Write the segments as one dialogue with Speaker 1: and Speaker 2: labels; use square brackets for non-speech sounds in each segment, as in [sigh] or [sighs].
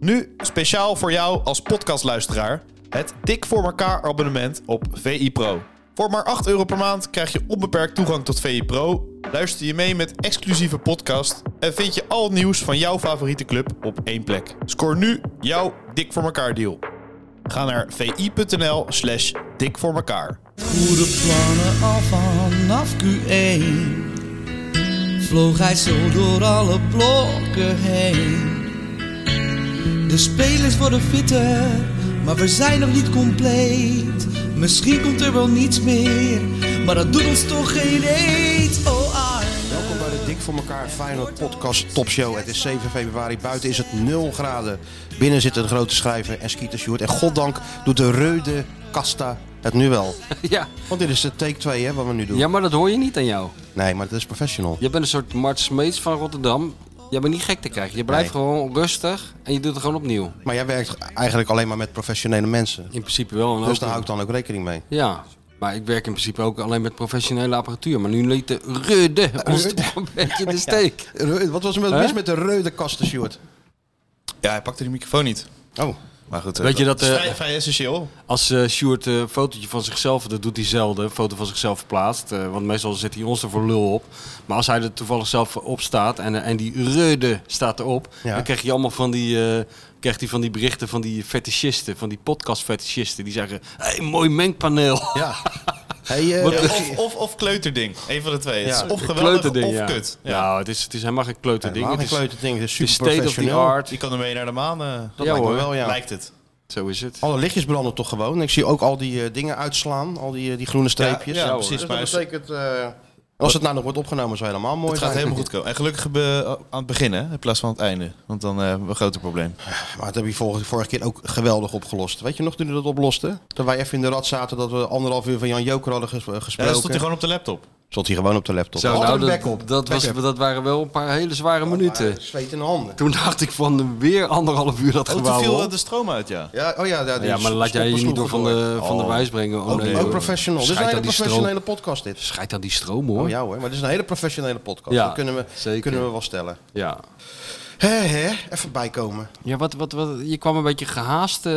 Speaker 1: Nu speciaal voor jou als podcastluisteraar het Dik voor elkaar abonnement op VI Pro. Voor maar 8 euro per maand krijg je onbeperkt toegang tot VI Pro, luister je mee met exclusieve podcast en vind je al het nieuws van jouw favoriete club op één plek. Scoor nu jouw Dik voor elkaar deal. Ga naar vi.nl slash dik voor elkaar.
Speaker 2: Goede plannen al vanaf Q1 Vloog hij zo door alle blokken heen De spelers worden fitter, maar we zijn nog niet compleet Misschien komt er wel niets meer, maar dat doet ons toch geen eet Oh Arne
Speaker 3: Welkom bij de Dik voor elkaar Feyenoord podcast topshow. Het is 7 februari, buiten is het 0 graden. Binnen zit een grote schrijver en skieter Sjoerd. En goddank doet de reude Casta het nu wel.
Speaker 4: [laughs] Ja.
Speaker 3: Want dit is de take 2 hè, wat we nu doen.
Speaker 4: ja, maar dat hoor je niet aan jou.
Speaker 3: Nee, maar dat is professional.
Speaker 4: Je bent een soort Mart Smeets van Rotterdam. Jij bent niet gek te krijgen. Je blijft
Speaker 3: Nee.
Speaker 4: gewoon rustig en je doet het gewoon opnieuw.
Speaker 3: Maar jij werkt eigenlijk alleen maar met professionele mensen.
Speaker 4: In principe wel. En
Speaker 3: Dus
Speaker 4: ook-
Speaker 3: daar hou ik dan ook rekening mee.
Speaker 4: Ja, maar ik werk in principe ook alleen met professionele apparatuur. Maar nu liet de Rudde ons toch een beetje in de steek.
Speaker 3: Reu- Wat was er met- mis
Speaker 4: Hè?
Speaker 3: met de reude Casta Sjoerd?
Speaker 1: Ja, hij pakte die microfoon niet.
Speaker 3: Oh,
Speaker 1: Maar goed,
Speaker 4: Weet je dat,
Speaker 1: is
Speaker 4: eh,
Speaker 1: vrij, vrij essentieel.
Speaker 4: Als eh Sjoerd eh, een fotootje van zichzelf, dat doet hij zelden, een foto van zichzelf plaatst. eh, want meestal zet hij ons er voor lul op. Maar als hij er toevallig zelf op staat en, eh, en die reude staat erop,
Speaker 3: Ja.
Speaker 4: dan krijg je allemaal van die, eh, krijgt hij van die berichten van die fetischisten, van die podcast-fetischisten. Die zeggen, hey, mooi mengpaneel. [laughs]
Speaker 3: ja. Hey, eh,
Speaker 4: Wat-
Speaker 3: ja,
Speaker 1: Of, of, of kleuterding. Een van de twee. Het is
Speaker 3: Ja,
Speaker 1: of geweldig
Speaker 4: Kleuterding,
Speaker 1: of
Speaker 4: ja.
Speaker 1: kut. Ja.
Speaker 4: Nou, het is, het is helemaal geen kleuterding.
Speaker 3: helemaal
Speaker 4: het
Speaker 3: geen
Speaker 4: is,
Speaker 3: kleuterding, het is
Speaker 4: het is
Speaker 3: super
Speaker 4: state of the
Speaker 3: professioneel.
Speaker 4: art.
Speaker 1: Die kan ermee naar de maan. eh,
Speaker 3: Dat
Speaker 4: Ja,
Speaker 3: lijkt me
Speaker 4: hoor.
Speaker 3: wel, ja.
Speaker 1: Lijkt het.
Speaker 4: Zo is het.
Speaker 3: Alle lichtjes branden toch gewoon. Ik zie ook al die eh, dingen uitslaan, al die, eh, die groene streepjes.
Speaker 1: Ja, ja,
Speaker 4: precies,
Speaker 3: Dus dat
Speaker 1: maar is-
Speaker 3: betekent, eh, als het nou nog wordt opgenomen, zou helemaal mooi
Speaker 1: Het gaat
Speaker 3: zijn.
Speaker 1: helemaal goed komen. En gelukkig eh, aan het begin, hè, in plaats van aan het einde. Want dan eh, hebben we een groter probleem.
Speaker 3: Maar dat heb je vorige, vorige keer ook geweldig opgelost. Weet je nog toen we dat oplosten? Dat wij even in de rad zaten, dat we anderhalf uur van Jan Joker hadden ges- eh,
Speaker 1: Ja,
Speaker 3: gesproken.
Speaker 1: dan stond hij gewoon op de laptop. Oh,
Speaker 3: Stond hij gewoon op de laptop.
Speaker 4: Zo,
Speaker 3: Altijd
Speaker 4: nou,
Speaker 3: een
Speaker 4: dat,
Speaker 3: backup.
Speaker 4: dat, was, eh,
Speaker 3: Backup.
Speaker 4: dat waren wel een paar hele zware minuten.
Speaker 3: Maar Zweet in de handen.
Speaker 4: Toen dacht ik van weer anderhalf uur dat
Speaker 1: Oh,
Speaker 4: gebouw
Speaker 1: toen viel
Speaker 4: op.
Speaker 1: eh, de stroom uit, ja.
Speaker 3: Ja, oh ja, ja, die
Speaker 4: Ja, maar laat jij
Speaker 3: stoppen
Speaker 4: je niet door van
Speaker 3: sloegen
Speaker 4: de, van de
Speaker 1: Oh.
Speaker 4: wijs brengen. Oh,
Speaker 3: Ook,
Speaker 4: nee,
Speaker 3: ook
Speaker 4: hoor.
Speaker 3: professional. Dit is een
Speaker 4: Schijt
Speaker 3: hele
Speaker 4: aan die stroom.
Speaker 3: professionele podcast dit.
Speaker 4: Schijt aan die stroom hoor.
Speaker 3: Oh
Speaker 4: ja.
Speaker 3: ja hoor, maar dit is een hele professionele podcast.
Speaker 4: Ja,
Speaker 3: dat kunnen we,
Speaker 4: zeker.
Speaker 3: kunnen we wel stellen.
Speaker 4: Ja,
Speaker 3: Hè, hè, even bijkomen.
Speaker 4: wat, wat, wat, je kwam een beetje gehaast. eh,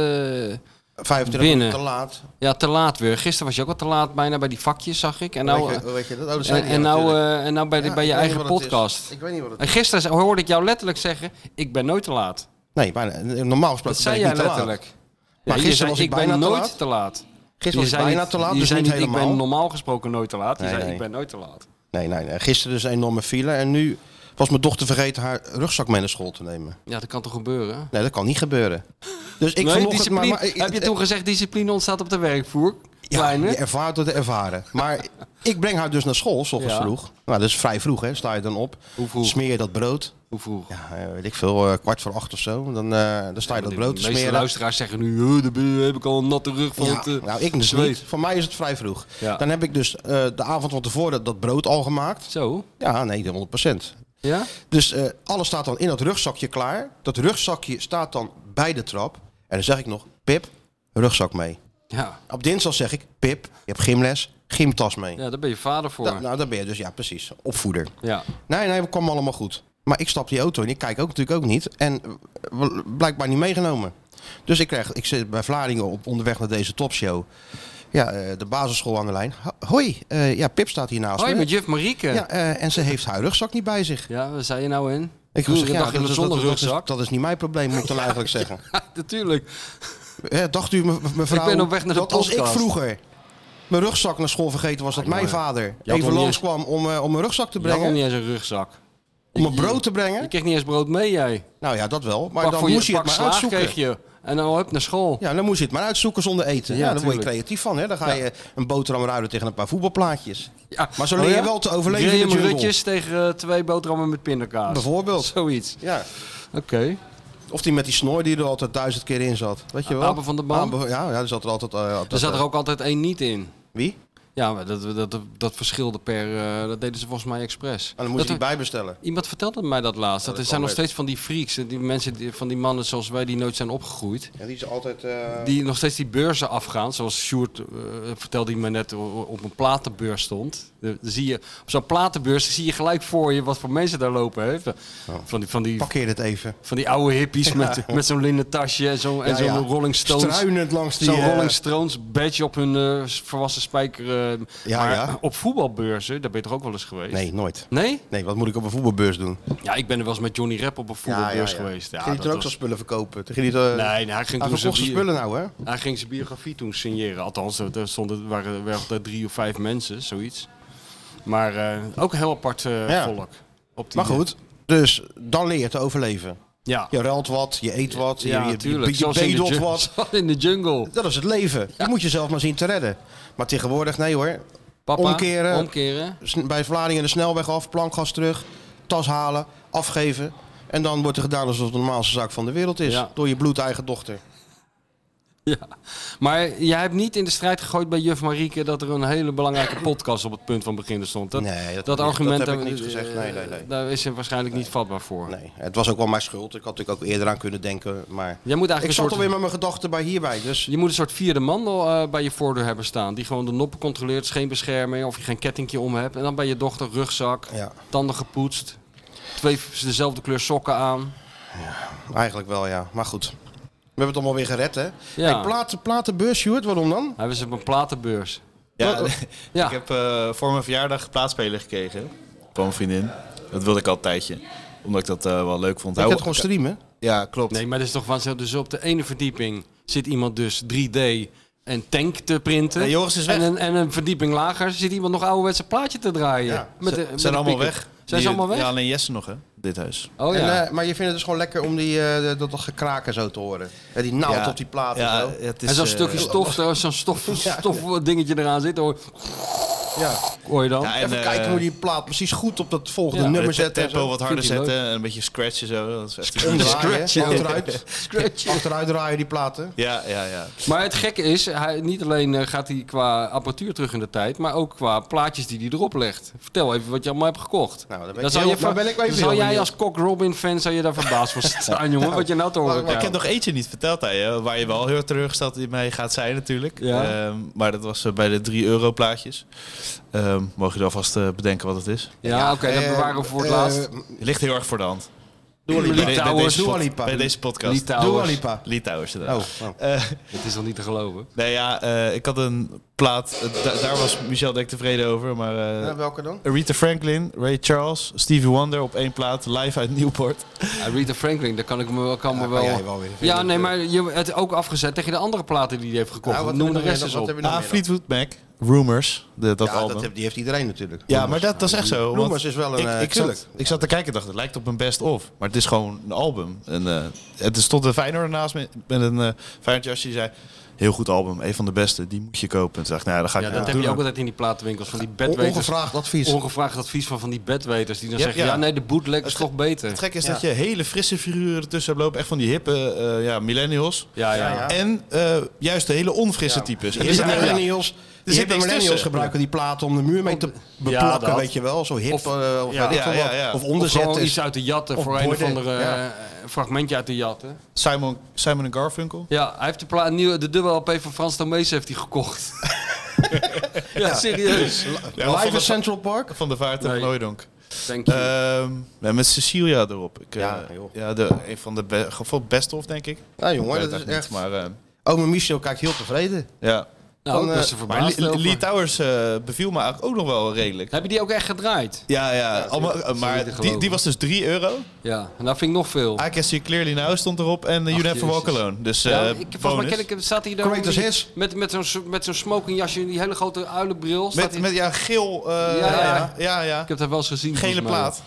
Speaker 3: 25
Speaker 4: Binnen.
Speaker 3: minuten te laat.
Speaker 4: ja, te laat weer. Gisteren was je ook al te laat bijna bij die vakjes, zag ik. En nou,
Speaker 3: weet je, weet je dat? Oh, dat
Speaker 4: eh,
Speaker 3: zijn
Speaker 4: en,
Speaker 3: die
Speaker 4: en nou,
Speaker 3: natuurlijk.
Speaker 4: eh, en nou bij, de-
Speaker 3: Ja,
Speaker 4: bij je
Speaker 3: ik weet
Speaker 4: eigen
Speaker 3: niet wat het is.
Speaker 4: podcast.
Speaker 3: Ik weet niet wat het
Speaker 4: En gisteren hoorde ik jou letterlijk zeggen, ik ben nooit te laat.
Speaker 3: Nee, bijna, normaal
Speaker 4: Dat
Speaker 3: gesproken ben
Speaker 4: zei
Speaker 3: ik
Speaker 4: jij
Speaker 3: niet te laat.
Speaker 4: letterlijk.
Speaker 3: Maar
Speaker 4: Ja, je
Speaker 3: gisteren
Speaker 4: zei,
Speaker 3: was ik
Speaker 4: ben
Speaker 3: bijna te
Speaker 4: nooit
Speaker 3: laat.
Speaker 4: te laat.
Speaker 3: Gisteren was
Speaker 4: Je
Speaker 3: ik
Speaker 4: zei
Speaker 3: bijna
Speaker 4: niet-
Speaker 3: te laat,
Speaker 4: je
Speaker 3: dus
Speaker 4: zei
Speaker 3: niet
Speaker 4: ik ben
Speaker 3: helemaal.
Speaker 4: normaal gesproken nooit te laat. Je
Speaker 3: Nee,
Speaker 4: zei,
Speaker 3: nee.
Speaker 4: ik ben nooit te laat.
Speaker 3: Nee, nee, nee. Gisteren dus een enorme file en nu was mijn dochter vergeten haar rugzak mee naar school te nemen.
Speaker 4: Ja, dat kan toch gebeuren?
Speaker 3: Nee, dat kan niet gebeuren. Dus ik
Speaker 4: Nee,
Speaker 3: vanochtend...
Speaker 4: discipline,
Speaker 3: Maar, maar, ik- eh,
Speaker 4: heb je toen gezegd, discipline ontstaat op de werkvloer?
Speaker 3: Ja,
Speaker 4: Kleine?
Speaker 3: je ervaart door te ervaren. Maar ik breng haar dus naar school, s ochtends
Speaker 4: Ja.
Speaker 3: vroeg. Nou, dat is vrij vroeg, hè. Sta je dan op,
Speaker 4: Hoe vroeg?
Speaker 3: smeer je dat brood.
Speaker 4: Hoe vroeg?
Speaker 3: Ja, eh, weet ik veel, eh, kwart voor acht of zo. Dan, eh, dan sta je dat
Speaker 4: De
Speaker 3: brood te
Speaker 4: meeste
Speaker 3: smeren.
Speaker 4: luisteraars zeggen nu, "Huh, dan ben- heb ik al een natte rug van
Speaker 3: Ja,
Speaker 4: het... eh,
Speaker 3: nou, ik dus
Speaker 4: zweet."
Speaker 3: niet. Voor mij is het vrij vroeg.
Speaker 4: Ja.
Speaker 3: Dan heb ik dus eh, de avond van tevoren dat brood al gemaakt.
Speaker 4: Zo?
Speaker 3: Ja, nee, 100%.
Speaker 4: Ja?
Speaker 3: Dus eh, alles staat dan in dat rugzakje klaar. Dat rugzakje staat dan bij de trap. En dan zeg ik nog, Pip, rugzak mee.
Speaker 4: Ja.
Speaker 3: Op dinsdag zeg ik, Pip, je hebt gymles, gymtas mee.
Speaker 4: Ja, daar ben je vader voor.
Speaker 3: Da- nou, dan ben je dus, ja precies, opvoeder.
Speaker 4: ja.
Speaker 3: Nee, nee, we kwam allemaal goed. Maar ik stap die auto in, ik kijk ook natuurlijk ook niet. En eh, wel- blijkbaar niet meegenomen. Dus ik, krijg, ik zit bij Vlaardingen op onderweg naar deze topshow. Ja, eh, de basisschool aan de lijn. Ho- hoi, eh, ja, Pip staat hier naast
Speaker 4: Hoi,
Speaker 3: me.
Speaker 4: met juf Marieke.
Speaker 3: ja,
Speaker 4: Ja,
Speaker 3: eh, en ze heeft haar rugzak niet bij zich.
Speaker 4: wat zei je nou in?
Speaker 3: Ik
Speaker 4: Vroeger
Speaker 3: zeg, ja,
Speaker 4: dacht ik
Speaker 3: dat,
Speaker 4: dat
Speaker 3: is- dat,
Speaker 4: zonder
Speaker 3: dat is,
Speaker 4: rugzak.
Speaker 3: dat is niet mijn probleem, moet ik dan
Speaker 4: [laughs]
Speaker 3: eigenlijk zeggen.
Speaker 4: Natuurlijk.
Speaker 3: Hè, dacht u, me- mevrouw,
Speaker 4: Ik ben op weg naar de
Speaker 3: dat als ik
Speaker 4: podcast.
Speaker 3: vroeger mijn rugzak naar school vergeten was, dat mijn vader
Speaker 4: nog
Speaker 3: even
Speaker 4: niet
Speaker 3: langs
Speaker 4: eens-
Speaker 3: kwam om, eh, om mijn rugzak te
Speaker 4: Je had nog
Speaker 3: brengen,
Speaker 4: niet eens een rugzak.
Speaker 3: om mijn brood te brengen.
Speaker 4: Je kreeg niet eens brood mee, jij.
Speaker 3: Nou ja, dat wel. Maar
Speaker 4: pak
Speaker 3: dan
Speaker 4: voor
Speaker 3: moest
Speaker 4: je,
Speaker 3: je het
Speaker 4: pak
Speaker 3: maar
Speaker 4: slaag
Speaker 3: uitzoeken.
Speaker 4: kreeg je. En dan op naar school.
Speaker 3: Ja, dan moest je het maar uitzoeken zonder eten.
Speaker 4: Ja,
Speaker 3: Ja, dan word je
Speaker 4: tuurlijk.
Speaker 3: creatief van. Hè? Dan ga je een boterham ruilen tegen een paar voetbalplaatjes.
Speaker 4: Ja.
Speaker 3: Maar zo
Speaker 4: Oh
Speaker 3: leer je
Speaker 4: ja?
Speaker 3: wel te overleven in de
Speaker 4: Graham
Speaker 3: jungle.
Speaker 4: Rutjes tegen eh, twee boterhammen met pindakaas.
Speaker 3: Bijvoorbeeld.
Speaker 4: Zoiets.
Speaker 3: Ja.
Speaker 4: Oké.
Speaker 3: Of die met die snor die er altijd duizend keer in zat. Weet je wel?
Speaker 4: Abe Ah, van der Baan?
Speaker 3: Abe- ja, ja, die zat er altijd... eh, altijd,
Speaker 4: Er zat er
Speaker 3: eh,
Speaker 4: ook altijd één niet in.
Speaker 3: Wie? Ah,
Speaker 4: Ja, maar dat, dat, dat, dat verschilde per... eh, dat deden ze volgens mij expres.
Speaker 3: dan
Speaker 4: Dat
Speaker 3: moest je
Speaker 4: er-
Speaker 3: die bijbestellen.
Speaker 4: Iemand vertelde mij dat laatst. dat
Speaker 3: dat
Speaker 4: er zijn
Speaker 3: kan
Speaker 4: nog
Speaker 3: best.
Speaker 4: steeds van die freaks, eh, die mensen, die, van die mannen zoals wij, die nooit zijn opgegroeid.
Speaker 3: Ja, die is altijd... eh,
Speaker 4: Die nog steeds die beurzen afgaan. Zoals Sjoerd eh, vertelde hij me net o- op een platenbeurs stond. Eh, Dan zie je, op zo'n platenbeurs zie je gelijk voor je wat voor mensen daar lopen. Hè? Van-
Speaker 3: Oh.
Speaker 4: Van, die, van, die,
Speaker 3: Parkeer het even.
Speaker 4: van die oude
Speaker 3: [laughs]
Speaker 4: hippies met, met zo'n linnen tasje en zo'n en
Speaker 3: Ja, ja.
Speaker 4: zo'n Rolling Stones.
Speaker 3: Struinend langs die...
Speaker 4: Zo'n
Speaker 3: eh,
Speaker 4: Rolling Stones badge op hun eh, volwassen spijker. eh,
Speaker 3: Ja,
Speaker 4: maar
Speaker 3: ja.
Speaker 4: op voetbalbeurzen, daar ben je toch ook wel eens geweest?
Speaker 3: Nee, nooit.
Speaker 4: Nee?
Speaker 3: Nee, wat moet ik op een voetbalbeurs doen?
Speaker 4: Ja, ik ben er wel eens met Johnny Rep op een voetbalbeurs geweest. Ja,
Speaker 3: ging je
Speaker 4: dat
Speaker 3: toen ook
Speaker 4: was-
Speaker 3: zo'n spullen verkopen? Toen ging je, eh,
Speaker 4: Nee, nee, hij ging
Speaker 3: Hij
Speaker 4: toen zijn
Speaker 3: verkocht zijn
Speaker 4: bio-
Speaker 3: spullen nou, hè?
Speaker 4: Hij ging zijn biografie toen signeren. Althans, er er stonden, waren, waren er drie of vijf mensen, zoiets. Maar eh, ook een heel apart eh,
Speaker 3: Ja.
Speaker 4: volk. Op die- eh,
Speaker 3: Maar goed, dus dan leer je te overleven.
Speaker 4: Ja,
Speaker 3: Je ruilt wat, je eet wat, je,
Speaker 4: ja
Speaker 3: je,
Speaker 4: natuurlijk.
Speaker 3: je, je
Speaker 4: Zoals in de
Speaker 3: bedelt
Speaker 4: jun-
Speaker 3: wat.
Speaker 4: zoals [laughs] in de jungle.
Speaker 3: Dat is het leven. Je moet jezelf maar zien te redden. Maar tegenwoordig, nee hoor.
Speaker 4: Papa,
Speaker 3: Omkeren.
Speaker 4: omkeren.
Speaker 3: Sn- Bij Vlaardingen de snelweg af, plankgas terug, tas halen, afgeven. En dan wordt er gedaan alsof het de normaalste zaak van de wereld is.
Speaker 4: Ja.
Speaker 3: Door je bloedeigen dochter.
Speaker 4: Ja. Maar jij hebt niet in de strijd gegooid bij juf Marieke dat er een hele
Speaker 3: [clears throat]
Speaker 4: belangrijke podcast op het punt van beginnen stond. Dat,
Speaker 3: Nee, dat-
Speaker 4: argument
Speaker 3: dat heb ik
Speaker 4: daar-
Speaker 3: niet gezegd. Nee, nee, nee.
Speaker 4: Daar is ze waarschijnlijk niet vatbaar voor.
Speaker 3: Nee, het was ook wel mijn schuld. Ik had natuurlijk ook eerder aan kunnen denken. Maar
Speaker 4: Jij moet
Speaker 3: ik
Speaker 4: eigenlijk een
Speaker 3: zat
Speaker 4: soort...
Speaker 3: alweer met mijn gedachten bij hierbij. Dus
Speaker 4: Je moet een soort vierde man wel, eh, bij je voordeur hebben staan. Die gewoon de noppen controleert, is geen bescherming of je geen kettingje om hebt. En dan bij je dochter rugzak,
Speaker 3: ja,
Speaker 4: tanden gepoetst, twee v- dezelfde kleur sokken aan.
Speaker 3: eigenlijk wel ja. Maar goed, we hebben het allemaal weer gered hè.
Speaker 4: Ja,
Speaker 3: Hey, platen, platenbeurs, Stuart, waarom dan?
Speaker 4: hij was op een platenbeurs.
Speaker 1: Ja,
Speaker 4: Ja,
Speaker 1: Ik heb eh, voor mijn verjaardag plaatsspeler gekregen van een vriendin. Dat wilde ik al een tijdje, omdat ik dat eh, wel leuk vond.
Speaker 3: Ik
Speaker 1: Hij-
Speaker 3: heb gewoon streamen.
Speaker 1: Ja, klopt.
Speaker 4: nee, maar dat is toch waanzinnig. Dus op de ene verdieping zit iemand dus 3D en tank te printen.
Speaker 1: Nee, Joris is weg.
Speaker 4: En een, en een verdieping lager zit iemand nog ouderwetse plaatje te draaien.
Speaker 3: Ja,
Speaker 4: Met de-
Speaker 1: Ze
Speaker 4: met
Speaker 1: zijn
Speaker 4: de
Speaker 1: allemaal
Speaker 4: pick-up.
Speaker 1: weg.
Speaker 4: Zijn ze
Speaker 1: Die-
Speaker 4: allemaal weg?
Speaker 1: Ja, alleen Jesse nog, hè? Dit huis.
Speaker 4: Oh ja.
Speaker 3: En, eh, maar je vindt het dus gewoon lekker om die, eh, dat, dat gekraken zo te horen. Ja, die naald
Speaker 1: Ja.
Speaker 3: op die platen.
Speaker 1: Ja,
Speaker 3: zo.
Speaker 1: het is,
Speaker 4: en zo'n
Speaker 1: eh,
Speaker 4: stukje stof, eh, zo'n stof,
Speaker 3: Ja.
Speaker 4: stof dingetje eraan zit, hoor,
Speaker 3: Ja.
Speaker 4: hoor je dan?
Speaker 1: Ja, en,
Speaker 3: Even
Speaker 1: eh,
Speaker 3: kijken hoe die plaat precies goed op dat volgende
Speaker 4: Ja.
Speaker 3: nummer
Speaker 1: het
Speaker 3: zet. en
Speaker 1: tempo
Speaker 3: zo.
Speaker 1: wat harder
Speaker 4: Vindt hij
Speaker 1: zetten en een beetje scratchen zo. Dat is echt-
Speaker 3: Omdraaien,
Speaker 4: Scratch, ja.
Speaker 3: achteruit, achteruit draaien die platen.
Speaker 1: Ja, ja, ja.
Speaker 4: Maar het gekke is, hij, niet alleen eh, gaat hij qua apparatuur terug in de tijd, maar ook qua plaatjes die hij erop legt. Vertel even wat je allemaal hebt gekocht.
Speaker 3: Nou, daar ben
Speaker 4: Dan
Speaker 3: ik
Speaker 4: zou,
Speaker 3: heel-
Speaker 4: je,
Speaker 3: daar ben ik wel
Speaker 4: dan
Speaker 3: even
Speaker 4: zou
Speaker 3: heel
Speaker 4: jij
Speaker 3: benieuwd.
Speaker 4: als Cock Robin fan zou je daar verbaasd van staan, jongen. wat je nou te horen
Speaker 3: maar- maar
Speaker 1: Ik
Speaker 4: krijgt.
Speaker 1: heb nog eentje niet verteld aan je, waar je wel heel erg teleurgesteld in mij gaat zijn natuurlijk.
Speaker 4: Ja.
Speaker 1: Ehm, maar dat was eh, bij de 3 euro plaatjes. Ehm mogen jullie alvast eh, bedenken wat het is?
Speaker 4: Ja, oké, dat bewaren we voor het
Speaker 3: Eh,
Speaker 4: laatst.
Speaker 1: Ligt heel erg voor de hand.
Speaker 3: Dua Lipa.
Speaker 1: Bij de- bij,
Speaker 4: Litouwers,
Speaker 1: deze, pod-
Speaker 3: Dua Lipa.
Speaker 1: bij deze podcast.
Speaker 4: Litouwers.
Speaker 3: Dua Lipa.
Speaker 1: Litouwers,
Speaker 3: Oh,
Speaker 1: inderdaad.
Speaker 3: oh.
Speaker 1: Eh,
Speaker 4: Het is al niet te geloven.
Speaker 1: nee, ja, eh, ik had een plaat, eh, da- daar was Michel denk ik tevreden over, maar... eh,
Speaker 3: Nou, welke dan?
Speaker 1: Aretha Franklin, Ray Charles, Stevie Wonder op één plaat, live uit Newport.
Speaker 4: Rita Franklin, daar kan ik me wel... Kan me
Speaker 3: Ja,
Speaker 4: wel...
Speaker 3: kan jij wel weer vinden.
Speaker 4: ja, nee, maar je het ook afgezet tegen de andere platen die hij heeft gekocht.
Speaker 3: Nou, wat
Speaker 4: Noem de
Speaker 3: hebben we
Speaker 4: rest
Speaker 3: nog
Speaker 4: eens
Speaker 3: meer? Wat
Speaker 4: op.
Speaker 3: hebben we nog
Speaker 1: Ah,
Speaker 3: meer dan?
Speaker 1: Fleetwood Mac, Rumors, de, dat
Speaker 3: Ja,
Speaker 1: album.
Speaker 3: dat heb, die heeft iedereen natuurlijk.
Speaker 1: Ja, maar dat, dat is echt zo. want
Speaker 3: Bloemers is wel een, eh,
Speaker 1: Ik, ik,
Speaker 3: tuurlijk.
Speaker 1: zat, ik zat te kijken en dacht, het lijkt op een best-of. Maar het is gewoon een album. En, eh, het is tot een Feyenoord naast me met een eh Feyenoord jasje. Die zei, heel goed album, een van de beste. Die moet je kopen. En toen dacht ik, nou ja, dat ga ik
Speaker 4: Ja,
Speaker 1: niet
Speaker 4: dat heb
Speaker 1: doen.
Speaker 4: je ook altijd in die platenwinkels. Van die
Speaker 3: On-
Speaker 4: bedweters.
Speaker 3: Ongevraagd advies.
Speaker 4: Ongevraagd advies van van die bedweters die dan
Speaker 1: Ja,
Speaker 4: zeggen...
Speaker 1: ja.
Speaker 4: Ja, nee, de bootleg is
Speaker 1: Het-
Speaker 4: toch beter.
Speaker 1: Het gekke is
Speaker 3: Ja.
Speaker 1: dat je hele frisse figuren ertussen hebt lopen. Echt van die hippe eh, ja, millennials.
Speaker 4: Ja, ja.
Speaker 3: Ja, ja.
Speaker 1: En eh, juist de hele onfrisse types. En
Speaker 3: Die
Speaker 1: die
Speaker 3: hippe
Speaker 1: zijn echt-
Speaker 3: millennials, die
Speaker 1: zit
Speaker 3: hippe
Speaker 1: niks
Speaker 3: millennials
Speaker 1: tussen.
Speaker 3: gebruiken die platen om de muur mee te beplakken,
Speaker 4: dat.
Speaker 3: weet je wel. Zo hip
Speaker 4: Of-
Speaker 3: of, of,
Speaker 1: ja,
Speaker 3: weet ik veel
Speaker 1: ja,
Speaker 3: wat.
Speaker 1: ja.
Speaker 3: of
Speaker 4: Of gewoon
Speaker 3: onderzetten.
Speaker 4: iets uit de jatten
Speaker 3: Of
Speaker 4: voor een of
Speaker 3: borden,
Speaker 4: andere
Speaker 3: ja.
Speaker 4: eh, fragmentje uit de jatten.
Speaker 1: Simon, Simon en Garfunkel.
Speaker 4: Ja, hij heeft de, pla- nieuwe, de dubbel LP van Frans Tomees heeft hij gekocht. [laughs] ja, serieus.
Speaker 3: Eh,
Speaker 1: Ja, van
Speaker 3: Live
Speaker 1: de-
Speaker 3: in Central Park.
Speaker 1: Van de Vaart en
Speaker 4: Nee.
Speaker 1: van Hooijdonk.
Speaker 4: Dank je.
Speaker 3: eh,
Speaker 1: Ehm, ja, met Cecilia erop. Ik, eh,
Speaker 3: Ja, joh.
Speaker 1: ja de, een van de be gevoel best of, denk ik.
Speaker 3: Ja,
Speaker 1: Ik
Speaker 3: jongen,
Speaker 1: weet
Speaker 3: dat is
Speaker 1: het
Speaker 3: echt...
Speaker 1: niet, Maar, eh,
Speaker 3: Oma Michel kijkt heel tevreden.
Speaker 1: ja.
Speaker 4: nou,
Speaker 3: van,
Speaker 4: ik was
Speaker 3: eh,
Speaker 4: er
Speaker 1: maar
Speaker 4: verbaasd
Speaker 1: Lee-
Speaker 4: over.
Speaker 1: Lee Towers eh, beviel me eigenlijk ook nog wel redelijk.
Speaker 4: Heb je die ook echt gedraaid?
Speaker 1: Ja, ja. allemaal, eh,
Speaker 4: dat is niet te
Speaker 1: maar die,
Speaker 4: geloven.
Speaker 1: die was dus 3 euro.
Speaker 4: Ja, en dat vind ik nog veel.
Speaker 1: I Can See Clearly Now stond erop. En You
Speaker 4: Ach,
Speaker 1: Never Walk
Speaker 4: jezus.
Speaker 1: Alone. Dus eh
Speaker 4: ja, ik, volgens mij
Speaker 1: bonus.
Speaker 4: ken ik, hem, staat hij daar
Speaker 3: Greatest
Speaker 4: met-
Speaker 3: hits.
Speaker 4: met, met zo'n s- met zo'n smokingjasje en die hele grote uilenbril. staat
Speaker 1: met,
Speaker 4: hij-
Speaker 1: met ja, geel. eh,
Speaker 4: Ja,
Speaker 1: ja,
Speaker 4: ja.
Speaker 1: ja. ja,
Speaker 4: ik heb dat wel eens gezien.
Speaker 1: Gele
Speaker 4: volgens mij.
Speaker 1: plaat.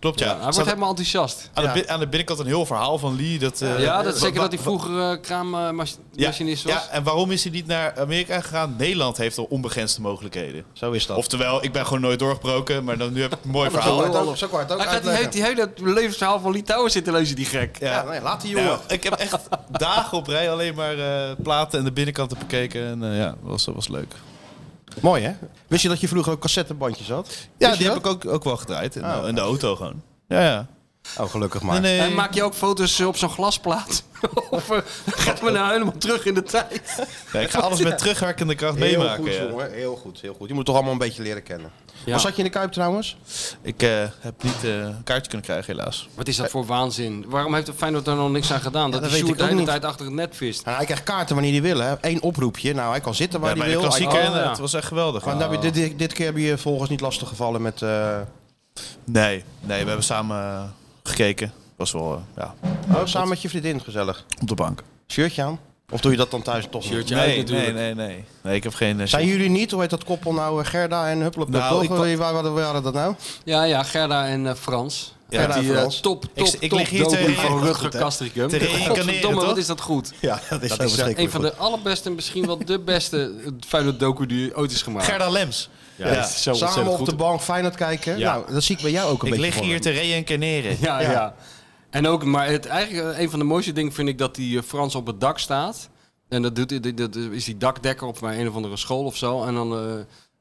Speaker 1: Klopt, ja.
Speaker 4: Ja, hij
Speaker 1: Staat
Speaker 4: wordt helemaal enthousiast.
Speaker 1: aan, de, bi- aan de binnenkant een heel verhaal van Lee. Dat, eh,
Speaker 4: ja, dat is
Speaker 1: wa-
Speaker 4: zeker
Speaker 1: wa-
Speaker 4: dat hij vroeger kraammachinisme was.
Speaker 1: Ja, en waarom is hij niet naar Amerika gegaan? Nederland heeft al onbegrensde mogelijkheden.
Speaker 3: Zo is dat.
Speaker 1: Oftewel, ik ben gewoon nooit doorgebroken, maar dan, nu heb ik een mooi
Speaker 3: zo,
Speaker 1: verhaal.
Speaker 3: kan het ook, zo kan het ook
Speaker 4: Hij gaat die,
Speaker 3: uitleggen.
Speaker 4: heeft die hele levensverhaal van Litouwen zitten lezen, die gek.
Speaker 1: Ja.
Speaker 3: Ja, nee, laat die jongen.
Speaker 1: Nou, ik heb echt dagen op rij alleen maar eh, platen en de binnenkanten bekeken. En eh, ja, was, was leuk.
Speaker 3: Mooi hè? Wist je dat je vroeger ook cassettebandjes had?
Speaker 1: Ja,
Speaker 3: Wist je
Speaker 1: die heb
Speaker 3: dat?
Speaker 1: ik ook, ook wel gedraaid. In, de-
Speaker 3: Oh.
Speaker 1: in de auto gewoon. Ja, ja.
Speaker 3: Oh, gelukkig maar.
Speaker 1: Nee,
Speaker 4: En maak je ook foto's eh, op zo'n glasplaat? [laughs] of eh, gaat we nou helemaal terug in de tijd?
Speaker 1: Ja, ik ga alles met terugwerkende kracht
Speaker 3: Heel
Speaker 1: meemaken.
Speaker 3: goed,
Speaker 1: ja.
Speaker 3: jongen. Heel goed, heel goed. Je moet toch allemaal een beetje leren kennen.
Speaker 4: Ja.
Speaker 3: Was zat je in de Kuip trouwens?
Speaker 1: Ik eh, heb niet eh, een kaartje kunnen krijgen, helaas.
Speaker 4: Wat is dat voor waanzin? Waarom heeft Feyenoord daar nog niks aan gedaan? Dat
Speaker 3: dat
Speaker 4: hij
Speaker 3: weet
Speaker 4: Sjoerd
Speaker 3: ik
Speaker 4: de
Speaker 3: ook
Speaker 4: hele
Speaker 3: niet.
Speaker 4: tijd achter het net vist.
Speaker 3: Nou, hij krijgt kaarten wanneer hij wil, hè. Eén oproepje. Nou, hij kan zitten waar
Speaker 1: Ja, bij
Speaker 3: hij
Speaker 1: de
Speaker 3: wil. Hij
Speaker 1: klassieker,
Speaker 3: kan-
Speaker 4: Oh,
Speaker 1: eh,
Speaker 4: ja.
Speaker 1: het was echt geweldig.
Speaker 3: Maar nou, dit, dit, dit keer heb je volgens niet lastig gevallen met... eh,
Speaker 1: Nee, nee, we hebben samen eh, gekeken. Was wel, eh, ja,
Speaker 3: oh, samen met je vriendin, gezellig.
Speaker 1: op de bank.
Speaker 3: Shirtje aan? Of doe je dat dan thuis toch nog?
Speaker 4: Shirtje uit
Speaker 1: Nee,
Speaker 4: natuurlijk.
Speaker 1: nee, nee, nee. Nee, ik heb geen... eh,
Speaker 3: Zijn jullie niet, hoe heet dat koppel nou, eh, Gerda en Huppelop?
Speaker 1: Nou,
Speaker 3: Nou,
Speaker 1: ik
Speaker 3: waar, waar, waar waren dat nou?
Speaker 4: Ja, ja, Gerda en eh, Frans.
Speaker 1: Ja,
Speaker 4: Gerda en
Speaker 3: die, eh,
Speaker 4: Frans. Top, top,
Speaker 1: ik- ik
Speaker 4: top
Speaker 1: lig hier
Speaker 4: doping
Speaker 1: tegen-
Speaker 4: van
Speaker 1: goed,
Speaker 4: Rutger
Speaker 1: hè?
Speaker 4: Kastricum.
Speaker 1: Te reïncarneren,
Speaker 4: Godverdomme,
Speaker 1: toch?
Speaker 4: wat is dat goed.
Speaker 3: Ja, dat is zo
Speaker 4: Een van de allerbeste en misschien wel de beste Feyenoord docu die ooit is gemaakt.
Speaker 1: Gerda Lems. Ja,
Speaker 4: dat is zo
Speaker 3: Samen
Speaker 4: ontzettend
Speaker 3: op de bank, Feyenoord kijken.
Speaker 4: Ja.
Speaker 3: Nou, dat zie ik bij jou ook een
Speaker 1: Ik
Speaker 3: beetje
Speaker 1: lig hier te reïncarneren.
Speaker 4: Ja,
Speaker 3: Ja.
Speaker 4: ja. En ook, maar het, eigenlijk eh, een van de mooiste dingen vind ik dat die eh, Frans op het dak staat. En dat, doet, dat- dat is die dakdekker op bij een of andere school of zo. En dan eh,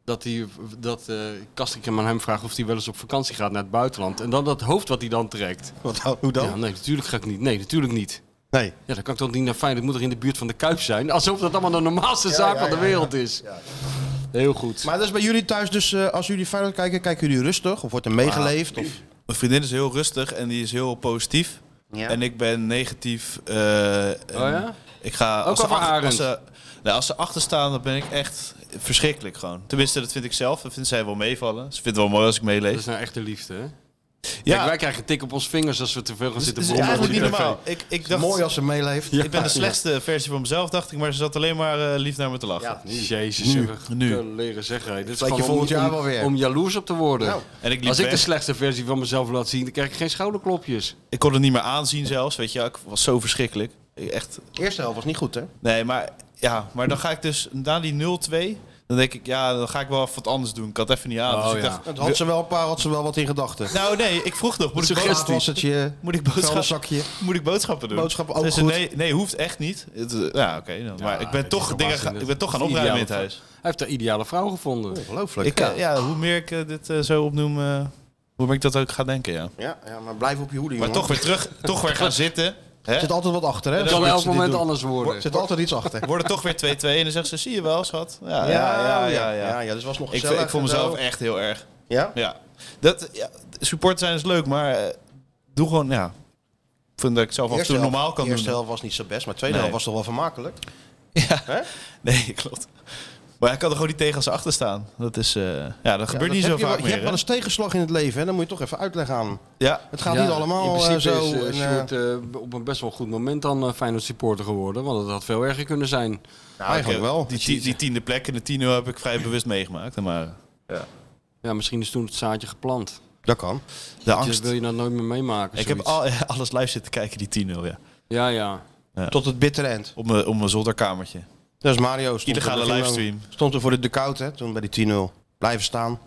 Speaker 4: dat, die, dat eh Kastrikum aan hem vraagt of hij wel eens op vakantie gaat naar het buitenland. En dan dat hoofd wat hij dan trekt.
Speaker 3: Wat, hoe
Speaker 1: Oh.
Speaker 4: Ja, nee, natuurlijk ga ik niet. Nee, natuurlijk niet.
Speaker 3: Nee.
Speaker 4: Ja, dan kan ik toch niet naar Feyenoord. Ik moet er in de buurt van de Kuip zijn. Alsof dat allemaal de normaalste zaak
Speaker 3: ja,
Speaker 4: van de
Speaker 3: ja,
Speaker 4: wereld is. Heel goed.
Speaker 3: Maar dat is bij jullie thuis dus, eh, als jullie Feyenoord kijken, kijken jullie rustig? Of wordt er
Speaker 1: Ah.
Speaker 3: meegeleefd? Of...
Speaker 1: Mijn vriendin is heel rustig en die is heel positief. En ik ben negatief. eh, en
Speaker 4: oh ja?
Speaker 1: Ik ga,
Speaker 4: Ook
Speaker 1: als, ze
Speaker 4: al voor
Speaker 1: achter, als,
Speaker 4: Arend.
Speaker 1: ze, nou, als ze achterstaan, dan ben ik echt verschrikkelijk gewoon. Tenminste, dat vind ik zelf. Dat vindt zij wel meevallen. Ze vindt het wel mooi als ik meeleef.
Speaker 4: Dat is nou echt de liefde, hè?
Speaker 1: ja,
Speaker 4: Kijk, wij krijgen een tik op ons vingers als we te veel gaan
Speaker 1: het
Speaker 4: zitten
Speaker 1: is
Speaker 4: brommen
Speaker 1: eigenlijk niet
Speaker 4: over die tv.
Speaker 1: normaal. Ik, ik dacht,
Speaker 3: Mooi als ze meeleeft.
Speaker 1: ik ben de slechtste versie van mezelf, dacht ik. Maar ze zat alleen maar eh, lief naar me te lachen.
Speaker 4: Jezus, nu.
Speaker 1: Nu.
Speaker 4: leren zeggen. hè. Dit is
Speaker 3: Lijkt je
Speaker 4: gewoon
Speaker 3: volgend
Speaker 4: om-
Speaker 3: jaar
Speaker 4: om-
Speaker 3: wel weer.
Speaker 4: Om jaloers op te worden.
Speaker 3: Nou,
Speaker 1: En ik liep
Speaker 4: Als ik
Speaker 1: weg.
Speaker 4: de slechtste versie van mezelf laat zien, dan krijg ik geen schouderklopjes.
Speaker 1: Ik kon het niet meer aanzien zelfs. Weet je, wel. ik was zo verschrikkelijk. Ik Echt.
Speaker 3: De eerste helft was niet goed, hè?
Speaker 1: Nee, maar, ja, maar dan ga ik dus na die 0-2. Dan denk ik, ja, dan ga ik wel even wat anders doen. Ik had het even niet aan.
Speaker 4: Oh,
Speaker 1: dus ik
Speaker 4: ja.
Speaker 1: dacht,
Speaker 3: Dat had ze wel een paar, had ze wel wat in gedachten.
Speaker 1: nou nee, ik vroeg nog, moet ik,
Speaker 4: Suggestie.
Speaker 1: boodschap-
Speaker 3: Was het je
Speaker 1: moet ik boodschappen
Speaker 3: vuilniszakje?
Speaker 1: Moet ik boodschappen doen?
Speaker 3: Boodschappen ook
Speaker 1: Dus
Speaker 3: goed.
Speaker 1: Nee, nee, hoeft echt niet. Het, eh, ja, oké. dan. maar ik
Speaker 4: dat
Speaker 1: ben
Speaker 4: Ah, is
Speaker 1: toch,
Speaker 4: toch
Speaker 1: dingen,
Speaker 4: waanzinnig.
Speaker 1: ga- ik ben toch gaan
Speaker 4: Dat is
Speaker 1: opruimen in het
Speaker 4: ideaal.
Speaker 1: huis.
Speaker 4: Hij heeft de ideale vrouw gevonden.
Speaker 3: Ongelooflijk.
Speaker 1: Ik,
Speaker 3: ja.
Speaker 1: eh, ja, hoe meer ik eh, dit eh, zo opnoem, eh, hoe meer ik dat ook ga denken, ja.
Speaker 3: Ja, ja, maar blijf op je hoede,
Speaker 1: Maar
Speaker 3: jongen.
Speaker 1: toch weer terug, toch weer gaan zitten. Hè?
Speaker 3: Er zit altijd wat achter, hè?
Speaker 4: Het
Speaker 3: Als
Speaker 4: kan elk
Speaker 3: mensen dit
Speaker 4: moment
Speaker 3: doen.
Speaker 4: anders worden.
Speaker 3: Er zit altijd iets achter.
Speaker 1: Worden toch weer 2-2 en dan zegt ze, zie je wel, schat. Ja, ja, ja. ja, ja.
Speaker 3: dus was nog
Speaker 1: Ik,
Speaker 3: gezellig.
Speaker 1: ik voel
Speaker 3: en
Speaker 1: mezelf
Speaker 3: zo.
Speaker 1: echt heel erg.
Speaker 3: Ja?
Speaker 1: Ja. Dat, ja, support zijn is leuk, maar eh, doe gewoon, ja. Ik vind dat ik het zelf af en toe normaal kan
Speaker 3: de eerste
Speaker 1: doen.
Speaker 3: helft was niet zo best, maar de tweede
Speaker 1: Nee.
Speaker 3: helft was toch wel vermakelijk.
Speaker 1: Ja.
Speaker 3: Hè?
Speaker 1: Nee, [laughs] klopt. Maar ik kan er gewoon niet tegen als ze achter staan. Dat is, eh, ja, dat gebeurt
Speaker 3: Ja,
Speaker 1: niet
Speaker 3: dat
Speaker 1: zo
Speaker 3: heb je wel-
Speaker 1: vaak
Speaker 3: Je
Speaker 1: meer.
Speaker 3: hebt wel eens tegenslag in het leven, hè? Dan moet je toch even uitleggen aan.
Speaker 1: hè? Ja,
Speaker 3: Het gaat
Speaker 4: Ja,
Speaker 3: niet allemaal
Speaker 4: in
Speaker 3: eh,
Speaker 4: principe
Speaker 3: zo.
Speaker 4: is eh,
Speaker 3: en, eh,
Speaker 4: Sjoerd eh, op een best wel goed moment dan eh, Feyenoord supporter geworden. Want het had veel erger kunnen zijn.
Speaker 3: eigenlijk
Speaker 1: ik, eh,
Speaker 3: wel.
Speaker 1: Die, ti- die tiende plek in de tien heb ik vrij bewust meegemaakt. Maar
Speaker 4: Ja, misschien is toen het zaadje geplant.
Speaker 3: Dat kan.
Speaker 1: de
Speaker 4: Dus
Speaker 1: angst.
Speaker 4: wil je dat nooit meer meemaken?
Speaker 1: Ik heb
Speaker 4: zoiets.
Speaker 1: al, alles live zitten kijken, die 10-0, ja.
Speaker 4: Ja, ja.
Speaker 3: Tot het bittere eind.
Speaker 1: Op mijn, op mijn zolderkamertje.
Speaker 3: Dat is Mario. Stond
Speaker 1: Illegale
Speaker 3: er toen
Speaker 1: livestream.
Speaker 3: ook- Stond er voor de dugout, hè? Toen bij die 10-0. Blijven staan.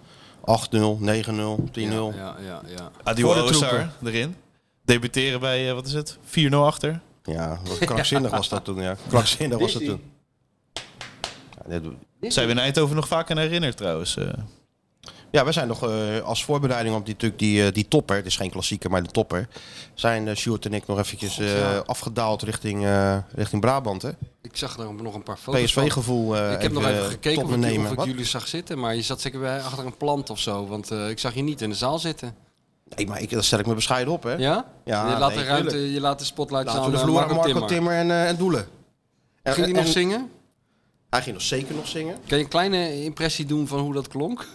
Speaker 3: 8-0, 9-0, 10-0. Ja,
Speaker 4: Ja, ja, ja.
Speaker 1: Adio
Speaker 3: Voor de
Speaker 1: Ossar erin. Debuteren bij, eh, wat is het, 4-0 achter.
Speaker 3: wat
Speaker 4: [laughs]
Speaker 3: krankzinnig was dat toen, ja. Krankzinnig was dat toen. Ja, dit doe-
Speaker 1: Zijn we in Eindhoven nog vaak aan herinnerd trouwens. eh.
Speaker 3: Ja, we zijn nog eh, als voorbereiding op die, natuurlijk die, eh, die topper. Het is geen klassieker, maar de topper. Zijn eh Sjoerd en ik nog eventjes eh, afgedaald richting, eh, richting Brabant. Hè?
Speaker 4: Ik zag daar nog een paar foto's van.
Speaker 3: PSV-gevoel. eh,
Speaker 4: ik heb nog even
Speaker 3: eh,
Speaker 4: gekeken
Speaker 3: tot me
Speaker 4: of ik,
Speaker 3: nemen.
Speaker 4: of ik
Speaker 3: Wat?
Speaker 4: jullie zag zitten, maar je zat zeker bij achter een plant of zo, want eh, ik zag je niet in de zaal zitten.
Speaker 3: Nee, maar ik, dat stel ik me bescheiden op, hè?
Speaker 4: Ja?
Speaker 3: Ja,
Speaker 4: je, laat
Speaker 3: nee,
Speaker 4: de ruimte,
Speaker 3: tuurlijk.
Speaker 4: je laat de spotlight
Speaker 3: Laten
Speaker 4: aan
Speaker 3: we de
Speaker 4: eh,
Speaker 3: vloer aan Marco Timmer, en, eh, en Doelen. En-
Speaker 4: Ging hij
Speaker 3: en-
Speaker 4: nog zingen?
Speaker 3: Hij ging nog zeker nog zingen.
Speaker 4: Kan je een kleine impressie doen van hoe dat klonk?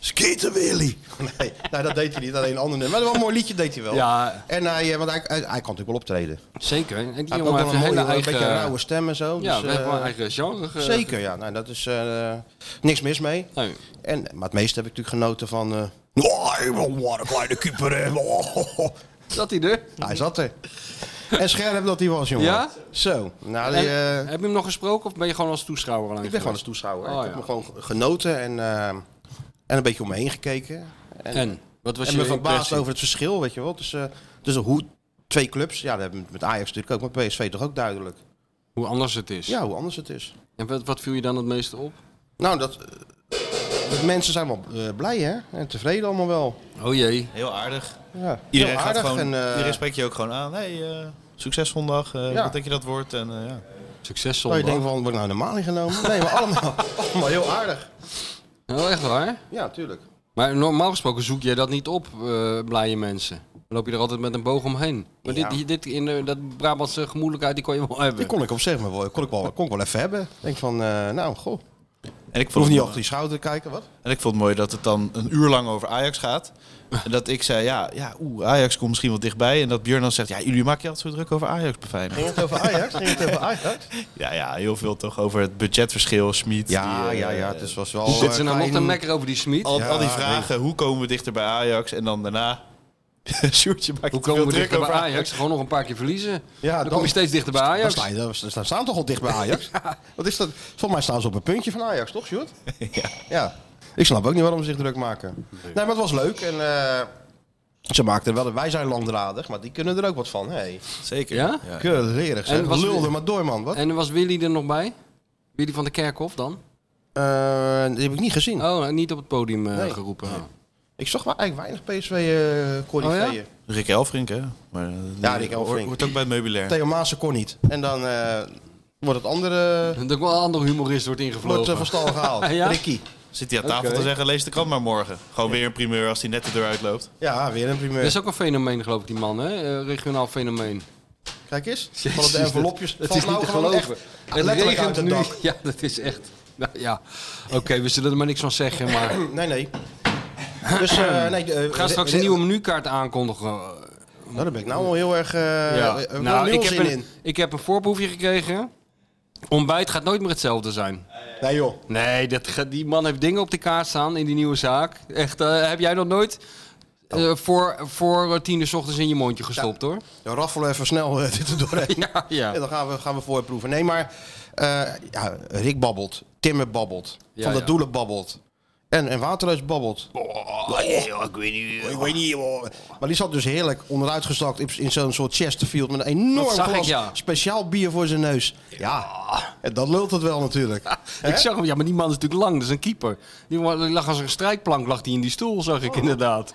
Speaker 3: Skieten Willy! [laughs] Nee, nou, dat deed hij niet, alleen een ander nummer. Maar wel een mooi liedje deed hij wel.
Speaker 4: Ja,
Speaker 3: En hij, eh, want hij, hij, hij kan natuurlijk wel optreden.
Speaker 4: zeker. En die
Speaker 3: Hij heeft
Speaker 4: jongen
Speaker 3: ook
Speaker 4: heeft
Speaker 3: wel
Speaker 4: een
Speaker 3: een mooie,
Speaker 4: hele
Speaker 3: een
Speaker 4: eigen...
Speaker 3: beetje een rauwe stem en zo.
Speaker 4: ja,
Speaker 3: dus,
Speaker 4: we hebben
Speaker 3: eh,
Speaker 4: een eigen genre. ge-
Speaker 3: Zeker, ja. Nou, dat is eh, niks mis mee.
Speaker 4: Nee.
Speaker 3: En, maar het meeste heb ik natuurlijk genoten van... eh, oh, wat een kleine keeper. hè. Oh.
Speaker 4: Zat hij er?
Speaker 3: Hij zat er. En scherp dat hij was, jongen.
Speaker 4: Ja?
Speaker 3: Zo. Nou,
Speaker 4: En
Speaker 3: die, eh,
Speaker 4: heb je hem nog gesproken of ben je gewoon als toeschouwer alleen
Speaker 3: ik ben gewoon als
Speaker 4: geweest?
Speaker 3: toeschouwer.
Speaker 4: Oh,
Speaker 3: ik
Speaker 4: ja.
Speaker 3: heb me gewoon genoten en, eh, en een beetje om me heen gekeken. En,
Speaker 4: En? Wat was
Speaker 3: en
Speaker 4: je
Speaker 3: me verbaasd
Speaker 4: impressie?
Speaker 3: over het verschil, weet je wel. Tussen, tussen hoe twee clubs... Ja, dat hebben we met Ajax natuurlijk ook, maar PSV toch ook duidelijk.
Speaker 4: Hoe anders het is.
Speaker 3: Ja, hoe anders het is.
Speaker 4: En wat, wat viel je dan het meeste op?
Speaker 3: Nou, dat, eh, de mensen zijn wel eh, blij, hè? En tevreden allemaal wel.
Speaker 4: Oh jee.
Speaker 1: Heel aardig.
Speaker 3: Ja,
Speaker 1: Iedereen,
Speaker 3: Heel
Speaker 1: gaat
Speaker 3: aardig
Speaker 1: gewoon,
Speaker 3: en, eh,
Speaker 1: iedereen spreekt je ook gewoon aan. Hey, eh succes zondag. eh,
Speaker 3: Ja.
Speaker 1: Wat denk je dat wordt? En, eh, ja.
Speaker 4: Succes
Speaker 3: Nou, je denkt
Speaker 4: zondag.
Speaker 3: van, word ik nou normaal ingenomen? Nee, maar [laughs] allemaal, allemaal heel aardig.
Speaker 4: Oh, echt waar?
Speaker 3: Ja, tuurlijk.
Speaker 4: Maar normaal gesproken zoek jij dat niet op, eh, blije mensen. Dan loop je er altijd met een boog omheen. Maar
Speaker 3: Ja.
Speaker 4: dit, hier- dit in eh, dat Brabantse gemoedelijkheid, die kon je wel hebben.
Speaker 3: Die kon ik op zich maar wel, kon ik wel, kon ik wel even hebben. Ik denk van, eh, nou, goh.
Speaker 1: en ik
Speaker 3: Ik hoef
Speaker 1: vond
Speaker 3: niet
Speaker 1: het
Speaker 3: achter die schouder te kijken, wat?
Speaker 1: En ik vond het mooi dat het dan een uur lang over Ajax gaat. En dat ik zei, ja, ja oeh, Ajax komt misschien wel dichtbij. En dat Björn dan zegt, ja, jullie maken je altijd zo druk over Ajax bij Feyenoord.
Speaker 3: Ging het over Ajax? Ging het over Ajax?
Speaker 1: Ja, ja, heel veel toch over het budgetverschil, Smit.
Speaker 3: Ja,
Speaker 1: die, eh,
Speaker 3: ja, ja. Het is, was wel...
Speaker 4: Zitten ze nou
Speaker 3: eh,
Speaker 4: nog te
Speaker 3: klein-
Speaker 4: mekker over die Smit?
Speaker 1: Al,
Speaker 3: Ja,
Speaker 1: al die
Speaker 3: nee.
Speaker 1: vragen, hoe komen we dichter bij Ajax? En dan daarna, [laughs] Sjoerdje maakt
Speaker 4: Hoe
Speaker 1: te veel
Speaker 4: komen we
Speaker 1: druk
Speaker 4: dichter bij
Speaker 1: over
Speaker 4: Ajax? Gewoon nog een paar keer verliezen.
Speaker 3: Ja,
Speaker 4: dan,
Speaker 3: dan-
Speaker 4: kom je steeds dichter bij
Speaker 3: Dan
Speaker 4: Ajax.
Speaker 3: sta je, dan sta- staan toch al dicht bij
Speaker 4: [laughs]
Speaker 3: Ajax? Wat is dat? Volgens mij staan ze op een puntje van Ajax, toch, Sjoerd?
Speaker 1: Ja.
Speaker 3: Ja. Ik snap ook niet waarom ze zich druk maken. Nee, maar het was leuk. En eh, ze maakten wel... Wij zijn langdradig, maar die kunnen er ook wat van. Hey.
Speaker 1: Zeker.
Speaker 4: Ja?
Speaker 3: Keurig,
Speaker 4: En
Speaker 3: zeg.
Speaker 4: was-
Speaker 3: Lulde maar door, man. Wat?
Speaker 4: En was Willy er nog bij? Willy van de Kerkhof dan?
Speaker 3: Eh, die heb ik niet gezien.
Speaker 4: Oh, niet op het podium eh,
Speaker 3: Nee.
Speaker 4: geroepen.
Speaker 3: Ik zag wel eigenlijk weinig PSV eh corifeeën.
Speaker 4: Oh ja?
Speaker 1: Rick Elfrink, hè? Maar,
Speaker 3: Ja, Rick Elfrink.
Speaker 1: Wordt ook bij het meubilair.
Speaker 3: Theo Maassen kon niet. En dan eh, wordt het andere...
Speaker 4: [laughs] Dat ook wel een ander humorist wordt
Speaker 3: wordt eh, van
Speaker 4: ingevlogen.
Speaker 3: stal gehaald.
Speaker 4: [laughs] Ja?
Speaker 3: Ricky.
Speaker 1: Zit hij aan tafel
Speaker 4: Oké.
Speaker 1: te zeggen, lees de krant maar morgen. Gewoon weer een primeur als hij net de deur uitloopt.
Speaker 3: Ja, weer een primeur.
Speaker 4: Dat is ook een fenomeen, geloof ik, die man, hè? Eh, regionaal fenomeen.
Speaker 3: Kijk eens.
Speaker 4: Jezus,
Speaker 3: Van op de envelopjes.
Speaker 4: Het
Speaker 3: Valt
Speaker 4: is niet
Speaker 3: nou
Speaker 4: te
Speaker 3: gewoon
Speaker 4: geloven.
Speaker 3: echt
Speaker 4: Het
Speaker 3: letterlijk uit
Speaker 4: regent
Speaker 3: het
Speaker 4: nu.
Speaker 3: dak.
Speaker 4: [laughs] Ja, dat is echt. Nou, ja, oké, we zullen er maar niks van zeggen. Maar we
Speaker 3: Nee, nee. [coughs] Dus, eh nee, eh,
Speaker 4: gaan straks een nieuwe menukaart aankondigen.
Speaker 3: Nou, daar ben ik nou al heel erg... eh
Speaker 4: Ja.
Speaker 3: ja. nou,
Speaker 4: ik,
Speaker 3: ik
Speaker 4: heb
Speaker 3: zin
Speaker 4: een,
Speaker 3: in.
Speaker 4: ik heb een voorproefje gekregen. Ontbijt gaat nooit meer hetzelfde zijn.
Speaker 3: Nee, joh.
Speaker 4: Nee, dat, ga- die man heeft dingen op de kaart staan in die nieuwe zaak. Echt, eh, heb jij nog nooit
Speaker 3: Oh.
Speaker 4: eh, voor, voor eh, tien uur 's ochtends in je mondje gestopt, hoor?
Speaker 3: Dan raffelen even snel eh, [laughs] dit er doorheen.
Speaker 4: Ja, ja.
Speaker 3: En dan gaan we, gaan we voorproeven. Nee, maar eh, ja, Rick babbelt. Timmer babbelt.
Speaker 4: Ja,
Speaker 3: van der
Speaker 4: ja. Oh,
Speaker 3: Doelen babbelt. En, en Waterhuis babbelt. oh.
Speaker 1: ik weet niet.
Speaker 3: Ik weet niet, joh. Maar die zat dus heerlijk onderuitgestakt in, in zo'n soort Chesterfield met een enorm
Speaker 4: Dat zag
Speaker 3: glas
Speaker 4: ik, ja.
Speaker 3: speciaal bier voor zijn neus. Ja, en dat lult het wel natuurlijk.
Speaker 4: [laughs] Ik zag hem, ja, maar die man is natuurlijk lang, dat is een keeper. Die man- die lag als een strijkplank lag die in die stoel, zag
Speaker 3: Oh.
Speaker 4: ik inderdaad.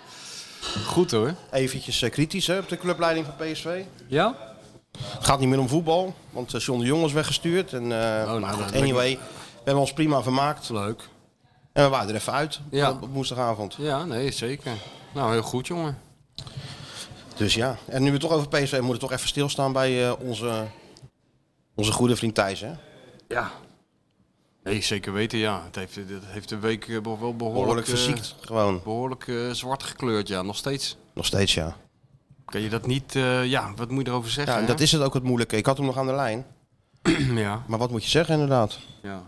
Speaker 4: Goed hoor.
Speaker 3: Eventjes eh, kritisch hè, op de clubleiding van PSV.
Speaker 4: Ja?
Speaker 3: Het gaat niet meer om voetbal, want eh, John de Jong is weggestuurd. En, eh,
Speaker 4: nou,
Speaker 3: maar goed,
Speaker 4: dat-
Speaker 3: anyway, we hebben ons prima vermaakt.
Speaker 4: Leuk.
Speaker 3: En we waren er even uit
Speaker 4: Ja.
Speaker 3: op, op woensdagavond.
Speaker 4: Ja, nee, zeker. Nou, heel goed jongen.
Speaker 3: Dus ja, en nu we het toch over PSV moeten, we toch even stilstaan bij eh, onze, onze goede vriend Thijs. Hè?
Speaker 4: Ja. Nee, zeker weten, ja. Het heeft, het heeft de week eh, be- wel behoorlijk...
Speaker 3: Behoorlijk
Speaker 4: eh,
Speaker 3: verziekt, gewoon.
Speaker 4: behoorlijk eh, zwart gekleurd, ja. Nog steeds.
Speaker 3: Nog steeds, ja.
Speaker 4: Kan je dat niet... eh, ja, wat moet je erover zeggen?
Speaker 3: Ja, en
Speaker 4: hè?
Speaker 3: dat is het ook het moeilijke. Ik had hem nog aan de lijn.
Speaker 4: [clears throat] ja.
Speaker 3: Maar wat moet je zeggen inderdaad?
Speaker 4: ja.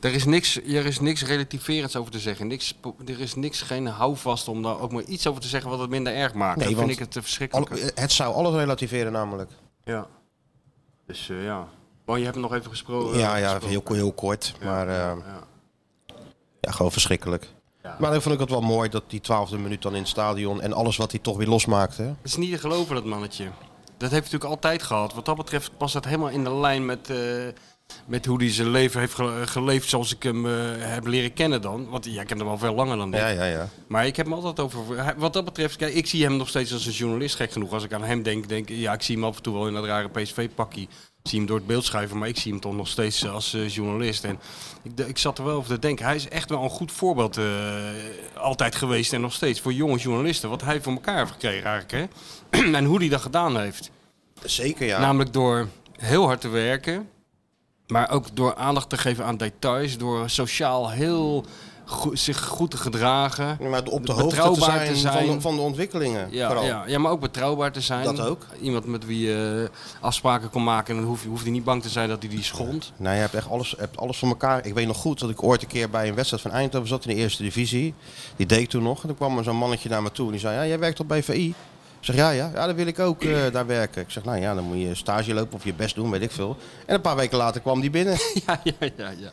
Speaker 4: Er is, niks, er is niks relativerends over te zeggen. Niks, po- er is niks, geen houvast om daar ook maar iets over te zeggen wat het minder erg maakt.
Speaker 3: Nee,
Speaker 4: dat vind
Speaker 3: want
Speaker 4: ik het te
Speaker 3: Al- eh,
Speaker 4: verschrikkelijk.
Speaker 3: het zou alles relativeren namelijk.
Speaker 4: Ja. Dus eh, ja. Maar je hebt hem nog even gesproken.
Speaker 3: Ja, ja,
Speaker 4: gesproken.
Speaker 3: heel, heel kort. Maar eh,
Speaker 4: Ja.
Speaker 3: ja, gewoon verschrikkelijk.
Speaker 4: Ja.
Speaker 3: Maar dan vond ik het wel mooi dat die twaalfde minuut dan in het stadion en alles wat hij toch weer losmaakte. hè.
Speaker 4: Het is niet te geloven, dat mannetje. Dat heeft hij natuurlijk altijd gehad. Wat dat betreft past dat helemaal in de lijn met, eh, met hoe hij zijn leven heeft ge- geleefd zoals ik hem eh, heb leren kennen dan. Want jij kent hem al veel langer dan dit.
Speaker 3: Ja, ja, ja.
Speaker 4: Maar ik heb hem altijd over. hij- Wat dat betreft, kijk, ik zie hem nog steeds als een journalist. Gek genoeg. Als ik aan hem denk, denk ik, ja, ik zie hem af en toe wel in dat rare PSV-pakkie. Ik zie hem door het beeld schuiven, maar ik zie hem toch nog steeds eh, als eh, journalist. En ik, d- ik zat er wel over te denken. Hij is echt wel een goed voorbeeld eh, altijd geweest en nog steeds voor jonge journalisten. Wat hij voor elkaar heeft gekregen eigenlijk. Hè? [clears throat] en hoe hij dat gedaan heeft.
Speaker 3: Zeker ja.
Speaker 4: Namelijk door heel hard te werken, maar ook door aandacht te geven aan details. Door sociaal heel goed, zich goed te gedragen.
Speaker 3: maar op de hoogte te
Speaker 4: betrouwbaar
Speaker 3: zijn,
Speaker 4: te
Speaker 3: Van,
Speaker 4: zijn.
Speaker 3: de, van de ontwikkelingen
Speaker 4: Ja,
Speaker 3: vooral.
Speaker 4: ja, ja, maar ook betrouwbaar te zijn.
Speaker 3: Dat ook.
Speaker 4: Iemand met wie je eh, afspraken kon maken en dan hoef je, hoeft hij niet bang te zijn dat hij die schond.
Speaker 3: Nou, je hebt echt alles, hebt alles van elkaar. Ik weet nog goed dat ik ooit een keer bij een wedstrijd van Eindhoven zat in de eerste divisie. Die deed ik toen nog. En toen kwam er zo'n mannetje naar me toe en die zei, ja, jij werkt toch bij VI? Ik zeg, ja, ja, ja, dan wil ik ook eh, daar werken. Ik zeg, nou ja, dan moet je stage lopen of je best doen, weet ik veel. En een paar weken later kwam die
Speaker 4: [laughs]
Speaker 3: binnen.
Speaker 4: ja, ja, ja, ja.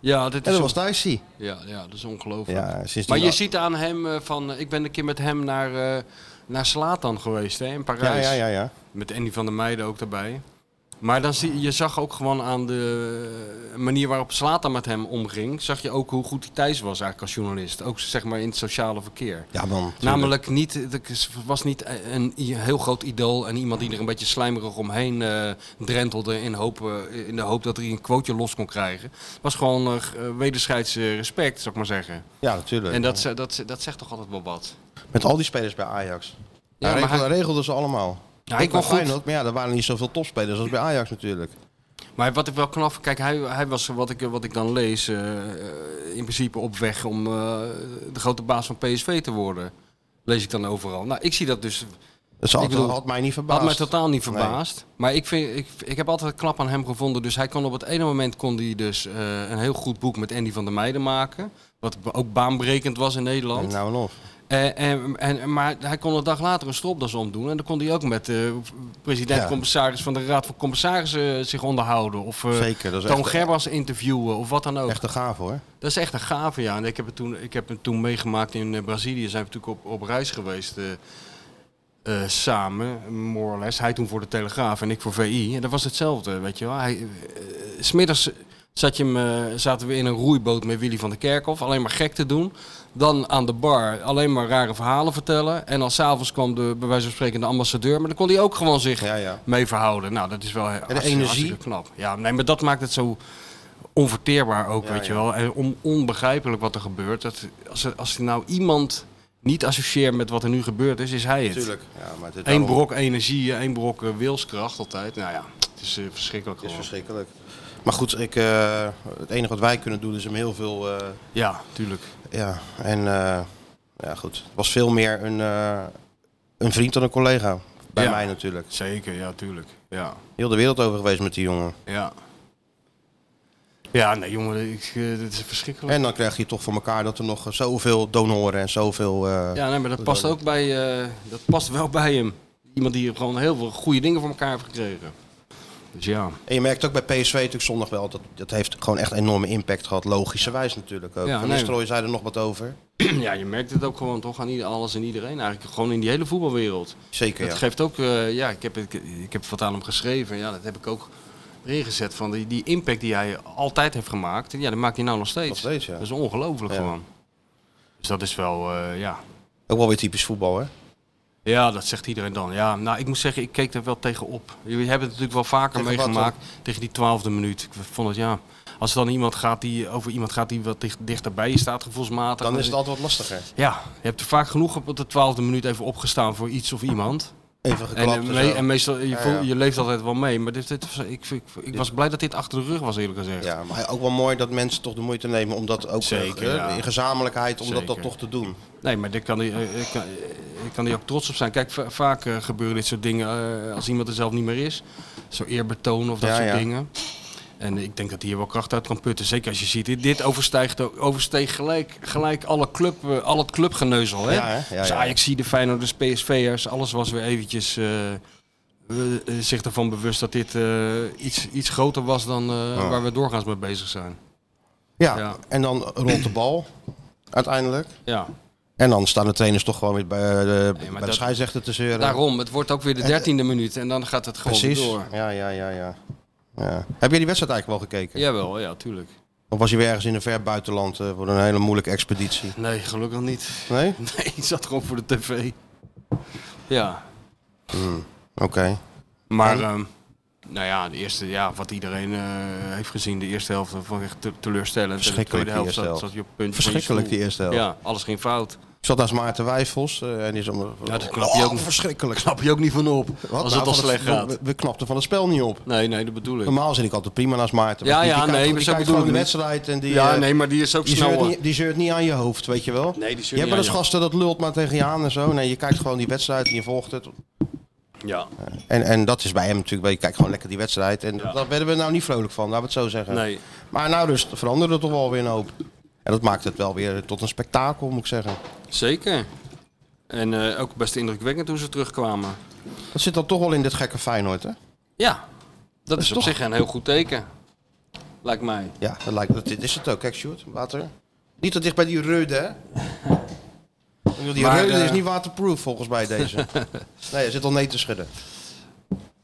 Speaker 4: Ja, dit
Speaker 3: En
Speaker 4: is
Speaker 3: dat
Speaker 4: on-
Speaker 3: was Thijsie.
Speaker 4: ja, ja, dat is ongelooflijk.
Speaker 3: Ja, sinds
Speaker 4: maar
Speaker 3: toen-
Speaker 4: je ziet aan hem eh, van, eh, ik ben een keer met hem naar, eh, naar Slatan geweest hè, in
Speaker 3: Ja,
Speaker 4: Parijs.
Speaker 3: ja, ja, ja.
Speaker 4: Met Andy van der Meijden ook daarbij. Maar dan zie, je zag ook gewoon aan de eh, manier waarop Slata met hem omging, zag je ook hoe goed hij thuis was eigenlijk als journalist. Ook zeg maar in het sociale verkeer.
Speaker 3: Ja, man.
Speaker 4: Namelijk niet, het was niet een i- heel groot idool en iemand die er een beetje slijmerig omheen eh, drentelde in, hoop, eh, in de hoop dat hij een quoteje los kon krijgen. Het was gewoon eh, g- eh, wederzijds eh, respect, zou ik maar zeggen.
Speaker 3: Ja, natuurlijk.
Speaker 4: En dat, ze- dat, ze- dat zegt toch altijd wel wat.
Speaker 3: Met al die spelers bij Ajax.
Speaker 4: Ja,
Speaker 3: hij,
Speaker 4: maar
Speaker 3: regelde,
Speaker 4: hij-
Speaker 3: regelde ze allemaal.
Speaker 4: Ja, hij
Speaker 3: ik was
Speaker 4: kon goed.
Speaker 3: Feyenoord, maar ja, er waren niet zoveel topspelers als bij Ajax natuurlijk.
Speaker 4: Maar wat ik wel knap vind, kijk, hij, hij was wat ik, wat ik dan lees, eh, eh, in principe op weg om eh, de grote baas van PSV te worden. Lees ik dan overal. Nou, ik zie dat dus
Speaker 3: Dat zal-
Speaker 4: Ik bedoel,
Speaker 3: had mij niet verbaasd.
Speaker 4: Had mij totaal niet verbaasd. Maar ik, vind, ik, ik heb altijd een klap aan hem gevonden. Dus hij kon op het ene moment kon hij dus, eh, een heel goed boek met Andy van der Meijden maken. Wat ba- ook baanbrekend was in Nederland.
Speaker 3: Nou en of.
Speaker 4: Eh, en, en, maar hij kon een dag later een stropdas omdoen. En dan kon hij ook met de
Speaker 3: Ja.
Speaker 4: president-commissaris van de Raad van Commissarissen zich onderhouden. Of eh,
Speaker 3: Zeker, dat is
Speaker 4: Toon
Speaker 3: echt-
Speaker 4: Gerbers interviewen of wat dan ook.
Speaker 3: Echt een gaaf hoor.
Speaker 4: Dat is echt een gave, ja. En ik heb het toen, ik heb het toen meegemaakt in eh, Brazilië. Zijn we natuurlijk op, op reis geweest eh, eh, samen, more or less. Hij toen voor de Telegraaf en ik voor VI. En dat was hetzelfde, weet je wel. Hij, eh, smiddags zat je hem, eh, zaten we in een roeiboot met Willy van der Kerkhof. Alleen maar gek te doen. Dan aan de bar alleen maar rare verhalen vertellen. En dan s'avonds kwam de, bij wijze van spreken de ambassadeur. Maar dan kon hij ook gewoon zich
Speaker 3: Ja, ja.
Speaker 4: mee verhouden. Nou, dat is wel en
Speaker 3: energie.
Speaker 4: knap. Ja, nee, maar dat maakt het zo onverteerbaar ook,
Speaker 3: Ja,
Speaker 4: weet je
Speaker 3: ja.
Speaker 4: wel. Oh, En on- onbegrijpelijk wat er gebeurt. Dat, als, er, als er nou iemand niet associeert met wat er nu gebeurd is, is hij het.
Speaker 3: Ja, maar dit
Speaker 4: Eén brok energie, één brok eh, wilskracht altijd. Nou ja, het is eh, verschrikkelijk
Speaker 3: is
Speaker 4: gewoon.
Speaker 3: verschrikkelijk. Maar goed, ik, eh, het enige wat wij kunnen doen is hem heel veel... eh,
Speaker 4: ja, tuurlijk.
Speaker 3: ja, en eh, ja goed. Het was veel meer een, eh, een vriend dan een collega. Bij
Speaker 4: Ja.
Speaker 3: mij natuurlijk.
Speaker 4: Zeker, ja, tuurlijk. Ja,
Speaker 3: Heel de wereld over geweest met die jongen.
Speaker 4: ja. Ja, nee jongen, ik, eh, dit is verschrikkelijk.
Speaker 3: En dan krijg je toch voor elkaar dat er nog zoveel donoren en zoveel... eh,
Speaker 4: Ja, nee, maar dat past ook bij, eh, dat past wel bij hem. Iemand die gewoon heel veel goede dingen voor elkaar heeft gekregen. Dus ja. [clears throat]
Speaker 3: En je merkt ook bij PSV natuurlijk zondag wel, dat, dat heeft gewoon echt enorme impact gehad. Logischerwijs natuurlijk ook.
Speaker 4: Ja,
Speaker 3: Van
Speaker 4: nee.
Speaker 3: Nistelrooy zei er nog wat over.
Speaker 4: ja, je merkt het ook gewoon toch aan ieder- alles en iedereen eigenlijk. Gewoon in die hele voetbalwereld.
Speaker 3: Zeker,
Speaker 4: Dat
Speaker 3: ja.
Speaker 4: geeft ook, eh, ja, ik heb, ik, ik heb wat aan hem geschreven. Ja, dat heb ik ook erin gezet van die, die impact die hij altijd heeft gemaakt. Ja, dat maakt hij nou nog steeds.
Speaker 3: Nog steeds, ja.
Speaker 4: Dat is ongelooflijk
Speaker 3: Ja.
Speaker 4: gewoon. Dus dat is wel, eh, ja,
Speaker 3: Ook wel weer typisch voetbal, hè?
Speaker 4: Ja, dat zegt iedereen dan. Ja, nou, ik moet zeggen, ik keek er wel tegenop. Jullie hebben het natuurlijk wel vaker
Speaker 3: Tegen wat
Speaker 4: meegemaakt tegen die twaalfde minuut. Ik vond het, ja, als er dan iemand gaat die over iemand gaat die wat dicht, dichterbij je staat gevoelsmatig.
Speaker 3: Dan is het altijd wat lastiger.
Speaker 4: Ja, je hebt er vaak genoeg op de twaalfde minuut even opgestaan voor iets of iemand.
Speaker 3: Even
Speaker 4: En,
Speaker 3: geklapt.
Speaker 4: eh,
Speaker 3: En,
Speaker 4: me-
Speaker 3: zo.
Speaker 4: en meestal, je,
Speaker 3: Ja,
Speaker 4: voel-
Speaker 3: ja.
Speaker 4: je leeft altijd wel mee. Maar dit, dit, was- ik, ik, ik was blij dat dit achter de rug was, eerlijk gezegd.
Speaker 3: ja, maar ook wel mooi dat mensen toch de moeite nemen om dat ook
Speaker 4: Zeker,
Speaker 3: eh,
Speaker 4: ja.
Speaker 3: in gezamenlijkheid, om dat, dat
Speaker 4: Zeker.
Speaker 3: toch te doen.
Speaker 4: Nee, maar daar kan hij eh, eh, kan- eh, kan hij ook trots op zijn. Kijk, va- vaak eh, gebeuren dit soort dingen eh, als iemand er zelf niet meer is. Zo eerbetoon of dat
Speaker 3: Ja,
Speaker 4: soort
Speaker 3: ja.
Speaker 4: dingen. En ik denk dat hij hier wel kracht uit kan putten. Zeker als je ziet, dit- dit overstijgt, ook- oversteeg gelijk, gelijk alle club, eh, al het clubgeneuzel. Hè?
Speaker 3: Ja, hè? Ja,
Speaker 4: dus
Speaker 3: ja.
Speaker 4: Ajax, de Feyenoorders, PSV'ers, alles was weer eventjes... eh, eh, eh, zich ervan bewust dat dit eh, iets, iets groter was dan eh,
Speaker 3: Ja.
Speaker 4: waar we doorgaans mee bezig zijn.
Speaker 3: Ja,
Speaker 4: Ja.
Speaker 3: en dan rolt de bal uiteindelijk.
Speaker 4: Ja.
Speaker 3: En dan staan de trainers toch gewoon weer bij, eh, de, bij de
Speaker 4: dat-
Speaker 3: scheidsrechter te zeuren.
Speaker 4: Daarom, het wordt ook weer de dertiende minuut en dan gaat het gewoon
Speaker 3: eh, Precies.
Speaker 4: door.
Speaker 3: Ja, ja, ja, ja, ja. Heb jij die wedstrijd eigenlijk wel gekeken?
Speaker 4: Jawel, ja, tuurlijk.
Speaker 3: Of was je weer ergens in een ver buitenland eh, voor een hele moeilijke expeditie?
Speaker 4: Nee, gelukkig niet. [laughs]
Speaker 3: Nee?
Speaker 4: Nee, ik zat gewoon voor de tv. Ja,
Speaker 3: Oké.
Speaker 4: maar ehm, nou ja, de eerste, ja, wat iedereen eh, heeft gezien, de eerste helft was echt te- teleurstellend.
Speaker 3: Verschrikkelijk, die
Speaker 4: en de tweede helft
Speaker 3: eerste
Speaker 4: zat,
Speaker 3: helft.
Speaker 4: zat je op het puntje van je
Speaker 3: Verschrikkelijk die
Speaker 4: stoel.
Speaker 3: eerste helft.
Speaker 4: Ja, alles ging fout.
Speaker 3: Ik zat naast Maarten Wijfels eh, en die is om...
Speaker 4: Ja, dat knap je ook
Speaker 3: Oh,
Speaker 4: niet.
Speaker 3: verschrikkelijk.
Speaker 4: Snap je ook niet van op,
Speaker 3: Wat?
Speaker 4: als
Speaker 3: Nou,
Speaker 4: het
Speaker 3: van
Speaker 4: al slecht
Speaker 3: We,
Speaker 4: gaat.
Speaker 3: we knapten van het spel niet op.
Speaker 4: Nee, nee, dat bedoel ik.
Speaker 3: Normaal zit ik altijd prima naast Maarten.
Speaker 4: Ja,
Speaker 3: want die-
Speaker 4: ja,
Speaker 3: die kijkt-
Speaker 4: nee,
Speaker 3: die
Speaker 4: zo
Speaker 3: kijkt
Speaker 4: bedoel
Speaker 3: gewoon de
Speaker 4: ik
Speaker 3: wedstrijd en die...
Speaker 4: Ja,
Speaker 3: eh,
Speaker 4: nee, maar die is ook
Speaker 3: Die zeurt,
Speaker 4: snel.
Speaker 3: niet, die zeurt niet aan je hoofd, weet je wel?
Speaker 4: Nee, die
Speaker 3: Je
Speaker 4: zeurt
Speaker 3: hebt wel eens
Speaker 4: niet aan
Speaker 3: gasten dat lult maar tegen je aan en zo. Nee, je kijkt gewoon die wedstrijd en je volgt het.
Speaker 4: je. Ja,
Speaker 3: En, en dat is bij hem natuurlijk, je kijkt gewoon lekker die wedstrijd. En
Speaker 4: Ja.
Speaker 3: daar werden we nou niet vrolijk van, laten we het zo zeggen.
Speaker 4: nee.
Speaker 3: Maar nou dus veranderde toch wel weer een hoop. En dat maakt het wel weer tot een spektakel, moet ik zeggen.
Speaker 4: Zeker. En eh, ook best indrukwekkend toen ze terugkwamen.
Speaker 3: Dat zit dan toch wel in dit gekke Feyenoord, hè?
Speaker 4: Ja, dat is
Speaker 3: is
Speaker 4: op
Speaker 3: toch-
Speaker 4: zich een heel goed teken. Lijkt mij.
Speaker 3: Ja, dat lijkt, dat, dit is het ook. Kijk, Sjoerd, water. Niet te dicht bij die Reude, hè? Ik bedoel, Die
Speaker 4: Maar,
Speaker 3: Reude
Speaker 4: eh,
Speaker 3: is niet
Speaker 4: [laughs]
Speaker 3: waterproof volgens mij deze. nee, hij zit al nee te schudden.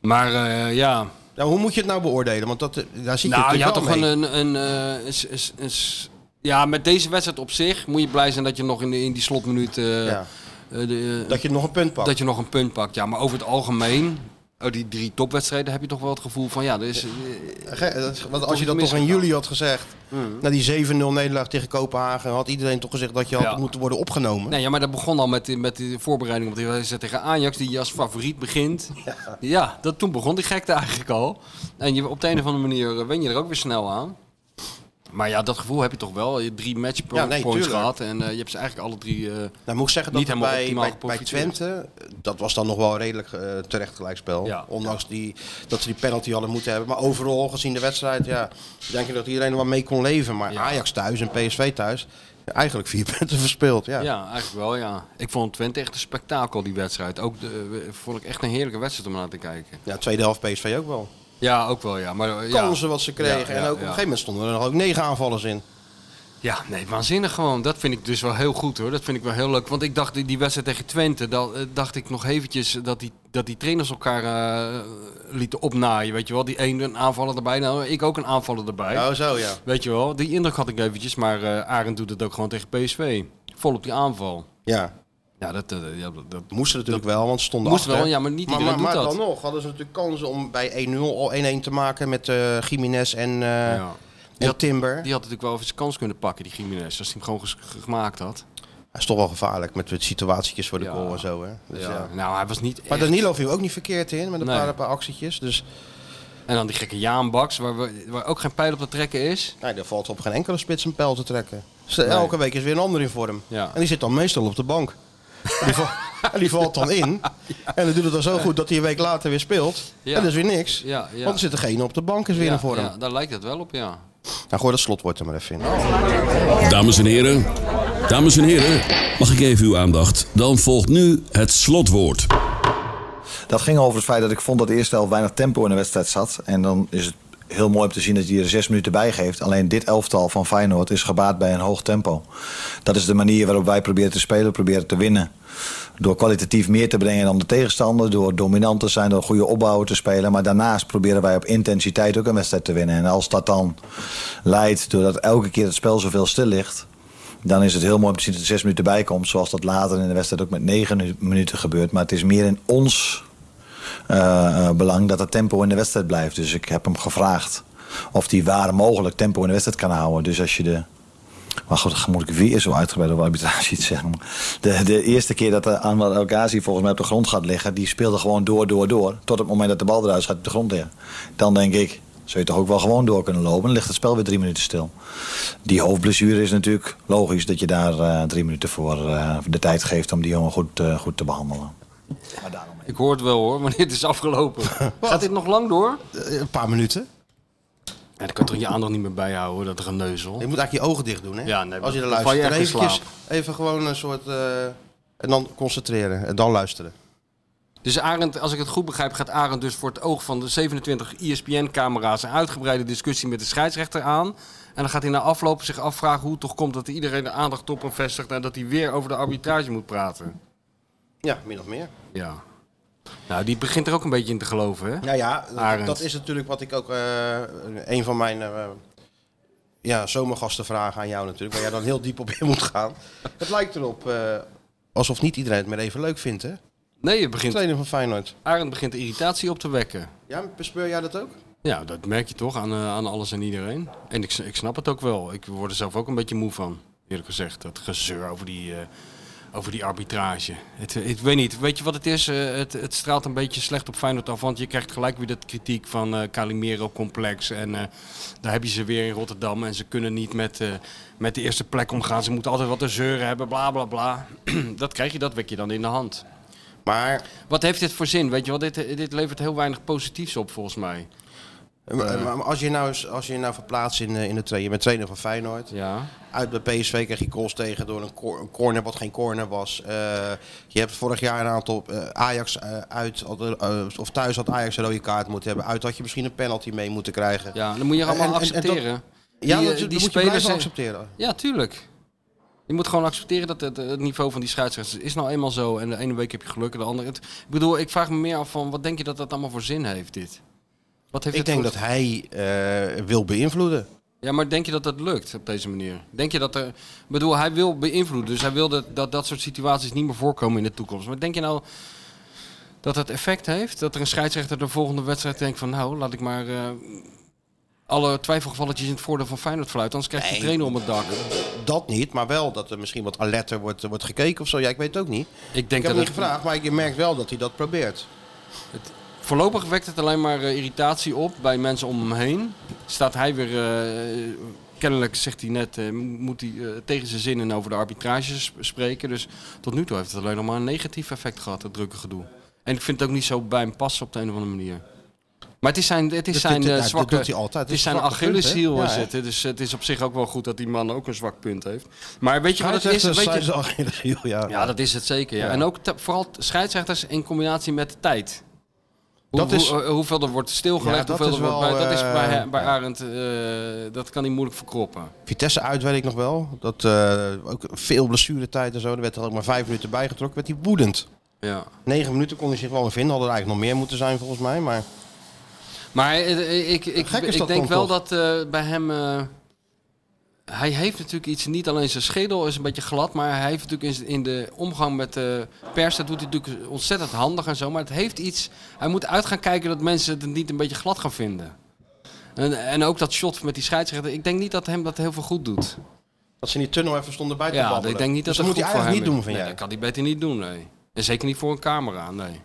Speaker 4: Maar eh, ja,
Speaker 3: Ja, Nou, hoe moet je het nou beoordelen? Want dat, eh, daar zit je
Speaker 4: Nou, je had
Speaker 3: natuurlijk
Speaker 4: toch
Speaker 3: wel mee.
Speaker 4: gewoon een... een, eh, een s- een s- een s- ja, met deze wedstrijd op zich moet je blij zijn dat je nog in, de- in die slotminuut... eh,
Speaker 3: Ja.
Speaker 4: eh, de, eh,
Speaker 3: Dat je nog een punt pakt.
Speaker 4: dat je nog een punt pakt. Ja, maar over het algemeen, uit die drie topwedstrijden, heb je toch wel het gevoel van ja, er is. eh,
Speaker 3: Ge- dat- Want
Speaker 4: Toch
Speaker 3: als je dat
Speaker 4: iets
Speaker 3: toch in
Speaker 4: misgegaan. Mm.
Speaker 3: juli had gezegd, na die 7-0 nederlaag tegen Kopenhagen, had iedereen toch gezegd dat je had
Speaker 4: Ja.
Speaker 3: moeten worden opgenomen.
Speaker 4: Nee, ja, maar dat begon al met, die- met de voorbereiding op die wedstrijd tegen Ajax, die je als favoriet begint. Ja, dat, toen begon die gekte eigenlijk al. En je, op de een of andere manier eh, wen je er ook weer snel aan. Maar ja, dat gevoel heb je toch wel. Je hebt drie matchpoints
Speaker 3: Ja, nee, tuurlijk.
Speaker 4: gehad en eh, je hebt ze eigenlijk alle drie. eh,
Speaker 3: Nou, moet ik zeggen dat
Speaker 4: Niet
Speaker 3: er
Speaker 4: helemaal
Speaker 3: bij,
Speaker 4: optimaal
Speaker 3: bij, bij
Speaker 4: geprofiteerd.
Speaker 3: Twente, eh, dat was dan nog wel een redelijk eh, terecht gelijkspel.
Speaker 4: Ja.
Speaker 3: Ondanks Die, dat ze die penalty hadden moeten hebben. Maar overal, gezien de wedstrijd, ja, denk je dat iedereen er wel mee kon leven. Maar
Speaker 4: Ja.
Speaker 3: Ajax thuis en PSV thuis, ja, eigenlijk vier [laughs] punten verspeeld. Ja.
Speaker 4: ja. eigenlijk wel. Ja. Ik vond Twente echt een spektakel die wedstrijd. Ook de, eh, vond ik echt een heerlijke wedstrijd om naar te kijken.
Speaker 3: Ja, tweede helft PSV ook wel.
Speaker 4: Ja, ook wel. Ja, maar eh, ja.
Speaker 3: Kansen wat ze kregen.
Speaker 4: Ja,
Speaker 3: en
Speaker 4: ja,
Speaker 3: ook op
Speaker 4: ja.
Speaker 3: een gegeven moment stonden er nog ook negen aanvallers in.
Speaker 4: Ja, nee, waanzinnig gewoon. Dat vind ik dus wel heel goed hoor. Dat vind ik wel heel leuk. Want ik dacht, die- die wedstrijd tegen Twente, dan eh, dacht ik nog eventjes dat die, dat die trainers elkaar eh, lieten opnaaien. Weet je wel, die een een aanvaller erbij, nou ik ook een aanvaller erbij.
Speaker 3: Oh, zo ja.
Speaker 4: Weet je wel, die indruk had ik eventjes. Maar eh Arend doet het ook gewoon tegen PSV. Vol op die aanval.
Speaker 3: Ja,
Speaker 4: Ja, dat, eh, ja, dat, dat
Speaker 3: moesten natuurlijk wel, want ze stonden
Speaker 4: moest
Speaker 3: achter.
Speaker 4: wel. Ja, maar niet
Speaker 3: Maar,
Speaker 4: iedereen
Speaker 3: maar, maar
Speaker 4: doet dat.
Speaker 3: dan nog hadden ze natuurlijk kansen om bij 1-0 al 1-1 te maken met eh Jiménez en, eh,
Speaker 4: ja.
Speaker 3: en
Speaker 4: Die had, die
Speaker 3: Timber.
Speaker 4: had natuurlijk wel even zijn kans kunnen pakken, die Jiménez, als hij hem gewoon ges- ge- gemaakt had.
Speaker 3: Hij is toch wel gevaarlijk met de situatietjes voor de
Speaker 4: Ja.
Speaker 3: goal en zo. Hè? Dus, ja.
Speaker 4: ja. Nou, hij was niet
Speaker 3: Maar
Speaker 4: echt-
Speaker 3: Danilo viel ook niet verkeerd in met een
Speaker 4: Nee.
Speaker 3: paar, een paar actietjes. Dus
Speaker 4: En dan die gekke Jaanbaks, waar, we, waar ook geen pijl op te trekken is.
Speaker 3: nee, daar nou, valt op geen enkele spits een pijl te trekken. Dus
Speaker 4: Nee.
Speaker 3: Elke week is weer een ander in vorm.
Speaker 4: Ja.
Speaker 3: En die zit dan meestal op de bank. En die,
Speaker 4: [laughs]
Speaker 3: val- en die valt dan in. En dan doet het dan zo goed dat hij een week later weer speelt.
Speaker 4: Ja.
Speaker 3: En dat is weer niks.
Speaker 4: Ja, ja.
Speaker 3: Want er zit degene op de bank is weer
Speaker 4: ja,
Speaker 3: in vorm.
Speaker 4: ja, daar lijkt het wel op, ja.
Speaker 3: Nou, gooi dat slotwoord er maar even in.
Speaker 5: Dames en heren, dames en heren, mag ik even uw aandacht? Dan volgt nu het slotwoord.
Speaker 6: Dat ging over het feit dat ik vond dat de eerste helft weinig tempo in de wedstrijd zat. En dan is het heel mooi om te zien dat je er zes minuten bij geeft. Alleen dit elftal van Feyenoord is gebaat bij een hoog tempo. Dat is de manier waarop wij proberen te spelen, proberen te winnen. Door kwalitatief meer te brengen dan de tegenstander. Door dominant te zijn, door goede opbouwen te spelen. Maar daarnaast proberen wij op intensiteit ook een wedstrijd te winnen. En als dat dan leidt doordat elke keer het spel zoveel stil ligt dan is het heel mooi om te zien dat er zes minuten bij komt. Zoals dat later in de wedstrijd ook met negen nu- minuten gebeurt. Maar het is meer in ons eh, eh, belang dat het tempo in de wedstrijd blijft. Dus ik heb hem gevraagd of hij waar mogelijk tempo in de wedstrijd kan houden. Dus als je de. Maar goed, dan moet ik weer zo uitgebreid over arbitrage iets zeggen. De, de eerste keer dat de Anwar El Ghazi volgens mij op de grond gaat liggen... die speelde gewoon door, door, door. Tot het moment dat de bal eruit gaat op de grond liggen. Dan denk ik, zou je toch ook wel gewoon door kunnen lopen? Dan ligt het spel weer drie minuten stil. Die hoofdblessure is natuurlijk logisch dat je daar eh, drie minuten voor eh, de tijd geeft... om die jongen goed, eh, goed te behandelen. Maar daarom...
Speaker 4: Ik hoor het wel hoor, [laughs] wanneer het is
Speaker 3: [laughs]
Speaker 4: afgelopen. Gaat dit nog lang door?
Speaker 3: Eh, Een paar minuten.
Speaker 4: Ja, dan kan toch je aandacht niet meer bijhouden, hoor, dat geneuzel.
Speaker 3: Je moet eigenlijk je ogen dicht doen, hè?
Speaker 4: Ja, nee,
Speaker 3: Als je er
Speaker 4: dan val
Speaker 3: luistert.
Speaker 4: je
Speaker 3: En
Speaker 4: echt in
Speaker 3: eventjes, even gewoon een soort... eh, en dan concentreren. En dan luisteren.
Speaker 4: Dus Arend, als ik het goed begrijp, gaat Arend dus voor het oog van de E 27 ESPN-camera's... een uitgebreide discussie met de scheidsrechter aan. En dan gaat hij na afloop zich afvragen hoe het toch komt dat iedereen de aandacht op hem vestigt... en dat hij weer over de arbitrage moet praten.
Speaker 3: Ja, min of meer.
Speaker 4: Ja. Nou, die begint er ook een beetje in te geloven, hè?
Speaker 3: Nou ja, dat,
Speaker 4: Arend.
Speaker 3: dat is natuurlijk wat ik ook... eh, een van mijn eh, ja, zomergasten vragen aan jou natuurlijk. Waar jij dan heel diep op in moet gaan. Het lijkt erop eh, alsof niet iedereen het meer even leuk vindt, hè?
Speaker 4: Nee, het begint,
Speaker 3: Trainer van Feyenoord.
Speaker 4: Arend begint de irritatie op te wekken.
Speaker 3: Ja, bespeur jij dat ook?
Speaker 4: Ja, dat merk je toch aan, eh, aan alles en iedereen. En ik, s- ik snap het ook wel. Ik word er zelf ook een beetje moe van, eerlijk gezegd. Dat gezeur over die, eh, over die arbitrage. Het, eh, ik weet niet, weet je wat het is? Eh, het, het straalt een beetje slecht op Feyenoord af. Want je krijgt gelijk weer dat kritiek van eh Calimero-complex. En eh, daar heb je ze weer in Rotterdam. En ze kunnen niet met, eh, met de eerste plek omgaan. Ze moeten altijd wat te zeuren hebben, bla bla bla. [clears throat] dat krijg je, dat wek je dan in de hand.
Speaker 3: Maar
Speaker 4: Wat heeft dit voor zin? Weet je wel, dit, eh, dit levert heel weinig positiefs op volgens mij.
Speaker 3: Eh, maar- maar als je nou, eens- als je nou verplaatst in, eh, in de trainer, je bent trainer van Feyenoord.
Speaker 4: Ja.
Speaker 3: Uit bij PSV kreeg je goals tegen door een, cor- een corner wat geen corner was. Eh, je hebt vorig jaar een aantal eh, Ajax eh, uit had, eh, of thuis had Ajax een rode kaart moeten hebben. Uit had je misschien een penalty mee moeten krijgen.
Speaker 4: Ja, dan moet je allemaal
Speaker 3: En- en- en
Speaker 4: accepteren.
Speaker 3: Ja,
Speaker 4: Die, eh,
Speaker 3: dat, dat moet je
Speaker 4: spelers
Speaker 3: blijven
Speaker 4: zijn-
Speaker 3: accepteren.
Speaker 4: Ja, tuurlijk. Je moet gewoon accepteren dat het, het niveau van die scheidsrechters is nou eenmaal zo. En de ene week heb je geluk en de andere... het- ik bedoel, ik vraag me meer af van, wat denk je dat dat allemaal voor zin heeft, dit? Wat heeft
Speaker 3: Ik
Speaker 4: het
Speaker 3: denk
Speaker 4: voor-
Speaker 3: dat hij eh, wil beïnvloeden.
Speaker 4: Ja, maar denk je dat dat lukt op deze manier? Denk je dat er... Ik bedoel, hij wil beïnvloeden. Dus hij wil dat dat, dat soort situaties niet meer voorkomen in de toekomst. Maar denk je nou dat dat effect heeft? Dat er een scheidsrechter de volgende wedstrijd denkt van... Nou, laat ik maar eh, alle twijfelgevalletjes in het voordeel van Feyenoord fluiten. Anders krijg je
Speaker 3: Nee.
Speaker 4: de trainer om het dak.
Speaker 3: Dat niet, maar wel dat er misschien wat alerter wordt, wordt gekeken of zo. Ja, ik weet het ook niet.
Speaker 4: Ik
Speaker 3: Ik heb
Speaker 4: denk dat
Speaker 3: hem niet
Speaker 4: het-
Speaker 3: gevraagd, maar je merkt wel dat hij dat probeert.
Speaker 4: Voorlopig wekt het alleen maar eh, irritatie op bij mensen om hem heen. Staat hij weer, eh, kennelijk zegt hij net, eh, moet hij eh, tegen zijn zinnen over de arbitrage sp- spreken. Dus tot nu toe heeft het alleen nog maar een negatief effect gehad, dat drukke gedoe. En ik vind het ook niet zo bij hem passen op de een of andere manier. Maar het is zijn, het is
Speaker 3: Dat-
Speaker 4: zijn
Speaker 3: dat-
Speaker 4: eh,
Speaker 3: dat
Speaker 4: zwakke...
Speaker 3: doet hij altijd.
Speaker 4: Het is
Speaker 3: een
Speaker 4: zijn
Speaker 3: zwakke punt,
Speaker 4: Achilleshiel
Speaker 3: hè?
Speaker 4: is
Speaker 3: Ja,
Speaker 4: het. hè. Dus het is op zich ook wel goed dat die man ook een zwak punt heeft. Maar weet je
Speaker 3: Ja,
Speaker 4: wat
Speaker 3: dat
Speaker 4: het
Speaker 3: is
Speaker 4: is?
Speaker 3: een
Speaker 4: Weet je-
Speaker 3: eh, zijn Achilleshiel, ja.
Speaker 4: ja, dat is het zeker. Ja.
Speaker 3: Ja.
Speaker 4: En ook te- vooral t- scheidsrechters in combinatie met de tijd. Hoe,
Speaker 3: Dat is-
Speaker 4: hoe- eh, hoeveel er wordt
Speaker 3: Ja,
Speaker 4: stilgelegd,
Speaker 3: dat
Speaker 4: hoeveel
Speaker 3: is
Speaker 4: er wordt...
Speaker 3: wel,
Speaker 4: bij- dat is bij,
Speaker 3: eh,
Speaker 4: he- bij
Speaker 3: ja.
Speaker 4: Arend, eh, dat kan hij moeilijk verkroppen.
Speaker 3: Vitesse uit weet ik nog wel. Dat, eh, ook veel blessuretijd en zo. Er werd er ook maar vijf minuten bijgetrokken. Werd hij woedend.
Speaker 4: Ja.
Speaker 3: Negen minuten kon hij zich wel weer vinden. Had er eigenlijk nog meer moeten zijn volgens mij. Maar
Speaker 4: Maar eh, ik, ik,
Speaker 3: Gek is
Speaker 4: ik
Speaker 3: dat
Speaker 4: denk
Speaker 3: dan
Speaker 4: wel
Speaker 3: toch?
Speaker 4: dat eh, bij hem... eh, hij heeft natuurlijk iets, niet alleen zijn schedel is een beetje glad... maar hij heeft natuurlijk in, z- in de omgang met de pers... dat doet hij natuurlijk ontzettend handig en zo... maar het heeft iets... Hij moet uit gaan kijken dat mensen het niet een beetje glad gaan vinden. En, en ook dat shot met die scheidsrechter... ik denk niet dat hem dat heel veel goed doet.
Speaker 3: dat ze in die tunnel even stonden bij te
Speaker 4: Ja,
Speaker 3: babbelen.
Speaker 4: ik denk niet dat
Speaker 3: dus moet
Speaker 4: dat
Speaker 3: hij
Speaker 4: goed voor
Speaker 3: eigenlijk
Speaker 4: hem
Speaker 3: niet doen
Speaker 4: is.
Speaker 3: van
Speaker 4: nee,
Speaker 3: jij.
Speaker 4: Dat kan hij beter niet doen, nee. En zeker niet voor een camera, nee.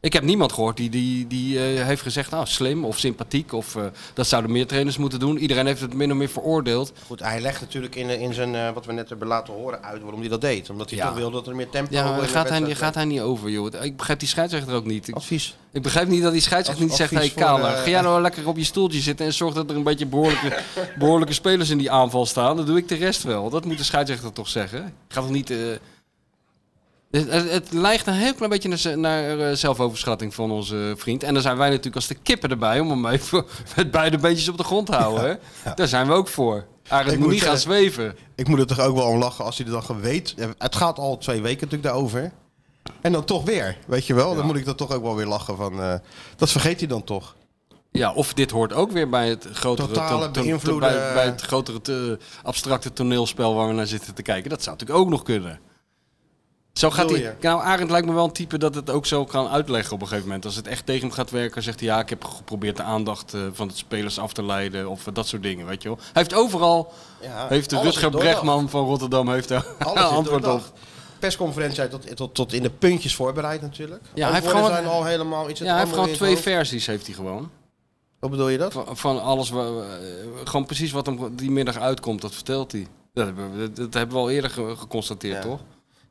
Speaker 4: Ik heb niemand gehoord die, die, die eh, heeft gezegd, nou, slim of sympathiek of eh, dat zouden meer trainers moeten doen. Iedereen heeft het min of meer veroordeeld.
Speaker 3: Goed, hij legt natuurlijk in, in zijn, eh, wat we net hebben laten horen, uit waarom hij dat deed. Omdat hij
Speaker 4: Ja.
Speaker 3: toch wil dat er meer tempo
Speaker 4: Ja,
Speaker 3: in de
Speaker 4: maar Oh, gaat hij,
Speaker 3: wedstrijd
Speaker 4: gaat hij niet over, joh. Ik begrijp die scheidsrechter ook niet. Ik,
Speaker 3: Advies.
Speaker 4: ik begrijp niet dat die scheidsrechter
Speaker 3: Ad-
Speaker 4: niet zegt, hé hey,
Speaker 3: advies voor,
Speaker 4: Kale,
Speaker 3: eh,
Speaker 4: ga jij nou lekker op je stoeltje zitten en zorg dat er een beetje
Speaker 3: [laughs]
Speaker 4: behoorlijke, behoorlijke spelers in die aanval staan. Dan doe ik de rest wel. Dat moet de scheidsrechter toch zeggen. Ik ga toch niet... eh, Het, het, het lijkt een heel klein beetje naar, ze- naar eh, zelfoverschatting van onze vriend. En dan zijn wij natuurlijk als de kippen erbij om hem even [laughs] met beide beentjes op de grond te houden. hè? Daar zijn we ook voor. Arend
Speaker 3: Ik
Speaker 4: moet
Speaker 3: moet
Speaker 4: niet gaan
Speaker 3: zeggen-
Speaker 4: zweven.
Speaker 3: Ik moet er toch ook wel om lachen als hij er dan gewoon weet. eh, Het gaat al twee weken natuurlijk daarover. En dan toch weer, weet je wel. Dan moet ik er toch ook wel weer lachen van. eh, dat vergeet hij dan toch.
Speaker 4: Ja, of dit hoort ook weer bij het grotere,
Speaker 3: Totale beïnvloeden.
Speaker 4: bij, bij het grotere te- abstracte toneelspel waar we naar zitten te kijken. Dat zou natuurlijk ook nog kunnen. Zo gaat
Speaker 3: Wil
Speaker 4: hij. Nou, Arend lijkt me wel een type dat het ook zo kan uitleggen op een gegeven moment. Als het echt tegen hem gaat werken, zegt hij ja, ik heb geprobeerd de aandacht eh, van de spelers af te leiden of eh, dat soort dingen, weet je wel. Hij heeft overal,
Speaker 3: Ja,
Speaker 4: heeft de
Speaker 3: alles
Speaker 4: Rutger
Speaker 3: is doordacht.
Speaker 4: Brechtman van Rotterdam heeft daar
Speaker 3: Alles is
Speaker 4: [laughs] antwoord op.
Speaker 3: doordacht. Persconferentie hij tot, tot, tot in de puntjes voorbereid natuurlijk.
Speaker 4: hij heeft
Speaker 3: Antwoorden
Speaker 4: gewoon-
Speaker 3: zijn al helemaal iets.
Speaker 4: Ja,
Speaker 3: het
Speaker 4: hij heeft
Speaker 3: andere
Speaker 4: gewoon twee
Speaker 3: in het hoofd.
Speaker 4: versies, heeft hij gewoon.
Speaker 3: Wat bedoel je dat?
Speaker 4: Van, van alles, wa- wa- gewoon precies wat hem die middag uitkomt, dat vertelt hij. Dat hebben we, dat hebben we al eerder ge- geconstateerd,
Speaker 3: Ja.
Speaker 4: toch?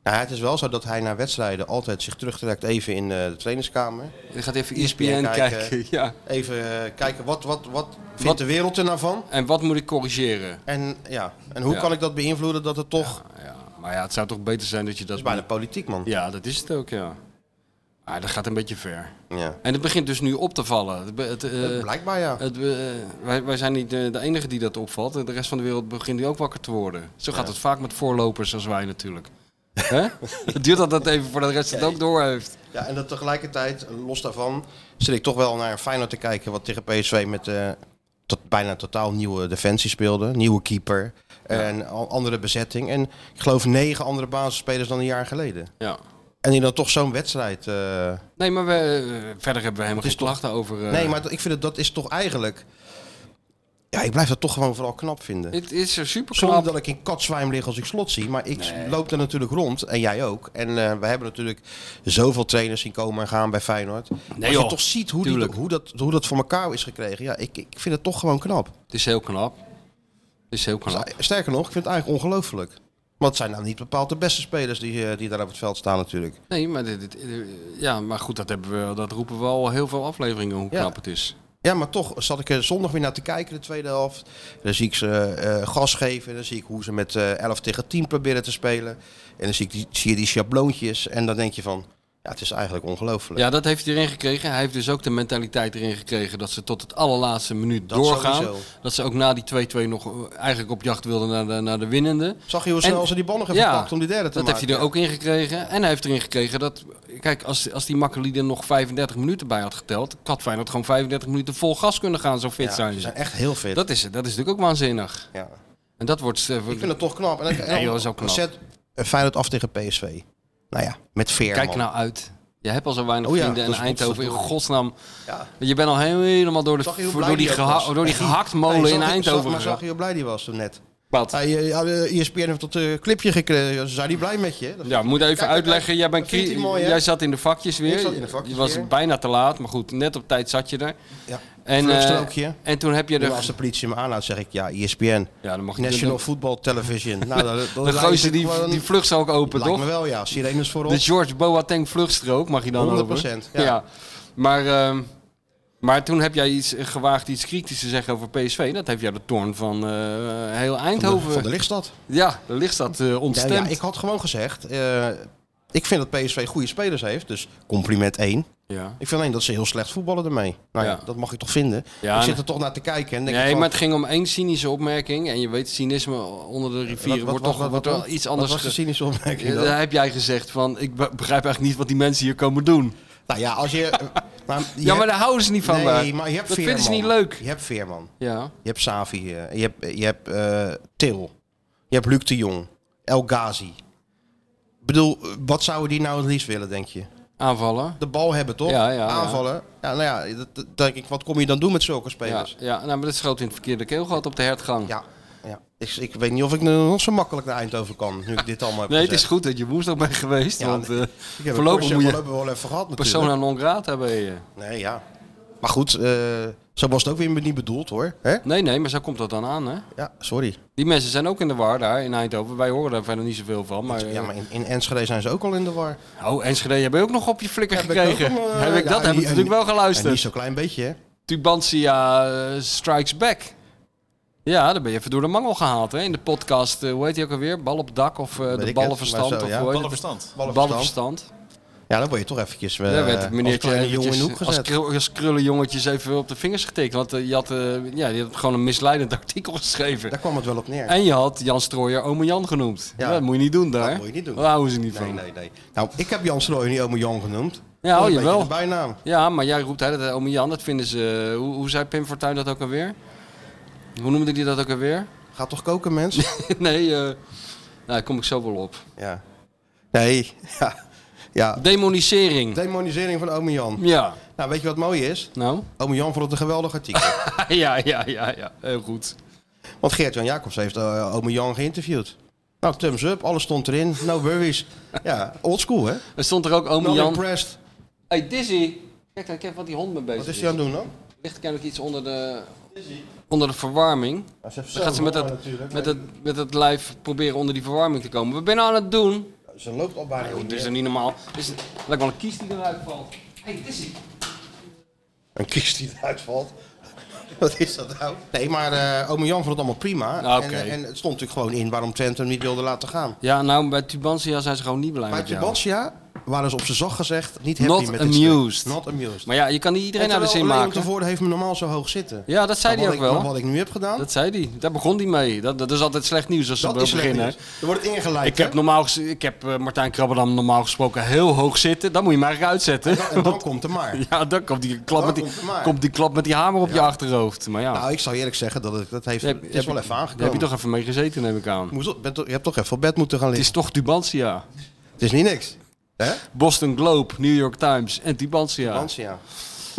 Speaker 3: Nou, het is wel zo dat hij na wedstrijden altijd zich terugtrekt even in eh, de trainingskamer.
Speaker 4: Je gaat even E ESPN,
Speaker 3: ESPN
Speaker 4: kijken.
Speaker 3: kijken.
Speaker 4: [laughs] Ja.
Speaker 3: Even eh, kijken wat, wat, wat vindt
Speaker 4: Wat-
Speaker 3: de wereld er nou van?
Speaker 4: En wat moet ik corrigeren?
Speaker 3: En, ja, en hoe
Speaker 4: Ja.
Speaker 3: kan ik dat beïnvloeden dat het toch... dat
Speaker 4: Ja, maar ja, het zou toch beter zijn dat je dat...
Speaker 3: is bijna politiek, man.
Speaker 4: Ja, dat is het ook, ja. Maar dat gaat een beetje ver.
Speaker 3: Ja.
Speaker 4: En het begint dus nu op te vallen. Het, be- het, eh,
Speaker 3: Blijkbaar, ja.
Speaker 4: het, be- eh, wij, wij zijn niet eh, de enige die dat opvalt. De rest van de wereld begint nu ook wakker te worden. Zo gaat het vaak met voorlopers als wij natuurlijk. [laughs] Hè? Het duurt altijd even voordat de rest het ook door heeft.
Speaker 3: Ja, en dat tegelijkertijd, los daarvan, zit ik toch wel naar Feyenoord te kijken wat tegen PSV met eh, tot, bijna totaal nieuwe defensie speelde. Nieuwe keeper en al andere bezetting. En ik geloof negen andere basisspelers dan een jaar geleden.
Speaker 4: Ja.
Speaker 3: En die dan toch zo'n wedstrijd... eh,
Speaker 4: Nee, maar we, eh, verder hebben we helemaal geen klachten over... eh,
Speaker 3: nee, maar dat- ik vind het, dat is toch eigenlijk... Ja, ik blijf dat toch gewoon vooral knap vinden.
Speaker 4: Het is er super
Speaker 3: Zonder dat ik in katzwijm lig als ik slot zie. Maar ik loop er natuurlijk rond. En jij ook. En eh, we hebben natuurlijk zoveel trainers zien komen en gaan bij Feyenoord. als
Speaker 4: joh,
Speaker 3: je toch ziet hoe, die,
Speaker 4: tuurlijk.
Speaker 3: hoe, dat, hoe dat voor elkaar is gekregen. Ja, ik, ik vind het toch gewoon knap.
Speaker 4: Het is heel knap. Het is heel knap.
Speaker 3: Sterker nog, ik vind het eigenlijk ongelooflijk. Want het zijn nou niet bepaald de beste spelers die, eh, die daar op het veld staan natuurlijk.
Speaker 4: Nee, maar, dit, dit- eh, ja, maar goed, dat, hebben we, dat roepen we al heel veel afleveringen hoe
Speaker 3: Ja.
Speaker 4: knap het is.
Speaker 3: Ja, maar toch zat ik er zondag weer naar te kijken, de tweede helft. Dan zie ik ze eh, gas geven. Dan zie ik hoe ze met eh 11 tegen 10 proberen te spelen. En dan zie, ik die, zie je die schabloontjes. En dan denk je van, Ja, het is eigenlijk ongelooflijk.
Speaker 4: Ja, dat heeft hij erin gekregen. Hij heeft dus ook de mentaliteit erin gekregen dat ze tot het allerlaatste minuut
Speaker 3: Dat
Speaker 4: doorgaan.
Speaker 3: sowieso.
Speaker 4: Dat ze ook na die 2-2 nog eh, eigenlijk op jacht wilden naar de, naar de winnende.
Speaker 3: Zag je hoe
Speaker 4: En-
Speaker 3: snel ze die bal nog even pakt om die derde te
Speaker 4: dat
Speaker 3: maken?
Speaker 4: heeft hij er ook in gekregen. En hij heeft erin gekregen dat... Kijk, als, als die Makkeli er nog 35 minuten bij had geteld... had Feyenoord gewoon 35 minuten vol gas kunnen gaan, zo fit
Speaker 3: Ja,
Speaker 4: zijn
Speaker 3: ze
Speaker 4: ze.
Speaker 3: zijn echt heel fit.
Speaker 4: Dat is, dat is natuurlijk ook waanzinnig.
Speaker 3: Ja.
Speaker 4: En dat wordt... eh,
Speaker 3: Ik vind het toch knap. En dan-
Speaker 4: Nee, joh, is ook knap.
Speaker 3: Zet eh, Feyenoord af tegen PSV. Nou ja, met Veerman.
Speaker 4: Kijk nou uit. Je hebt al zo weinig
Speaker 3: Oh ja,
Speaker 4: vrienden en
Speaker 3: dat is
Speaker 4: Eindhoven. In
Speaker 3: potverdorie.
Speaker 4: godsnaam.
Speaker 3: Ja.
Speaker 4: Je bent al helemaal door, de,
Speaker 3: Zag je hoe blij
Speaker 4: door, die,
Speaker 3: ook
Speaker 4: geha-
Speaker 3: was?
Speaker 4: door die
Speaker 3: Nee,
Speaker 4: gehaktmolen
Speaker 3: nee, zag
Speaker 4: in
Speaker 3: je-
Speaker 4: Eindhoven.
Speaker 3: Zag, maar
Speaker 4: gegaan.
Speaker 3: zag je hoe blij die was toen net?
Speaker 4: Wat?
Speaker 3: Hij, eh, eh, ESPN heeft tot een clipje gekregen. Ze zijn niet blij met je. Dat-
Speaker 4: Ja, moet even
Speaker 3: Kijk,
Speaker 4: uitleggen. Jij, bent
Speaker 3: dat vindt
Speaker 4: cri-
Speaker 3: hij mooi, hè?
Speaker 4: jij zat in de vakjes weer.
Speaker 3: Ik zat in de vakjes
Speaker 4: je was
Speaker 3: weer.
Speaker 4: bijna te laat, maar goed, net op tijd zat je er.
Speaker 3: Ja.
Speaker 4: En,
Speaker 3: Vluchtstrookje.
Speaker 4: eh, en toen heb je
Speaker 3: Maar als
Speaker 4: de.
Speaker 3: de politie me aanhoudt, zeg ik ja, E ESPN.
Speaker 4: Ja, dan mag je
Speaker 3: National
Speaker 4: de-
Speaker 3: Football
Speaker 4: [laughs]
Speaker 3: Television. nou, dat, dat
Speaker 4: De
Speaker 3: lijkt
Speaker 4: gozer die,
Speaker 3: gewoon-
Speaker 4: die vlucht ook open,
Speaker 3: Lijkt me
Speaker 4: toch?
Speaker 3: wel, ja. Sirenes voorop.
Speaker 4: De George Boateng vluchtstrook mag je dan
Speaker 3: 100%,
Speaker 4: over.
Speaker 3: ja.
Speaker 4: Maar, ehm, maar toen heb jij iets eh, gewaagd iets kritisch te zeggen over PSV. Dat heeft jou de toorn van eh, heel
Speaker 3: van, de,
Speaker 4: Eindhoven.
Speaker 3: van de lichtstad.
Speaker 4: Ja, daar ligt dat eh,
Speaker 3: Ja,
Speaker 4: ontstemd.
Speaker 3: ja, ik had gewoon gezegd, eh, ik vind dat PSV goede spelers heeft. Dus compliment 1.
Speaker 4: Ja.
Speaker 3: Ik vind alleen dat ze heel slecht voetballen ermee. Nou ja,
Speaker 4: Ja.
Speaker 3: dat mag ik toch vinden.
Speaker 4: Ja,
Speaker 3: ik
Speaker 4: nee.
Speaker 3: zit er toch naar te kijken en denk ik
Speaker 4: Nee,
Speaker 3: van,
Speaker 4: maar het ging om één cynische opmerking. En je weet, cynisme onder de rivieren wordt toch wordt wel iets anders
Speaker 3: Wat was
Speaker 4: ge-
Speaker 3: de cynische opmerking
Speaker 4: Ja,
Speaker 3: dan?
Speaker 4: Daar heb jij gezegd van, ik be- begrijp eigenlijk niet wat die mensen hier komen doen.
Speaker 3: Nou ja, als
Speaker 4: [laughs]
Speaker 3: je... eh, maar je
Speaker 4: ja, maar
Speaker 3: hebt-
Speaker 4: daar houden ze niet van.
Speaker 3: Nee,
Speaker 4: daar.
Speaker 3: maar je hebt
Speaker 4: dat
Speaker 3: Veerman.
Speaker 4: vinden ze niet leuk.
Speaker 3: Je hebt Veerman.
Speaker 4: Ja,
Speaker 3: Je hebt Savi. eh, Je hebt, je hebt eh, Til. Je hebt Luc de Jong. El Ghazi. Ik bedoel, wat zouden die nou het liefst willen, denk je?
Speaker 4: aanvallen.
Speaker 3: de bal hebben, toch?
Speaker 4: Ja, ja, ja.
Speaker 3: Aanvallen. Ja, nou ja, dat, dat denk ik, wat kom je dan doen met zulke
Speaker 4: Ja,
Speaker 3: spelers? Ja.
Speaker 4: ja nou, maar dat schoot in het verkeerde keelgat op de hertgang.
Speaker 3: ja. Ik, ik weet niet of ik nu nog zo makkelijk naar Eindhoven kan, nu ik dit allemaal heb
Speaker 4: nee, het
Speaker 3: gezegd.
Speaker 4: is goed dat je woensdag bent geweest.
Speaker 3: Ja,
Speaker 4: want
Speaker 3: nee.
Speaker 4: eh,
Speaker 3: Ik heb
Speaker 4: voorlopig
Speaker 3: voorlopig
Speaker 4: moet je
Speaker 3: voorlopig wel even gehad natuurlijk.
Speaker 4: persona non grata ben je.
Speaker 3: Nee, ja. Maar goed, eh, zo was het ook weer niet bedoeld, hoor. Hè?
Speaker 4: Nee, nee, maar zo komt dat dan aan, hè?
Speaker 3: Ja, sorry.
Speaker 4: Die mensen zijn ook in de war daar in Eindhoven. Wij horen daar verder niet zoveel van. Maar,
Speaker 3: Ja, maar in, in Enschede zijn ze ook al in de war.
Speaker 4: eh, Oh, Enschede, heb je ook nog op je flikker
Speaker 3: Heb ik
Speaker 4: gekregen?
Speaker 3: ook, eh,
Speaker 4: heb ik
Speaker 3: ja,
Speaker 4: dat?
Speaker 3: en die-
Speaker 4: heb ik
Speaker 3: en
Speaker 4: natuurlijk wel
Speaker 3: En niet
Speaker 4: geluisterd.
Speaker 3: zo'n klein beetje, hè?
Speaker 4: Tubantia eh, Strikes Back. Ja, daar ben je even door de mangel gehaald hè? in de podcast. eh, hoe heet die ook alweer? Bal op dak of eh,
Speaker 3: Weet ik
Speaker 4: de
Speaker 3: het,
Speaker 4: ballenverstand?
Speaker 3: maar zo,
Speaker 4: of
Speaker 3: ja.
Speaker 4: hoe heet het?
Speaker 1: Ballenverstand.
Speaker 3: Ballenverstand.
Speaker 4: Ballenverstand.
Speaker 3: Ja, dan word je toch eventjes eh
Speaker 4: Daar werd het
Speaker 3: als
Speaker 4: meneertje
Speaker 3: kleine jongen in de hoek
Speaker 4: eventjes als,
Speaker 3: gezet.
Speaker 4: krul, als krullenjongetjes even op de vingers getikt. Want eh, je, had, eh, ja, je had gewoon een misleidend [laughs] artikel geschreven.
Speaker 3: Daar kwam het wel op neer.
Speaker 4: En je had Jan Strooijer ome Jan genoemd.
Speaker 3: Ja.
Speaker 4: dat moet je niet doen daar.
Speaker 3: Dat moet je niet doen.
Speaker 4: Daar houden ze niet
Speaker 3: Nee,
Speaker 4: van.
Speaker 3: nee, nee. Nou, ik heb Jan Slooy niet Ome Jan genoemd.
Speaker 4: Ja,
Speaker 3: Dat
Speaker 4: oh,
Speaker 3: is een beetje
Speaker 4: jawel.
Speaker 3: de bijnaam.
Speaker 4: Ja, maar jij roept hè, dat eh, ome Jan. Dat vinden ze... eh, hoe, hoe zei Pim Fortuyn dat ook alweer? Hoe noemde die dat ook alweer? [laughs]
Speaker 3: Gaat toch koken, mens?
Speaker 4: nee, eh, nou, daar kom ik zo wel op.
Speaker 3: ja. Nee, ja. ja.
Speaker 4: Demonisering.
Speaker 3: Demonisering van ome Jan.
Speaker 4: Ja,
Speaker 3: Nou, weet je wat mooi is? [laughs]
Speaker 4: nou.
Speaker 3: Ome Jan vond het een geweldig artikel.
Speaker 4: ja, ja, ja, ja. Heel goed.
Speaker 3: Want Geert-Jan Jacobs heeft eh ome Jan geïnterviewd. Nou, thumbs up, alles stond erin. No worries. Ja, oldschool, hè?
Speaker 4: Er stond er ook ome
Speaker 3: Not
Speaker 4: Jan.
Speaker 3: impressed.
Speaker 4: Hey, Dizzy. Kijk, nou, kijk wat die hond mee bezig
Speaker 3: Wat is hij aan het doen dan?
Speaker 4: Er ligt kennelijk iets onder de, onder de verwarming.
Speaker 3: Nou, heeft
Speaker 4: Dan gaat
Speaker 3: zelf
Speaker 4: ze met
Speaker 3: honger
Speaker 4: dat,
Speaker 3: natuurlijk.
Speaker 4: met, dat, met dat lijf proberen onder die verwarming te komen. We zijn aan het doen.
Speaker 3: Ze loopt al bijna niet
Speaker 4: Het is
Speaker 3: meer.
Speaker 4: er niet normaal. Het Is lijkt wel een kies die eruit valt. hey, Dizzy.
Speaker 3: Een kist die eruit valt. [laughs] Wat is dat nou? Nee, maar eh ome Jan vond het allemaal prima.
Speaker 4: Ah, oké.
Speaker 3: En, en het stond natuurlijk gewoon in waarom Twente hem niet wilde laten gaan.
Speaker 4: Ja, nou, bij Tubantia zijn ze gewoon niet blij
Speaker 3: Bij
Speaker 4: met jou.
Speaker 3: Tubantia waren ze dus op zijn zacht gezegd niet happy
Speaker 4: Not
Speaker 3: met dit stuk.
Speaker 4: amused.
Speaker 3: Not amused.
Speaker 4: Maar ja, je kan niet iedereen naar de zin
Speaker 3: Leon
Speaker 4: maken.
Speaker 3: tevoren heeft me normaal zo hoog zitten.
Speaker 4: Ja, dat zei
Speaker 3: Maar wat
Speaker 4: hij ook
Speaker 3: ik-
Speaker 4: wel.
Speaker 3: maar Wat ik nu heb gedaan, dat,
Speaker 4: Dat zei hij. Daar begon hij mee. Dat, dat is altijd slecht nieuws als ze
Speaker 3: is
Speaker 4: beginnen.
Speaker 3: slecht nieuws. Er wordt ingeleid.
Speaker 4: Ik heb,
Speaker 3: hè?
Speaker 4: normaal, ges- ik heb eh, Martijn Krabberdam normaal gesproken heel hoog zitten. Dan moet je hem eigenlijk uitzetten.
Speaker 3: En dan komt er maar.
Speaker 4: [laughs] Ja, dan komt die klap,
Speaker 3: Dan
Speaker 4: met die,
Speaker 3: komt het maar.
Speaker 4: komt die, klap met die hamer op je achterhoofd. Maar ja,
Speaker 3: Nou, ik zou eerlijk zeggen dat het, dat heeft,
Speaker 4: daar heb-
Speaker 3: het
Speaker 4: heb
Speaker 3: is
Speaker 4: je-
Speaker 3: wel even
Speaker 4: daar
Speaker 3: aangekomen.
Speaker 4: heb je toch even mee gezeten, neem ik aan.
Speaker 3: Moest op- bent toch- je hebt toch even op bed moeten gaan
Speaker 4: Het
Speaker 3: liggen.
Speaker 4: is toch Tubantia.
Speaker 3: Het is niet niks. Hè?
Speaker 4: Boston Globe, New York Times en Tubantia.
Speaker 3: Tubantia.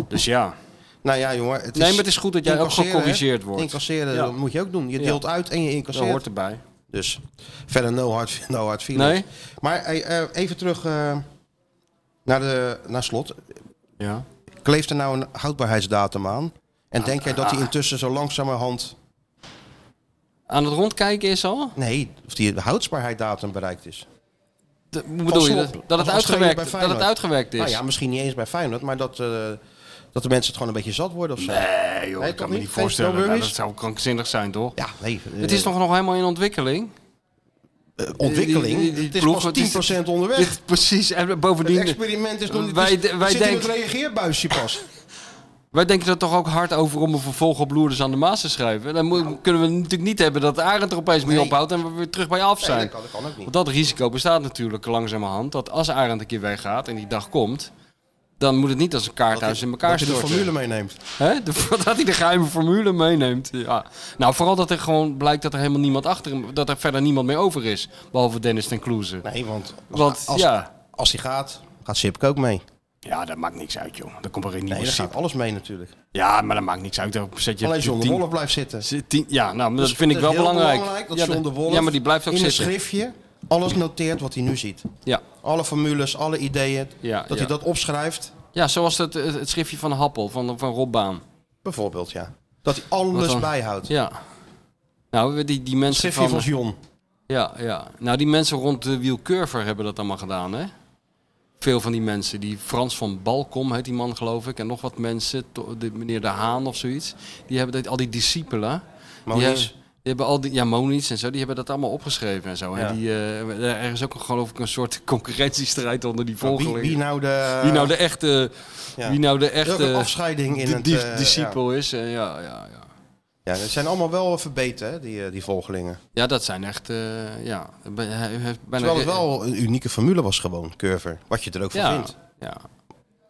Speaker 4: Dus ja.
Speaker 3: Nou ja, jongen. Het is
Speaker 4: Nee, maar het is goed dat jij ook
Speaker 3: incasseren, hè?
Speaker 4: gecorrigeerd wordt.
Speaker 3: Incasseren
Speaker 4: Ja.
Speaker 3: dat moet je ook doen. Je deelt uit en je
Speaker 4: Dat
Speaker 3: incasseert.
Speaker 4: hoort erbij.
Speaker 3: Dus verder no hard, no hard feelings.
Speaker 4: Nee.
Speaker 3: Maar hey, eh, even terug eh, naar, de, naar slot.
Speaker 4: Ja.
Speaker 3: Kleeft er nou een houdbaarheidsdatum aan? En denk jij
Speaker 4: Ah.
Speaker 3: dat hij intussen zo langzamerhand...
Speaker 4: Aan het rondkijken is al?
Speaker 3: Nee, of die houdbaarheidsdatum bereikt is.
Speaker 4: De- hoe bedoel je?
Speaker 3: Slot.
Speaker 4: Dat, dat het
Speaker 3: Als trainer bij
Speaker 4: uitgewerkt, dat het
Speaker 3: Feyenoord.
Speaker 4: uitgewerkt is?
Speaker 3: Nou ja, misschien niet eens bij Feyenoord, maar dat, eh, dat de mensen het gewoon een beetje zat worden of zo.
Speaker 4: Nee joh,
Speaker 3: Nee,
Speaker 4: ik
Speaker 3: toch
Speaker 4: kan me
Speaker 3: niet?
Speaker 4: niet
Speaker 3: Geen
Speaker 4: voorstellen.
Speaker 3: no
Speaker 4: Nou,
Speaker 3: worries?
Speaker 4: dat zou krankzinnig zijn, toch?
Speaker 3: Ja, nee.
Speaker 4: Het is nog, nog helemaal in ontwikkeling.
Speaker 3: eh, ontwikkeling.
Speaker 4: Die- die- die
Speaker 3: het is
Speaker 4: ploeg,
Speaker 3: pas
Speaker 4: het
Speaker 3: 10%
Speaker 4: is-
Speaker 3: onderweg.
Speaker 4: Dit- precies, en bovendien...
Speaker 3: het experiment is nog niet...
Speaker 4: wij,
Speaker 3: Wij,
Speaker 4: de- wij,
Speaker 3: zit in
Speaker 4: denken,
Speaker 3: het reageerbuisje
Speaker 4: [laughs]
Speaker 3: pas.
Speaker 4: wij denken er toch ook hard over om een vervolg op Loerders aan de Maas te schrijven. Dan moet- kunnen we natuurlijk niet hebben dat Arend er opeens mee
Speaker 3: Nee.
Speaker 4: ophoudt en we weer terug bij af
Speaker 3: Nee,
Speaker 4: zijn.
Speaker 3: dat, kan, dat kan ook niet.
Speaker 4: Want dat risico bestaat natuurlijk langzamerhand. Dat als Arend een keer weggaat en die dag komt, dan moet het niet als een kaarthuis in elkaar
Speaker 3: Dat je de
Speaker 4: storten.
Speaker 3: formule meeneemt.
Speaker 4: Hè? De- [laughs] dat hij de geheime formule meeneemt. Ja. Nou, vooral dat er gewoon blijkt dat er helemaal niemand achter hem, dat er verder niemand meer over is. Behalve Dennis ten Kloeze.
Speaker 3: Nee, want als,
Speaker 4: Want
Speaker 3: als,
Speaker 4: ja.
Speaker 3: als hij gaat, gaat Sipke ook mee.
Speaker 4: ja, dat maakt niks uit, joh. Dat komt er een
Speaker 3: Nee,
Speaker 4: nieuwe
Speaker 3: dan
Speaker 4: Sip.
Speaker 3: gaat alles mee natuurlijk.
Speaker 4: Ja, maar dat maakt niks uit. Daar zet je
Speaker 3: Alleen John de
Speaker 4: tien-
Speaker 3: Wolf blijft zitten.
Speaker 4: zet tien- ja, nou, maar dat vind ik
Speaker 3: Dus Het
Speaker 4: wel
Speaker 3: is heel
Speaker 4: belangrijk.
Speaker 3: dat
Speaker 4: ja,
Speaker 3: John de Wolf
Speaker 4: ja, maar die blijft ook
Speaker 3: in
Speaker 4: zitten.
Speaker 3: een schriftje alles noteert wat hij nu ziet.
Speaker 4: Ja.
Speaker 3: Alle formules, alle ideeën.
Speaker 4: Ja,
Speaker 3: dat
Speaker 4: ja.
Speaker 3: hij dat opschrijft.
Speaker 4: ja, zoals het, het, het schriftje van Happel, van, van Rob Baan.
Speaker 3: Bijvoorbeeld, ja. Dat hij
Speaker 4: Wat
Speaker 3: alles
Speaker 4: dan?
Speaker 3: bijhoudt.
Speaker 4: Ja. Nou, die, die
Speaker 3: Het
Speaker 4: mensen
Speaker 3: schriftje
Speaker 4: van...
Speaker 3: van John.
Speaker 4: Ja, ja. Nou, die mensen rond de wielcurver hebben dat allemaal gedaan, hè? Veel van die mensen. Die Frans van Balkom heet die man, geloof ik. En nog wat mensen. to- De, meneer De Haan of zoiets. Die hebben dat, al die discipelen.
Speaker 3: Moniz.
Speaker 4: Die hebben, die hebben al die, ja, Moniz en zo. Die hebben dat allemaal opgeschreven en zo.
Speaker 3: Ja.
Speaker 4: En die, eh, er is ook, geloof ik, een soort [laughs] concurrentiestrijd onder die
Speaker 3: Wie,
Speaker 4: volgelingen.
Speaker 3: wie nou de...
Speaker 4: Wie nou de echte,
Speaker 3: ja.
Speaker 4: wie nou de
Speaker 3: Welke
Speaker 4: echte
Speaker 3: afscheiding in
Speaker 4: di-
Speaker 3: het...
Speaker 4: di-
Speaker 3: eh, ja.
Speaker 4: discipel is. Eh, ja, ja, ja.
Speaker 3: Ja, dat zijn allemaal wel verbeterd, hè, die, eh, die volgelingen.
Speaker 4: ja, dat zijn echt... eh, ja, bij- hij heeft bijna
Speaker 3: Terwijl het wel een unieke formule was gewoon, Curver. Wat je er ook van vindt.
Speaker 4: Ja.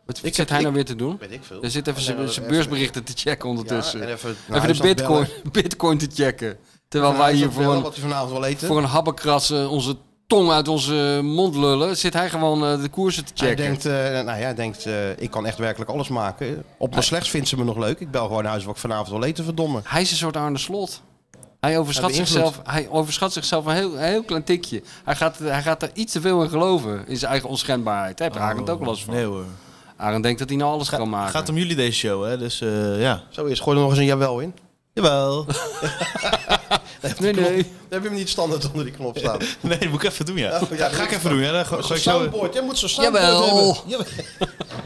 Speaker 4: Wat
Speaker 3: Ik
Speaker 4: zit
Speaker 3: heb-
Speaker 4: hij nou
Speaker 3: ik-
Speaker 4: weer te doen?
Speaker 3: Weet ik veel.
Speaker 4: Er zit even
Speaker 3: Alleen maar
Speaker 4: zijn beursberichten te checken
Speaker 3: Ja,
Speaker 4: ondertussen.
Speaker 3: en
Speaker 4: even
Speaker 3: even, naar
Speaker 4: de
Speaker 3: huis aan het
Speaker 4: bitcoin,
Speaker 3: bellen.
Speaker 4: [laughs] bitcoin te checken. Terwijl
Speaker 3: Naar
Speaker 4: wij
Speaker 3: huis aan
Speaker 4: hier
Speaker 3: het
Speaker 4: voor
Speaker 3: bellen
Speaker 4: een,
Speaker 3: Wat hij vanavond wil eten.
Speaker 4: voor een habbekras eh, onze tong uit onze mond lullen, zit hij gewoon eh, de koersen te
Speaker 3: Hij
Speaker 4: checken.
Speaker 3: denkt, eh, nou ja, hij denkt eh, ik kan echt werkelijk alles maken. Op mijn slechts vindt ze me nog leuk. Ik bel gewoon naar huis wat ik vanavond wil eten, verdomme.
Speaker 4: Hij is een soort Arne Slot. Hij overschat,
Speaker 3: Hij beïnvloedt.
Speaker 4: zichzelf, hij overschat zichzelf een heel, een heel klein tikje. Hij gaat, hij gaat er iets te veel in geloven, in zijn eigen onschendbaarheid. Daar heeft
Speaker 3: Oh,
Speaker 4: Arend ook wel eens van.
Speaker 7: Nee hoor.
Speaker 4: Arend denkt dat hij nou alles kan maken.
Speaker 7: Het gaat om jullie deze show, hè? Dus eh, ja.
Speaker 3: Zo is, gooi er nog eens een jawel in.
Speaker 1: [laughs]
Speaker 7: Jawel.
Speaker 4: nee, nee.
Speaker 3: Dan heb je hem niet standaard onder die knop staan.
Speaker 7: nee, dat moet ik even doen, ja.
Speaker 3: Oh, ja,
Speaker 7: ga ik
Speaker 3: dat-
Speaker 7: even doen, ja. Dan ga,
Speaker 3: Zo'n
Speaker 7: ik zo...
Speaker 3: soundboard, jij moet zo'n soundboard
Speaker 4: Jawel.
Speaker 3: hebben. Jawel.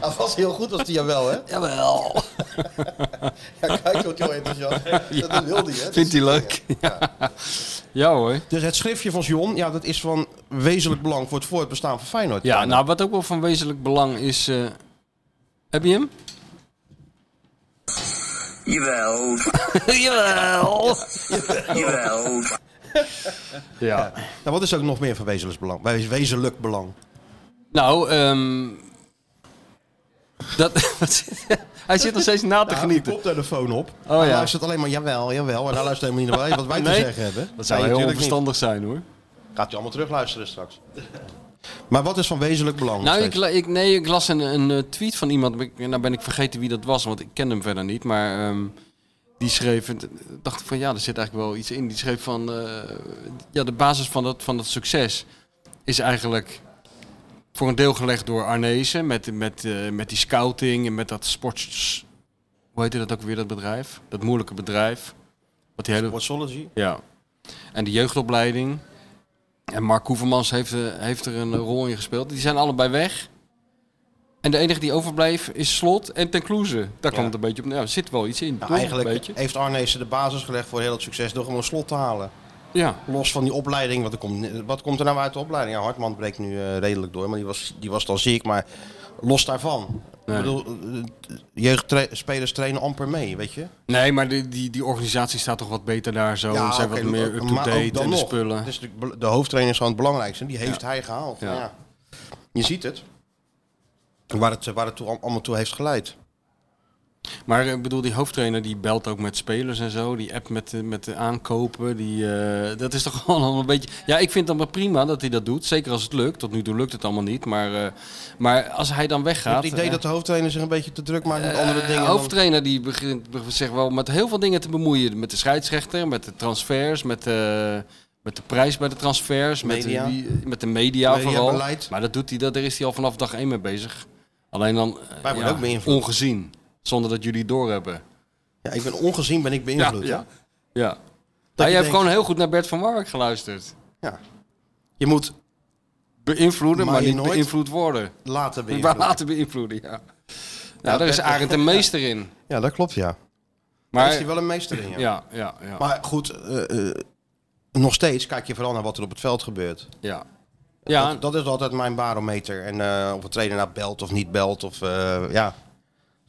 Speaker 3: [laughs] Dat was heel goed als die [laughs] jawel, hè?
Speaker 4: Jawel.
Speaker 3: Ja, kijk, wordt heel enthousiast. Dat wilde hij, hè?
Speaker 4: Vindt hij leuk? ja hoor.
Speaker 3: Dus het schriftje van John, ja, dat is van wezenlijk belang voor het voortbestaan van Feyenoord.
Speaker 4: Ja, nou wat ook wel van wezenlijk belang is. eh, heb je hem?
Speaker 8: Jawel,
Speaker 4: [laughs] Jawel!
Speaker 8: jawel.
Speaker 4: Ja.
Speaker 3: Nou, wat is ook nog meer van wezenlijk belang? Wij- Wezenlijk belang.
Speaker 4: Nou, ehm dat, [laughs] wat zit- hij zit nog steeds na te genieten.
Speaker 3: Op telefoon op.
Speaker 4: Oh,
Speaker 3: hij
Speaker 4: ja.
Speaker 3: luistert alleen maar jawel, jawel. En hij luistert helemaal niet naar wat wij
Speaker 4: Nee.
Speaker 3: te zeggen hebben.
Speaker 4: Dat zou
Speaker 3: Nee,
Speaker 4: heel
Speaker 3: natuurlijk niet.
Speaker 4: onverstandig zijn hoor.
Speaker 3: Gaat u allemaal terugluisteren straks. maar wat is van wezenlijk belang?
Speaker 4: Nou,
Speaker 3: nog
Speaker 4: ik,
Speaker 3: steeds?
Speaker 4: la- ik, nee, ik las een, een eh, tweet van iemand. maar ik- Nou ben ik vergeten wie dat was, want ik ken hem verder niet. Maar ehm, die schreef... het- dacht ik van, ja, er zit eigenlijk wel iets in. Die schreef van... eh, ja, de basis van dat, van dat succes is eigenlijk voor een deel gelegd door Arnezen. Met, met, eh, met die scouting en met dat sports... Hoe heette dat ook weer, dat bedrijf? Dat moeilijke bedrijf. Wat die hele...
Speaker 3: Sportsology.
Speaker 4: Ja. En de jeugdopleiding. En Mark Koevermans heeft, eh, heeft er een rol in gespeeld. Die zijn allebei weg. En de enige die overbleef is Slot en Ten Kloeze. Daar komt het een beetje op. Nou, er zit wel iets in.
Speaker 3: Nou,
Speaker 4: toch?
Speaker 3: eigenlijk
Speaker 4: Een beetje.
Speaker 3: heeft Arnezen de basis gelegd voor heel het succes door hem een slot te halen.
Speaker 4: Ja.
Speaker 3: Los van die opleiding, wat er komt, wat komt er nou uit de opleiding? Ja, Hartman breekt nu eh, redelijk door, maar die was, die was dan ziek. Maar los daarvan.
Speaker 4: Nee.
Speaker 3: Ik bedoel, eh, jeugdspelers trainen amper mee, weet je?
Speaker 4: Nee, maar die, die, die organisatie staat toch wat beter daar zo. Ze zijn
Speaker 3: oké,
Speaker 4: wat meer
Speaker 3: maar ook
Speaker 4: up-to-date
Speaker 3: dan
Speaker 4: en de
Speaker 3: nog.
Speaker 4: spullen.
Speaker 3: Het is natuurlijk bel- de hoofdtrainer is gewoon het belangrijkste. en Die heeft hij gehaald.
Speaker 4: Ja.
Speaker 3: Ja. Je ziet het. Waar het, waar het toe, allemaal toe heeft geleid.
Speaker 4: Maar ik bedoel, die hoofdtrainer die belt ook met spelers en zo. Die app met, de- met de aankopen. Die, eh, dat is toch [laughs] gewoon allemaal een beetje... Ja, ik vind het maar prima dat hij dat doet. Zeker als het lukt. Tot nu toe lukt het allemaal niet. Maar, eh, maar als hij dan
Speaker 3: Ik heb
Speaker 4: weggaat...
Speaker 3: het idee
Speaker 4: eh,
Speaker 3: dat de hoofdtrainer zich een beetje te druk maakt met andere
Speaker 4: eh,
Speaker 3: dingen.
Speaker 4: De
Speaker 3: dan-
Speaker 4: hoofdtrainer die begint be- zich wel met heel veel dingen te bemoeien. Met de scheidsrechter, met de transfers, met de, met de prijs bij de transfers. Met de,
Speaker 3: Media.
Speaker 4: wie- met de media,
Speaker 3: Media,
Speaker 4: vooral.
Speaker 3: beleid.
Speaker 4: Maar dat doet hij, dat, daar is hij al vanaf dag één mee bezig. Alleen dan eh,
Speaker 3: Wij worden ook beïnvloed.
Speaker 4: ongezien. Zonder dat jullie het doorhebben.
Speaker 3: Ja, ik ben ongezien ben ik beïnvloed.
Speaker 4: Ja,
Speaker 3: Ja,
Speaker 4: ja. Ja. Hij
Speaker 3: je
Speaker 4: heeft
Speaker 3: denkt-
Speaker 4: gewoon heel goed naar Bert van Marwijk geluisterd.
Speaker 3: Je moet
Speaker 4: Beïnvloeden, maar,
Speaker 3: Maar je
Speaker 4: niet
Speaker 3: nooit
Speaker 4: beïnvloed worden.
Speaker 3: later
Speaker 4: [laughs] Maar
Speaker 3: beïnvloeden.
Speaker 4: laten beïnvloeden, ja. Nou, daar is
Speaker 3: Bert-
Speaker 4: Arend een meester in.
Speaker 3: Ja, dat klopt, ja. Daar
Speaker 4: Maar,
Speaker 3: is hij wel een meester in, ja.
Speaker 4: ja, ja, ja.
Speaker 3: Maar goed, eh, eh, nog steeds kijk je vooral naar wat er op het veld gebeurt.
Speaker 4: Ja. Ja,
Speaker 3: Dat, dat is altijd mijn barometer. En eh, of een trainer nou belt of niet belt. Of, eh, ja.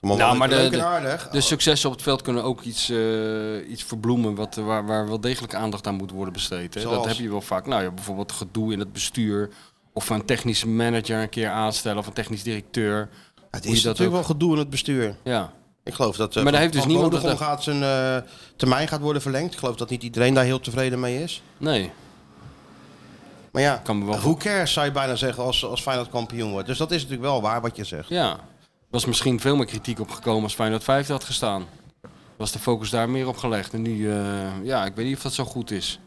Speaker 3: Maar
Speaker 4: Nou,
Speaker 3: wel
Speaker 4: maar de-
Speaker 3: leuk en
Speaker 4: de-
Speaker 3: aardig.
Speaker 4: de successen op het veld kunnen ook iets, eh, iets verbloemen wat, eh, waar, waar wel degelijk aandacht aan moet worden besteed. Hè? Dat
Speaker 3: Zoals?
Speaker 4: heb je wel vaak. Nou ja, bijvoorbeeld gedoe in het bestuur of een technische manager een keer aanstellen of een technisch directeur.
Speaker 3: het
Speaker 4: hoe
Speaker 3: is
Speaker 4: je dat
Speaker 3: natuurlijk wel gedoe in het bestuur.
Speaker 4: Ja.
Speaker 3: Ik geloof dat eh
Speaker 4: Maar daar heeft dus
Speaker 3: Van
Speaker 4: niemand
Speaker 3: Bodegom
Speaker 4: het-
Speaker 3: gaat zijn eh, termijn gaat worden verlengd. Ik geloof dat niet iedereen daar heel tevreden mee is.
Speaker 4: Nee.
Speaker 3: Maar ja,
Speaker 4: Kan me wel-
Speaker 3: who cares zou je bijna zeggen als, als Feyenoord kampioen wordt. Dus dat is natuurlijk wel waar wat je zegt.
Speaker 4: Ja. Er was misschien veel meer kritiek op gekomen als Feyenoord 5 had gestaan. Was de focus daar meer op gelegd. En nu, eh, ja, ik weet niet of dat zo goed is.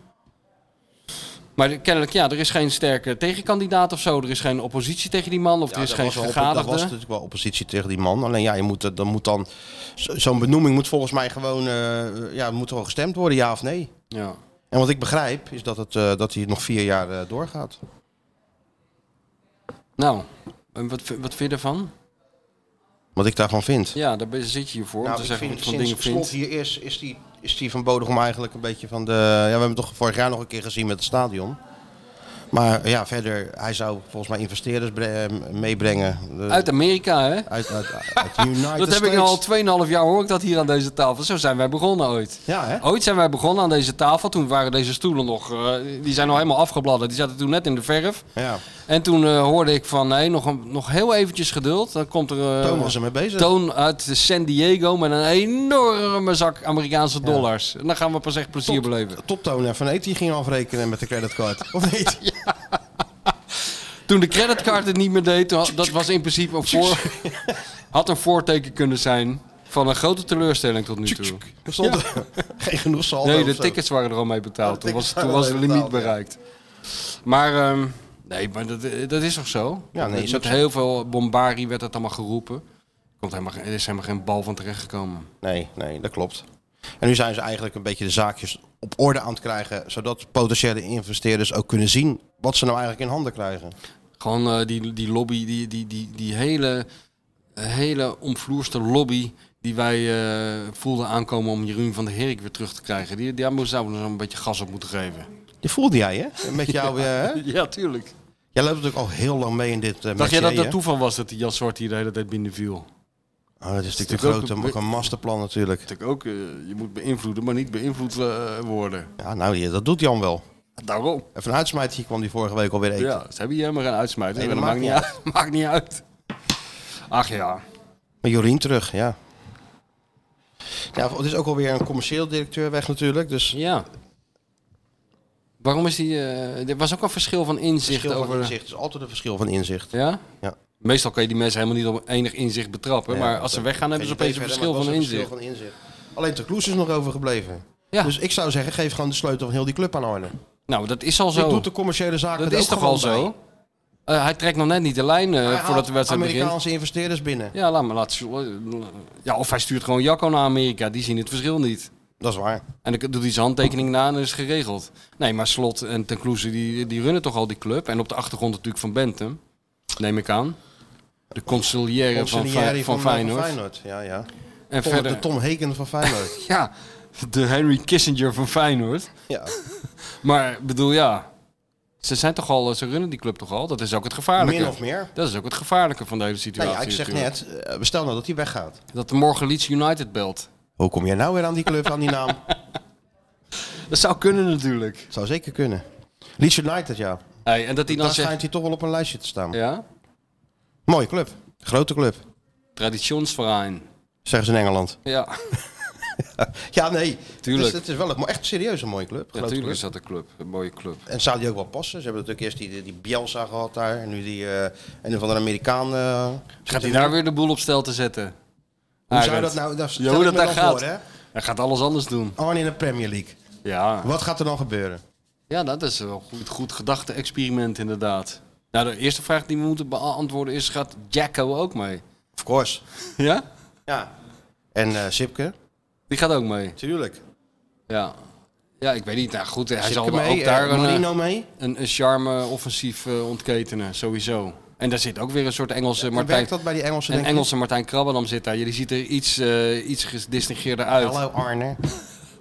Speaker 4: Maar de- kennelijk, ja, er is geen sterke tegenkandidaat of zo. Er is geen oppositie tegen die man. Of
Speaker 3: Ja,
Speaker 4: er is
Speaker 3: daar
Speaker 4: Dus geen
Speaker 3: was wel op-
Speaker 4: vergaderde.
Speaker 3: Daar was natuurlijk wel oppositie tegen die man. Alleen ja, je moet, dat- dan moet dan... zo- Zo'n benoeming moet volgens mij gewoon... eh, ja, moet gewoon gestemd worden, ja of nee.
Speaker 4: Ja.
Speaker 3: En wat ik begrijp is dat, het, eh, dat hij nog vier jaar eh, doorgaat.
Speaker 4: Nou, en wat, vind- wat vind je ervan?
Speaker 3: Wat ik daarvan vind.
Speaker 4: Ja, daar ben- zit je hier voor. om
Speaker 3: Nou,
Speaker 4: te
Speaker 3: ik
Speaker 4: zeggen
Speaker 3: vind
Speaker 4: wat je van
Speaker 3: sinds
Speaker 4: dingen vindt.
Speaker 3: Slot hier is, is die, is die van Bodegom eigenlijk een beetje van de... Ja, we hebben hem toch vorig jaar nog een keer gezien met het stadion. Maar ja, verder, hij zou volgens mij investeerders bre- eh, meebrengen. De-
Speaker 4: Uit Amerika, hè?
Speaker 3: uit, uit,
Speaker 4: [laughs]
Speaker 3: uit de United
Speaker 4: dat heb ik
Speaker 3: States.
Speaker 4: nu al 2,5 jaar hoor ik dat hier aan deze tafel. Zo zijn wij begonnen ooit.
Speaker 3: Ja, hè?
Speaker 4: Ooit zijn wij begonnen aan deze tafel. Toen waren deze stoelen nog. eh, die zijn nog helemaal afgebladderd. Die zaten toen net in de verf.
Speaker 3: Ja.
Speaker 4: En toen eh, hoorde ik van nee, nog, een, nog heel eventjes geduld. Dan komt er. eh,
Speaker 3: Toon was ermee bezig.
Speaker 4: Toon uit San Diego met een enorme zak Amerikaanse dollars. En dan gaan we pas echt plezier beleven.
Speaker 3: Toptoon en Van Eet die gingen afrekenen met de creditcard. Of niet?
Speaker 4: [laughs] Toen de creditcard het niet meer deed, toen had- dat was in principe een
Speaker 3: [laughs]
Speaker 4: voor, had een voorteken kunnen zijn van een grote teleurstelling tot nu toe.
Speaker 3: Er stond geen genoeg saldo.
Speaker 4: Nee,
Speaker 3: of
Speaker 4: de
Speaker 3: zo.
Speaker 4: tickets waren er al mee betaald.
Speaker 3: de
Speaker 4: Toen was,
Speaker 3: tickets
Speaker 4: toen
Speaker 3: waren al
Speaker 4: was de
Speaker 3: mee
Speaker 4: limiet
Speaker 3: betaald,
Speaker 4: bereikt. Maar ehm, nee, maar dat, eh, dat is toch zo?
Speaker 3: Ja, nee,
Speaker 4: met
Speaker 3: is
Speaker 4: met
Speaker 3: ook
Speaker 4: heel veel bombardie werd dat allemaal geroepen. Komt helemaal, geen- er is helemaal geen bal van terechtgekomen.
Speaker 3: Nee, nee, dat klopt. En nu zijn ze eigenlijk een beetje de zaakjes op orde aan het krijgen. Zodat potentiële investeerders ook kunnen zien wat ze nou eigenlijk in handen krijgen.
Speaker 4: Gewoon eh, die, die lobby, die, die, die, die hele, eh, hele omvloerste lobby die wij eh, voelden aankomen om Jeroen van der Herik weer terug te krijgen. Die, die daar zouden we nog een beetje gas op moeten geven.
Speaker 3: Die voelde jij, hè? Met jou, eh, hè?
Speaker 4: Ja, tuurlijk.
Speaker 3: Jij loopt natuurlijk al heel lang mee in dit uh,
Speaker 4: Dacht jij dat dat toeval was dat die Jan Zwart hier de hele tijd binnen viel?
Speaker 3: Oh, dat is
Speaker 4: natuurlijk
Speaker 3: natuurlijk een
Speaker 4: ook
Speaker 3: grote
Speaker 4: een
Speaker 3: ook een masterplan natuurlijk.
Speaker 4: Natuurlijk ook, eh, je moet beïnvloeden, maar niet beïnvloed eh, worden.
Speaker 3: Ja, nou, die- dat doet Jan wel.
Speaker 4: Daarom.
Speaker 3: Even een uitsmijtje kwam die vorige week alweer eten.
Speaker 4: Ja, ze hebben hier helemaal geen uitsmijter.
Speaker 3: Nee,
Speaker 4: maar dat
Speaker 3: dat
Speaker 4: maakt niet uit. [laughs] maakt niet uit. Ach ja.
Speaker 3: Maar Jorien terug, ja. Ja, het is ook alweer een commercieel directeur weg natuurlijk. Dus
Speaker 4: Ja. Waarom is die... eh, er was ook een verschil van inzicht
Speaker 3: verschil
Speaker 4: over...
Speaker 3: van inzicht is altijd een verschil van inzicht.
Speaker 4: Ja?
Speaker 3: Ja.
Speaker 4: Meestal kan je die mensen helemaal niet op enig inzicht betrappen.
Speaker 3: Ja,
Speaker 4: maar als ze
Speaker 3: dat-
Speaker 4: weggaan, hebben ze
Speaker 3: Geen
Speaker 4: opeens een
Speaker 3: idee
Speaker 4: verschil
Speaker 3: verder,
Speaker 4: van
Speaker 3: maar het was
Speaker 4: inzicht.
Speaker 3: een verschil van inzicht. Alleen de Kloes is nog overgebleven.
Speaker 4: Ja.
Speaker 3: Dus ik zou zeggen, geef gewoon de sleutel van heel die club aan Arne.
Speaker 4: Nou, dat is al
Speaker 3: Dit
Speaker 4: zo.
Speaker 3: doet de commerciële zaken
Speaker 4: Dat
Speaker 3: er
Speaker 4: is
Speaker 3: ook
Speaker 4: toch al
Speaker 3: gewoon
Speaker 4: zo?
Speaker 3: bij.
Speaker 4: Eh, hij trekt nog net niet de lijn eh,
Speaker 3: Hij
Speaker 4: voordat
Speaker 3: haalt
Speaker 4: de wedstrijd begint.
Speaker 3: Amerikaanse investeerders binnen.
Speaker 4: Ja, laat maar laten. Ja, of hij stuurt gewoon Jacco naar Amerika. Die zien het verschil niet.
Speaker 3: Dat is waar.
Speaker 4: En dan doet hij zijn handtekening na en dan is het geregeld. Nee, maar Slot en Ten Kloeze, die, die runnen toch al die club. En op de achtergrond natuurlijk van Bentham, neem ik aan. De consigliere van,
Speaker 3: Consigliere
Speaker 4: van, van Feyenoord.
Speaker 3: eh, Ja, ja.
Speaker 4: En
Speaker 3: Tom,
Speaker 4: verder,
Speaker 3: De Tom Heken van Feyenoord.
Speaker 4: [laughs] ja, de Henry Kissinger van Feyenoord.
Speaker 3: ja.
Speaker 4: Maar ik bedoel, ja, ze zijn toch al, ze runnen die club toch al. Dat is ook het gevaarlijke.
Speaker 3: Min of meer.
Speaker 4: Dat is ook het gevaarlijke van de hele
Speaker 3: Nou
Speaker 4: situatie.
Speaker 3: ja, ik zeg
Speaker 4: natuurlijk.
Speaker 3: net, eh, stel nou dat hij weggaat.
Speaker 4: Dat de morgen Leeds United belt.
Speaker 3: Hoe kom jij nou weer aan die club, aan die naam?
Speaker 4: [laughs] Dat zou kunnen natuurlijk.
Speaker 3: Zou zeker kunnen. Leeds United,
Speaker 4: Nou,
Speaker 3: ja.
Speaker 4: Hey, en dat hij dan
Speaker 3: Daar
Speaker 4: zegt,
Speaker 3: schijnt hij toch wel op een lijstje te staan.
Speaker 4: ja,
Speaker 3: Mooie club. Grote club.
Speaker 4: traditionsverein.
Speaker 3: Zeggen ze in Engeland.
Speaker 4: Ja.
Speaker 3: Ja, nee.
Speaker 4: Tuurlijk.
Speaker 3: Dus het is wel een, maar echt serieus een mooie club. Grote
Speaker 4: Natuurlijk
Speaker 3: club.
Speaker 4: is dat een club, een mooie club.
Speaker 3: En zou die ook wel passen? Ze hebben natuurlijk eerst die, die Bielsa gehad daar. En nu die eh een of andere Amerikaan. eh,
Speaker 4: Gaat hij daar weer de boel op stel te zetten?
Speaker 3: Hoe zou
Speaker 4: Arend.
Speaker 3: dat nou... Dat stel
Speaker 4: Ja, hoe
Speaker 3: ik
Speaker 4: dat
Speaker 3: me
Speaker 4: daar
Speaker 3: dan
Speaker 4: gaat.
Speaker 3: voor, hè?
Speaker 4: Hij gaat alles anders doen.
Speaker 3: Arne in de Premier League.
Speaker 4: Ja,
Speaker 3: Wat gaat er dan gebeuren?
Speaker 4: ja dat is wel een goed, goed gedachte-experiment inderdaad. Nou, de eerste vraag die we moeten beantwoorden is, gaat Jacko ook mee?
Speaker 3: Of course.
Speaker 4: Ja?
Speaker 3: Ja. En eh Sipke?
Speaker 4: Die gaat ook mee,
Speaker 3: Tuurlijk.
Speaker 4: ja. Ja, ik weet niet. Nou goed, hij zal
Speaker 3: Sipke
Speaker 4: wel
Speaker 3: mee.
Speaker 4: ook daar
Speaker 3: eh,
Speaker 4: een, eh,
Speaker 3: Marino mee.
Speaker 4: een, een charme-offensief eh, ontketenen, sowieso. En daar zit ook weer een soort Engelse
Speaker 3: Maar
Speaker 4: Martijn...
Speaker 3: werkt dat bij die Engelsen?
Speaker 4: Een
Speaker 3: denk je?
Speaker 4: Engelse Martijn Krabbenam zit daar. Jullie ziet er iets, eh iets gedistingeerder uit.
Speaker 3: Hallo Arne.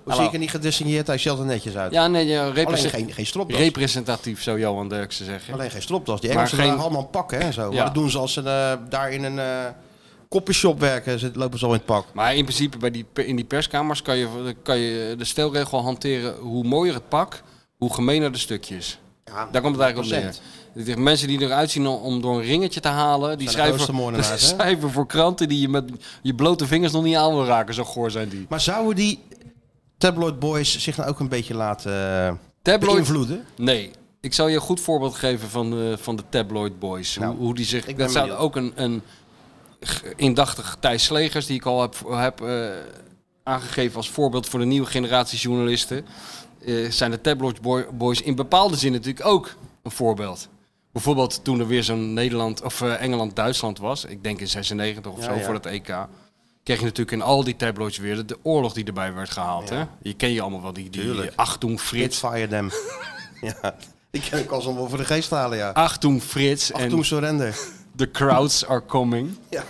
Speaker 3: Hoe zie ik er niet gedistingueerd? Hij ziet er netjes uit.
Speaker 4: Ja, nee, ja, repres-
Speaker 3: Alleen geen, geen stropdas.
Speaker 4: representatief zou Johan Derksen zeggen.
Speaker 3: Alleen geen stropdas. Die
Speaker 4: Maar
Speaker 3: Engelsen
Speaker 4: geen-
Speaker 3: dragen allemaal een pak hè, en zo.
Speaker 4: Ja.
Speaker 3: Maar dat doen ze als ze eh, daar in een eh koppenshop werken. Ze lopen ze al in het pak.
Speaker 4: Maar in principe bij die, per- in die perskamers kan je, kan je de stelregel hanteren. Hoe mooier het pak, hoe gemener de stukjes.
Speaker 3: Ja,
Speaker 4: Daar komt het eigenlijk op neer. Ik zeg, Mensen die eruit zien om- om door een ringetje te halen, die
Speaker 3: de
Speaker 4: schrijven,
Speaker 3: grootste moordenaars,
Speaker 4: [laughs]
Speaker 3: hè?
Speaker 4: die schrijven voor kranten die je met je blote vingers nog niet aan wil raken. Zo goor zijn die.
Speaker 3: Maar zouden die tabloid boys zich nou ook een beetje laten eh,
Speaker 4: Tabloid
Speaker 3: beïnvloeden?
Speaker 4: Nee. Ik zal je een goed voorbeeld geven van de, van de Tabloid Boys.
Speaker 3: Nou,
Speaker 4: hoe, hoe die zich.
Speaker 3: ik ben
Speaker 4: Dat zou
Speaker 3: benieuwd.
Speaker 4: ook een, een g- indachtig Thijs Slegers, die ik al heb, heb eh, aangegeven als voorbeeld voor de nieuwe generatie journalisten. eh, zijn de Tabloid boy- Boys in bepaalde zin natuurlijk ook een voorbeeld. Bijvoorbeeld toen er weer zo'n Nederland of eh, Engeland-Duitsland was, ik denk in 96 of
Speaker 3: Ja,
Speaker 4: zo
Speaker 3: ja.
Speaker 4: voor het EK, kreeg je natuurlijk in al die tabloids weer de, de oorlog die erbij werd gehaald. Hè? Je ken je allemaal wel, die, die
Speaker 3: Tuurlijk.
Speaker 4: Achtung
Speaker 3: Dit
Speaker 4: Frits,
Speaker 3: fire
Speaker 4: [laughs]
Speaker 3: them. ja, die kan ik als wel voor de geest halen, ja.
Speaker 4: Achtung Frits en
Speaker 3: Achtung
Speaker 4: [laughs]
Speaker 3: surrender.
Speaker 4: The Crowds Are Coming.
Speaker 3: Ja,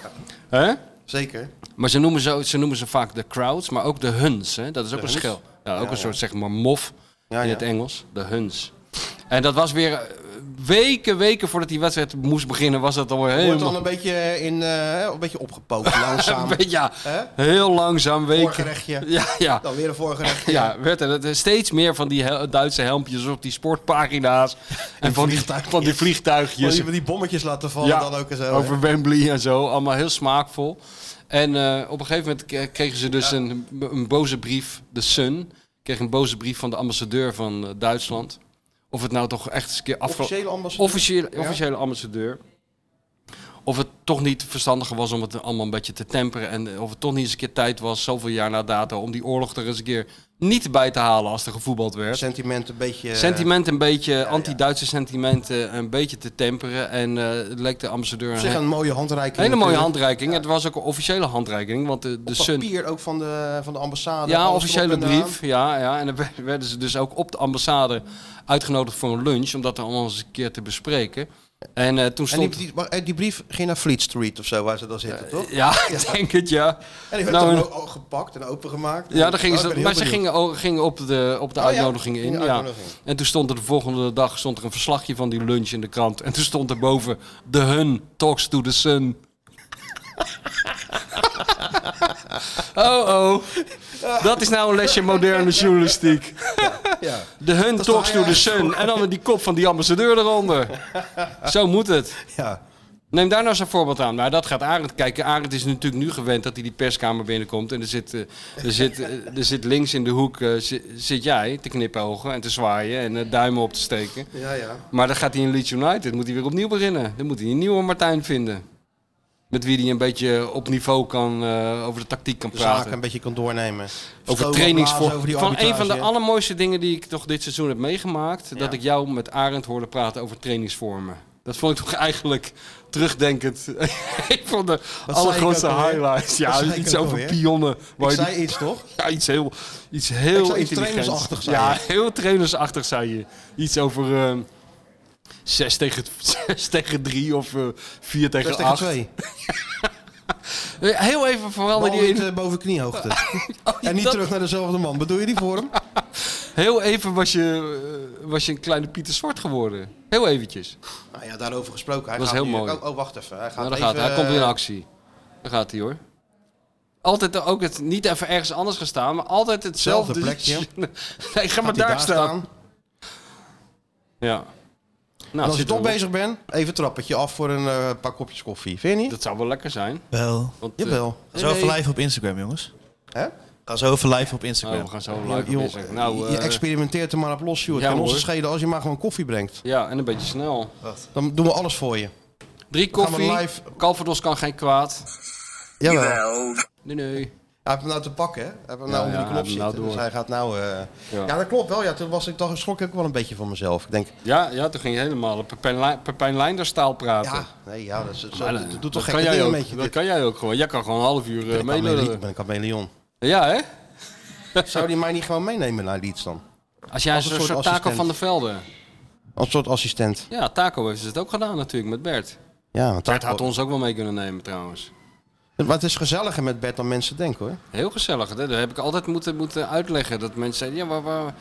Speaker 4: Hè?
Speaker 3: zeker.
Speaker 4: Maar ze noemen ze, ze noemen ze vaak de crowds, maar ook de huns. Hè? Dat is ook een
Speaker 3: huns?
Speaker 4: schil. Ja, ook een soort zeg maar mof
Speaker 3: Ja,
Speaker 4: in
Speaker 3: ja.
Speaker 4: het Engels. De huns. En dat was weer eh, weken, weken voordat die wedstrijd moest beginnen, was dat alweer
Speaker 3: Wordt
Speaker 4: helemaal...
Speaker 3: dan
Speaker 4: [laughs]
Speaker 3: een beetje, in, eh, een beetje opgepookt, langzaam.
Speaker 4: Een beetje- ja,
Speaker 3: Hè?
Speaker 4: heel langzaam weken.
Speaker 3: Voorgerechtje.
Speaker 4: [laughs] Ja, ja.
Speaker 3: Dan weer een voorgerechtje.
Speaker 4: Ja, werd er het- steeds meer van die hel- Duitse helmpjes op die sportpagina's. En van die,
Speaker 3: vliegtuigjes.
Speaker 4: van die
Speaker 3: Wil
Speaker 4: vliegtuigjes.
Speaker 3: je die bommetjes laten vallen dan ook en zo. hè?
Speaker 4: Over Wembley en zo. Allemaal heel smaakvol. En eh, op een gegeven moment k- kregen ze dus een, een boze brief. De Sun kreeg een boze brief van de ambassadeur van eh, Duitsland. Of het nou toch echt eens een keer afgelopen
Speaker 3: Officiële ambassadeur.
Speaker 4: officiële, officiële ambassadeur. Of het toch niet verstandiger was om het allemaal een beetje te temperen. En eh, of het toch niet eens een keer tijd was, zoveel jaar na dato, om die oorlog er eens een keer niet bij te halen als er gevoetbald werd.
Speaker 3: Sentiment een beetje... eh,
Speaker 4: Sentiment een beetje, anti-Duitse sentimenten een beetje te temperen. En eh, het leek de ambassadeur
Speaker 3: Op
Speaker 4: een,
Speaker 3: zich
Speaker 4: he-
Speaker 3: een mooie handreiking.
Speaker 4: hele mooie
Speaker 3: natuurlijk.
Speaker 4: handreiking. Het was ook een officiële handreiking, want de, de
Speaker 3: Op
Speaker 4: Sun...
Speaker 3: papier ook van de, van de ambassade.
Speaker 4: Ja,
Speaker 3: alles
Speaker 4: officiële
Speaker 3: erop en eraan.
Speaker 4: brief. Ja, ja. En dan werd- werden ze dus ook op de ambassade uitgenodigd voor een lunch, om dat allemaal eens een keer te bespreken. En eh,
Speaker 3: En
Speaker 4: toen
Speaker 3: die,
Speaker 4: stond...
Speaker 3: die, maar, eh, die brief ging naar Fleet Street of zo, waar ze dan zitten, toch? En
Speaker 4: Ja, [laughs] ik denk het, ja.
Speaker 3: die werd
Speaker 4: nou,
Speaker 3: dan ook ook gepakt en opengemaakt.
Speaker 4: Ja, daar gingen
Speaker 3: Oh, ik
Speaker 4: ze,
Speaker 3: ben heel
Speaker 4: maar ze
Speaker 3: benieuwd.
Speaker 4: gingen, o- gingen op de, op de
Speaker 3: Oh ja,
Speaker 4: uitnodiging in.
Speaker 3: gingen de
Speaker 4: Ja.
Speaker 3: uitnodiging.
Speaker 4: En toen stond er de volgende dag stond er een verslagje van die lunch in de krant. En toen stond er boven, de hun talks to the sun. [laughs] oh, oh. Dat is nou een lesje moderne journalistiek.
Speaker 3: Ja.
Speaker 4: De hun
Speaker 3: is de
Speaker 4: talks to the
Speaker 3: highlight.
Speaker 4: sun. En dan die kop van die ambassadeur eronder. Zo moet het.
Speaker 3: Ja.
Speaker 4: Neem daar nou zo'n voorbeeld aan. Nou, dat gaat Arend kijken. Arend is natuurlijk nu gewend dat hij die perskamer binnenkomt. En er zit, eh, er zit, eh, er zit links in de hoek eh, zi- zit jij te knipogen en te zwaaien en eh, duimen op te steken.
Speaker 3: ja, ja.
Speaker 4: Maar dan gaat hij in Leeds United. moet hij weer opnieuw beginnen. Dan moet hij een nieuwe Martijn vinden. Met wie hij een beetje op niveau kan, eh, over de tactiek kan
Speaker 3: De
Speaker 4: praten.
Speaker 3: zaken een beetje kan doornemen.
Speaker 4: Over
Speaker 3: Stomen blazen, over
Speaker 4: trainingsvorm.
Speaker 3: die
Speaker 4: Van een
Speaker 3: arbitrage.
Speaker 4: van de allermooiste dingen die ik toch dit seizoen heb meegemaakt. Dat ik jou met Arend hoorde praten over trainingsvormen. Dat vond ik toch eigenlijk terugdenkend. [laughs] een van de
Speaker 3: ik
Speaker 4: allergrootste
Speaker 3: ook alweer?
Speaker 4: highlights. Ja,
Speaker 3: Wat zei ik
Speaker 4: iets
Speaker 3: ook
Speaker 4: over
Speaker 3: alweer?
Speaker 4: pionnen.
Speaker 3: Ik
Speaker 4: Waar je
Speaker 3: zei
Speaker 4: die-
Speaker 3: iets, toch?
Speaker 4: ja, iets heel, iets heel
Speaker 3: Ik zei iets
Speaker 4: intelligents.
Speaker 3: trainersachtigs, zei
Speaker 4: Ja,
Speaker 3: je.
Speaker 4: [laughs] heel trainersachtig zei je. Iets over ehm 6 tegen [laughs] 6 tegen 3 of eh 4
Speaker 3: Dat
Speaker 4: tegen
Speaker 3: tegen
Speaker 4: 8.
Speaker 3: twee.
Speaker 4: [laughs] Heel even
Speaker 3: Bal
Speaker 4: veranderde die
Speaker 3: niet
Speaker 4: in. Oh,
Speaker 3: eh, boven
Speaker 4: [laughs]
Speaker 3: kniehoogte. en niet
Speaker 4: dat-
Speaker 3: terug naar dezelfde man. Bedoel je die voor hem?
Speaker 4: Heel even was je, eh, was je een kleine Pieter Zwart geworden. Heel eventjes.
Speaker 3: Nou ja, daarover gesproken. Hij
Speaker 4: Dat is
Speaker 3: gaat
Speaker 4: heel
Speaker 3: nu-
Speaker 4: mooi.
Speaker 3: Oh, oh, wacht even. Hij, gaat
Speaker 4: Nou, daar
Speaker 3: even,
Speaker 4: gaat hij. Hij komt weer in
Speaker 3: eh,
Speaker 4: actie. Daar gaat hij hoor. Altijd ook het, niet even ergens anders gaan staan, maar altijd hetzelfde.
Speaker 3: Hetzelfde plekje.
Speaker 4: [laughs] nee, ga maar
Speaker 3: gaat hij
Speaker 4: daar, staan. Ja. Nou,
Speaker 3: En als je
Speaker 4: zit
Speaker 3: toch
Speaker 4: erop.
Speaker 3: bezig bent, even een trappetje af voor een eh, paar kopjes koffie. Vind je niet?
Speaker 4: Dat zou wel lekker zijn.
Speaker 7: Wel.
Speaker 4: Want, eh,
Speaker 3: Jawel.
Speaker 7: Ga zo even live op Instagram, jongens.
Speaker 3: Hè?
Speaker 7: Ga zo even live op
Speaker 4: oh,
Speaker 7: Instagram.
Speaker 4: we gaan zo
Speaker 3: Ja,
Speaker 4: live
Speaker 3: joh,
Speaker 4: bezig. Nou,
Speaker 3: je- je
Speaker 4: eh,
Speaker 3: experimenteert er maar op los, joh. Het
Speaker 4: ja,
Speaker 3: kan ons
Speaker 4: hoor.
Speaker 3: schelen als je maar gewoon koffie brengt.
Speaker 4: ja, en een beetje snel.
Speaker 3: Dan doen we alles voor je.
Speaker 4: Drie
Speaker 3: gaan we
Speaker 4: koffie.
Speaker 3: live.
Speaker 4: Calvados kan geen kwaad.
Speaker 3: Jawel. Hij
Speaker 8: Jawel.
Speaker 4: Nee, nee.
Speaker 3: heeft hem nou te pakken, hè? Hij heeft hem nou
Speaker 4: Ja,
Speaker 3: onder
Speaker 4: ja,
Speaker 3: de knop
Speaker 4: hij heeft hem
Speaker 3: zitten.
Speaker 4: nou
Speaker 3: dus hij gaat nou... eh,
Speaker 4: Ja.
Speaker 3: ja. dat klopt wel. Ja, toen was ik, dan schrok ik ook wel een beetje van mezelf. Ik denk,
Speaker 4: Ja, ja, toen ging je helemaal op Pepijn Lijn- Pepijn Leinderstaal praten.
Speaker 3: ja, nee, ja, dat, is, dat,
Speaker 4: Maar
Speaker 3: dat
Speaker 4: dan-
Speaker 3: doet toch
Speaker 4: Ah, dat
Speaker 3: gekke
Speaker 4: kan jij
Speaker 3: dingen
Speaker 4: ook.
Speaker 3: met je.
Speaker 4: Dat
Speaker 3: dit.
Speaker 4: kan jij ook gewoon. Jij kan gewoon een half uur eh,
Speaker 3: Ik ben een chamele-
Speaker 4: meelullen.
Speaker 3: Ik ben een chameleon.
Speaker 4: Ja, hè?
Speaker 3: Zou die mij niet gewoon meenemen naar Leeds dan?
Speaker 4: Als jij
Speaker 3: Als een
Speaker 4: zo'n
Speaker 3: soort
Speaker 4: soort Taco
Speaker 3: assistent.
Speaker 4: van de Velden.
Speaker 3: Als soort assistent.
Speaker 4: Ja, Taco heeft het ook gedaan natuurlijk met Bert.
Speaker 3: Ja, want
Speaker 4: Bert
Speaker 3: daar-
Speaker 4: had ons ook wel mee kunnen nemen trouwens.
Speaker 3: Maar het is gezelliger met bed dan mensen denken hoor.
Speaker 4: Heel gezellig. hè. Dat heb ik altijd moeten, moeten uitleggen. Dat mensen zeiden, ja, waar, waar,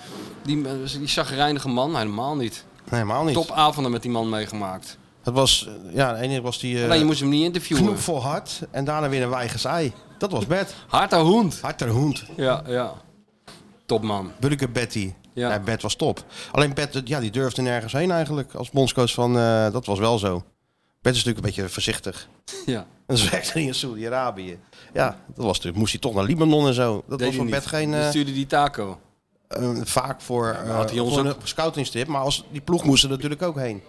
Speaker 4: die, die chagrijnige man, helemaal niet.
Speaker 3: Nee, helemaal niet.
Speaker 4: Topavonden met die man meegemaakt.
Speaker 3: Het was, eh, ja, de ene was die
Speaker 4: Alleen je
Speaker 3: eh
Speaker 4: moest hem niet interviewen.
Speaker 3: knoep vol hart en daarna weer een weigers ei. Dat was bed.
Speaker 4: Harde hond.
Speaker 3: Harter hoend.
Speaker 4: Ja, ja. Topman.
Speaker 3: Bulke Betty.
Speaker 4: Ja.
Speaker 3: Ja. Bed was top. Alleen Bed, ja, die durfde nergens heen eigenlijk als bondscoach van, eh, dat was wel zo. Bed is natuurlijk een beetje voorzichtig.
Speaker 4: Ja.
Speaker 3: En ze [laughs] werkte hij in Saudi-Arabië. Ja, dat was natuurlijk, moest hij toch naar Libanon en zo. Dat
Speaker 4: Deed
Speaker 3: was
Speaker 4: hij
Speaker 3: van
Speaker 4: niet.
Speaker 3: Bed geen,
Speaker 4: Dan
Speaker 3: eh,
Speaker 4: stuurde die taco.
Speaker 3: eh, vaak voor, eh,
Speaker 4: had hij ons
Speaker 3: voor
Speaker 4: ook-
Speaker 3: een scoutingstip. Maar als, die ploeg moest er natuurlijk ook heen.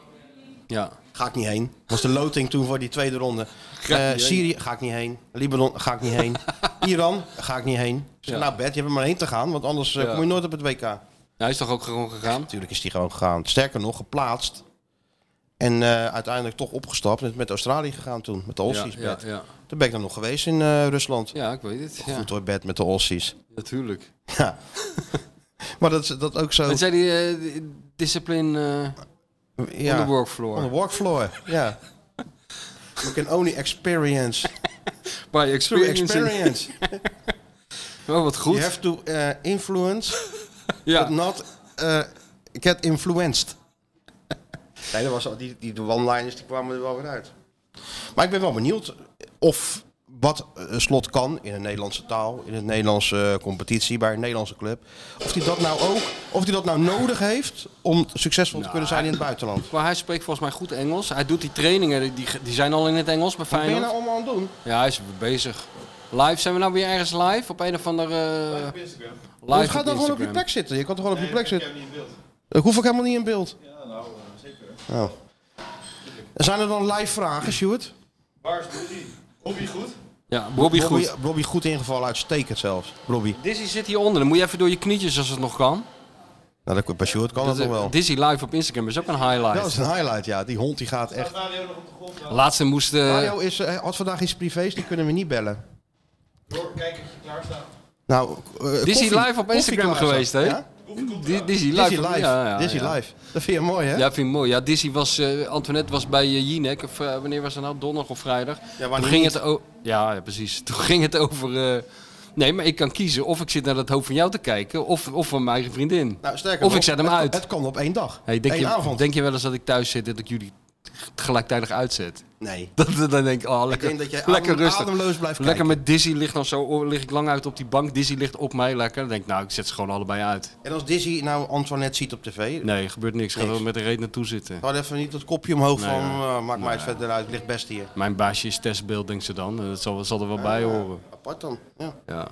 Speaker 4: Ja.
Speaker 3: Ga ik niet heen. Was de loting toen voor die tweede ronde.
Speaker 4: Ga ik
Speaker 3: Eh,
Speaker 4: niet heen.
Speaker 3: Syrië, ga ik niet heen. Libanon, ga ik niet
Speaker 4: [laughs]
Speaker 3: heen. Iran, ga ik niet heen. Ik zeg,
Speaker 4: Ja.
Speaker 3: Nou, Bert, je hebt er maar heen te gaan, want anders eh,
Speaker 4: Ja.
Speaker 3: kom je nooit op het WK.
Speaker 4: Hij is toch ook gewoon gegaan?
Speaker 3: Natuurlijk is die gewoon gegaan. Sterker nog, geplaatst. En eh, uiteindelijk toch opgestapt. en is Met Australië gegaan toen, met de
Speaker 4: ja,
Speaker 3: Aussies.
Speaker 4: ja,
Speaker 3: Bert.
Speaker 4: ja.
Speaker 3: Toen ben ik dan nog geweest in eh, Rusland.
Speaker 4: ja, ik weet het. Ja,
Speaker 3: Goed hoor, Bert, met de Aussies.
Speaker 4: natuurlijk.
Speaker 3: Ja. maar dat, is- dat ook zo...
Speaker 4: Wat zei die eh, die discipline eh on the
Speaker 3: ja,
Speaker 4: work floor?
Speaker 3: on the work floor. Ja. You can only
Speaker 4: [laughs]
Speaker 3: experience
Speaker 4: By
Speaker 3: through
Speaker 4: experiencing.
Speaker 3: experience.
Speaker 4: Oh, wat goed.
Speaker 3: You have to eh, influence,
Speaker 4: ja.
Speaker 3: but not eh, get influenced. [laughs] nee, dat was al, die, die one-liners die kwamen er wel weer uit. Maar ik ben wel benieuwd of wat eh, Slot kan in een Nederlandse taal, in een Nederlandse eh, competitie, bij een Nederlandse club. Of hij dat nou ook, of hij dat nou nodig heeft om succesvol te kunnen zijn in het buitenland.
Speaker 4: Maar hij spreekt volgens mij goed Engels. Hij doet die trainingen, die- die, die zijn al in het Engels bij
Speaker 3: Wat ben je
Speaker 4: Feyenoord.
Speaker 3: nou allemaal aan het doen?
Speaker 4: Ja, hij is bezig. Live, zijn we nou weer ergens live? Op een of andere... eh, Live
Speaker 3: het gaat dan gewoon op je
Speaker 4: Instagram.
Speaker 3: plek zitten. Je kan toch gewoon op je plek zitten. Ik hoef ook helemaal niet in beeld. Ja, nou, zeker. Zijn er dan live vragen, Stuart?
Speaker 1: Waar is Bobby? Bobby goed?
Speaker 4: Ja, Bobby
Speaker 3: Robbie,
Speaker 4: goed.
Speaker 3: Robbie goed ingevallen, uitstekend zelfs. Robbie.
Speaker 4: Dizzy zit hieronder. Dan moet je even door je knietjes als het nog kan.
Speaker 3: Nou, dat, bij Sjoerd kan dat nog wel.
Speaker 4: Dizzy live op Instagram is ook een
Speaker 3: Dat
Speaker 4: highlight.
Speaker 3: is een highlight, ja. Die hond die gaat echt...
Speaker 4: Laatste moest... eh,
Speaker 3: Mario is, eh, had vandaag iets privés, die kunnen we niet bellen. Nou, eh,
Speaker 4: Dit is
Speaker 3: koffie-
Speaker 4: hij live op
Speaker 3: koffie
Speaker 4: Instagram
Speaker 3: klaarstaan.
Speaker 4: geweest, hè?
Speaker 3: Ja?
Speaker 4: Di- Dizzy
Speaker 3: Dit
Speaker 4: live.
Speaker 3: is hij live.
Speaker 4: Ja, ja,
Speaker 3: Dit is hij
Speaker 4: ja.
Speaker 3: live. Dat vind je mooi, hè?
Speaker 4: Ja, vind ik mooi. Ja, Dizzy was, eh, Antoinette was bij eh, Jinek, of eh, wanneer was dat nou? Donderdag of vrijdag.
Speaker 3: wanneer
Speaker 4: Toen ging
Speaker 3: niet?
Speaker 4: het o- ja, ja, precies. Toen ging het over... eh, nee, maar ik kan kiezen of ik zit naar dat hoofd van jou te kijken, of, of van mijn eigen vriendin.
Speaker 3: Nou, sterker
Speaker 4: Of
Speaker 3: nog,
Speaker 4: ik zet hem
Speaker 3: het,
Speaker 4: uit.
Speaker 3: Het kan op één dag.
Speaker 4: Hey, denk,
Speaker 3: Eén
Speaker 4: je,
Speaker 3: avond.
Speaker 4: denk je wel eens dat ik thuis zit en dat ik jullie gelijktijdig uitzet? [laughs]
Speaker 3: Nee.
Speaker 4: Dat, dat- dan denk ik, oh, lekker,
Speaker 3: denk dat jij adem-
Speaker 4: lekker rustig.
Speaker 3: ademloos blijft
Speaker 4: Lekker
Speaker 3: kijken.
Speaker 4: met Dizzy ligt nog zo, oh, lig ik lang uit op die bank. Dizzy ligt op mij lekker. Dan denk ik, nou, ik zet ze gewoon allebei uit.
Speaker 3: En als Dizzy nou Antoinette ziet op tv...
Speaker 4: Nee, gebeurt niks. Ga
Speaker 3: Niks. Oh.
Speaker 4: wel met de reet naartoe zitten.
Speaker 3: Houd even niet dat kopje omhoog
Speaker 4: Nee,
Speaker 3: van...
Speaker 4: hoor.
Speaker 3: eh, maak mij het verder uit, ik lig best hier.
Speaker 4: Mijn baasje is testbeeld, denkt ze dan. Dat zal, zal er wel bij horen.
Speaker 3: Apart dan, ja.
Speaker 4: Ja.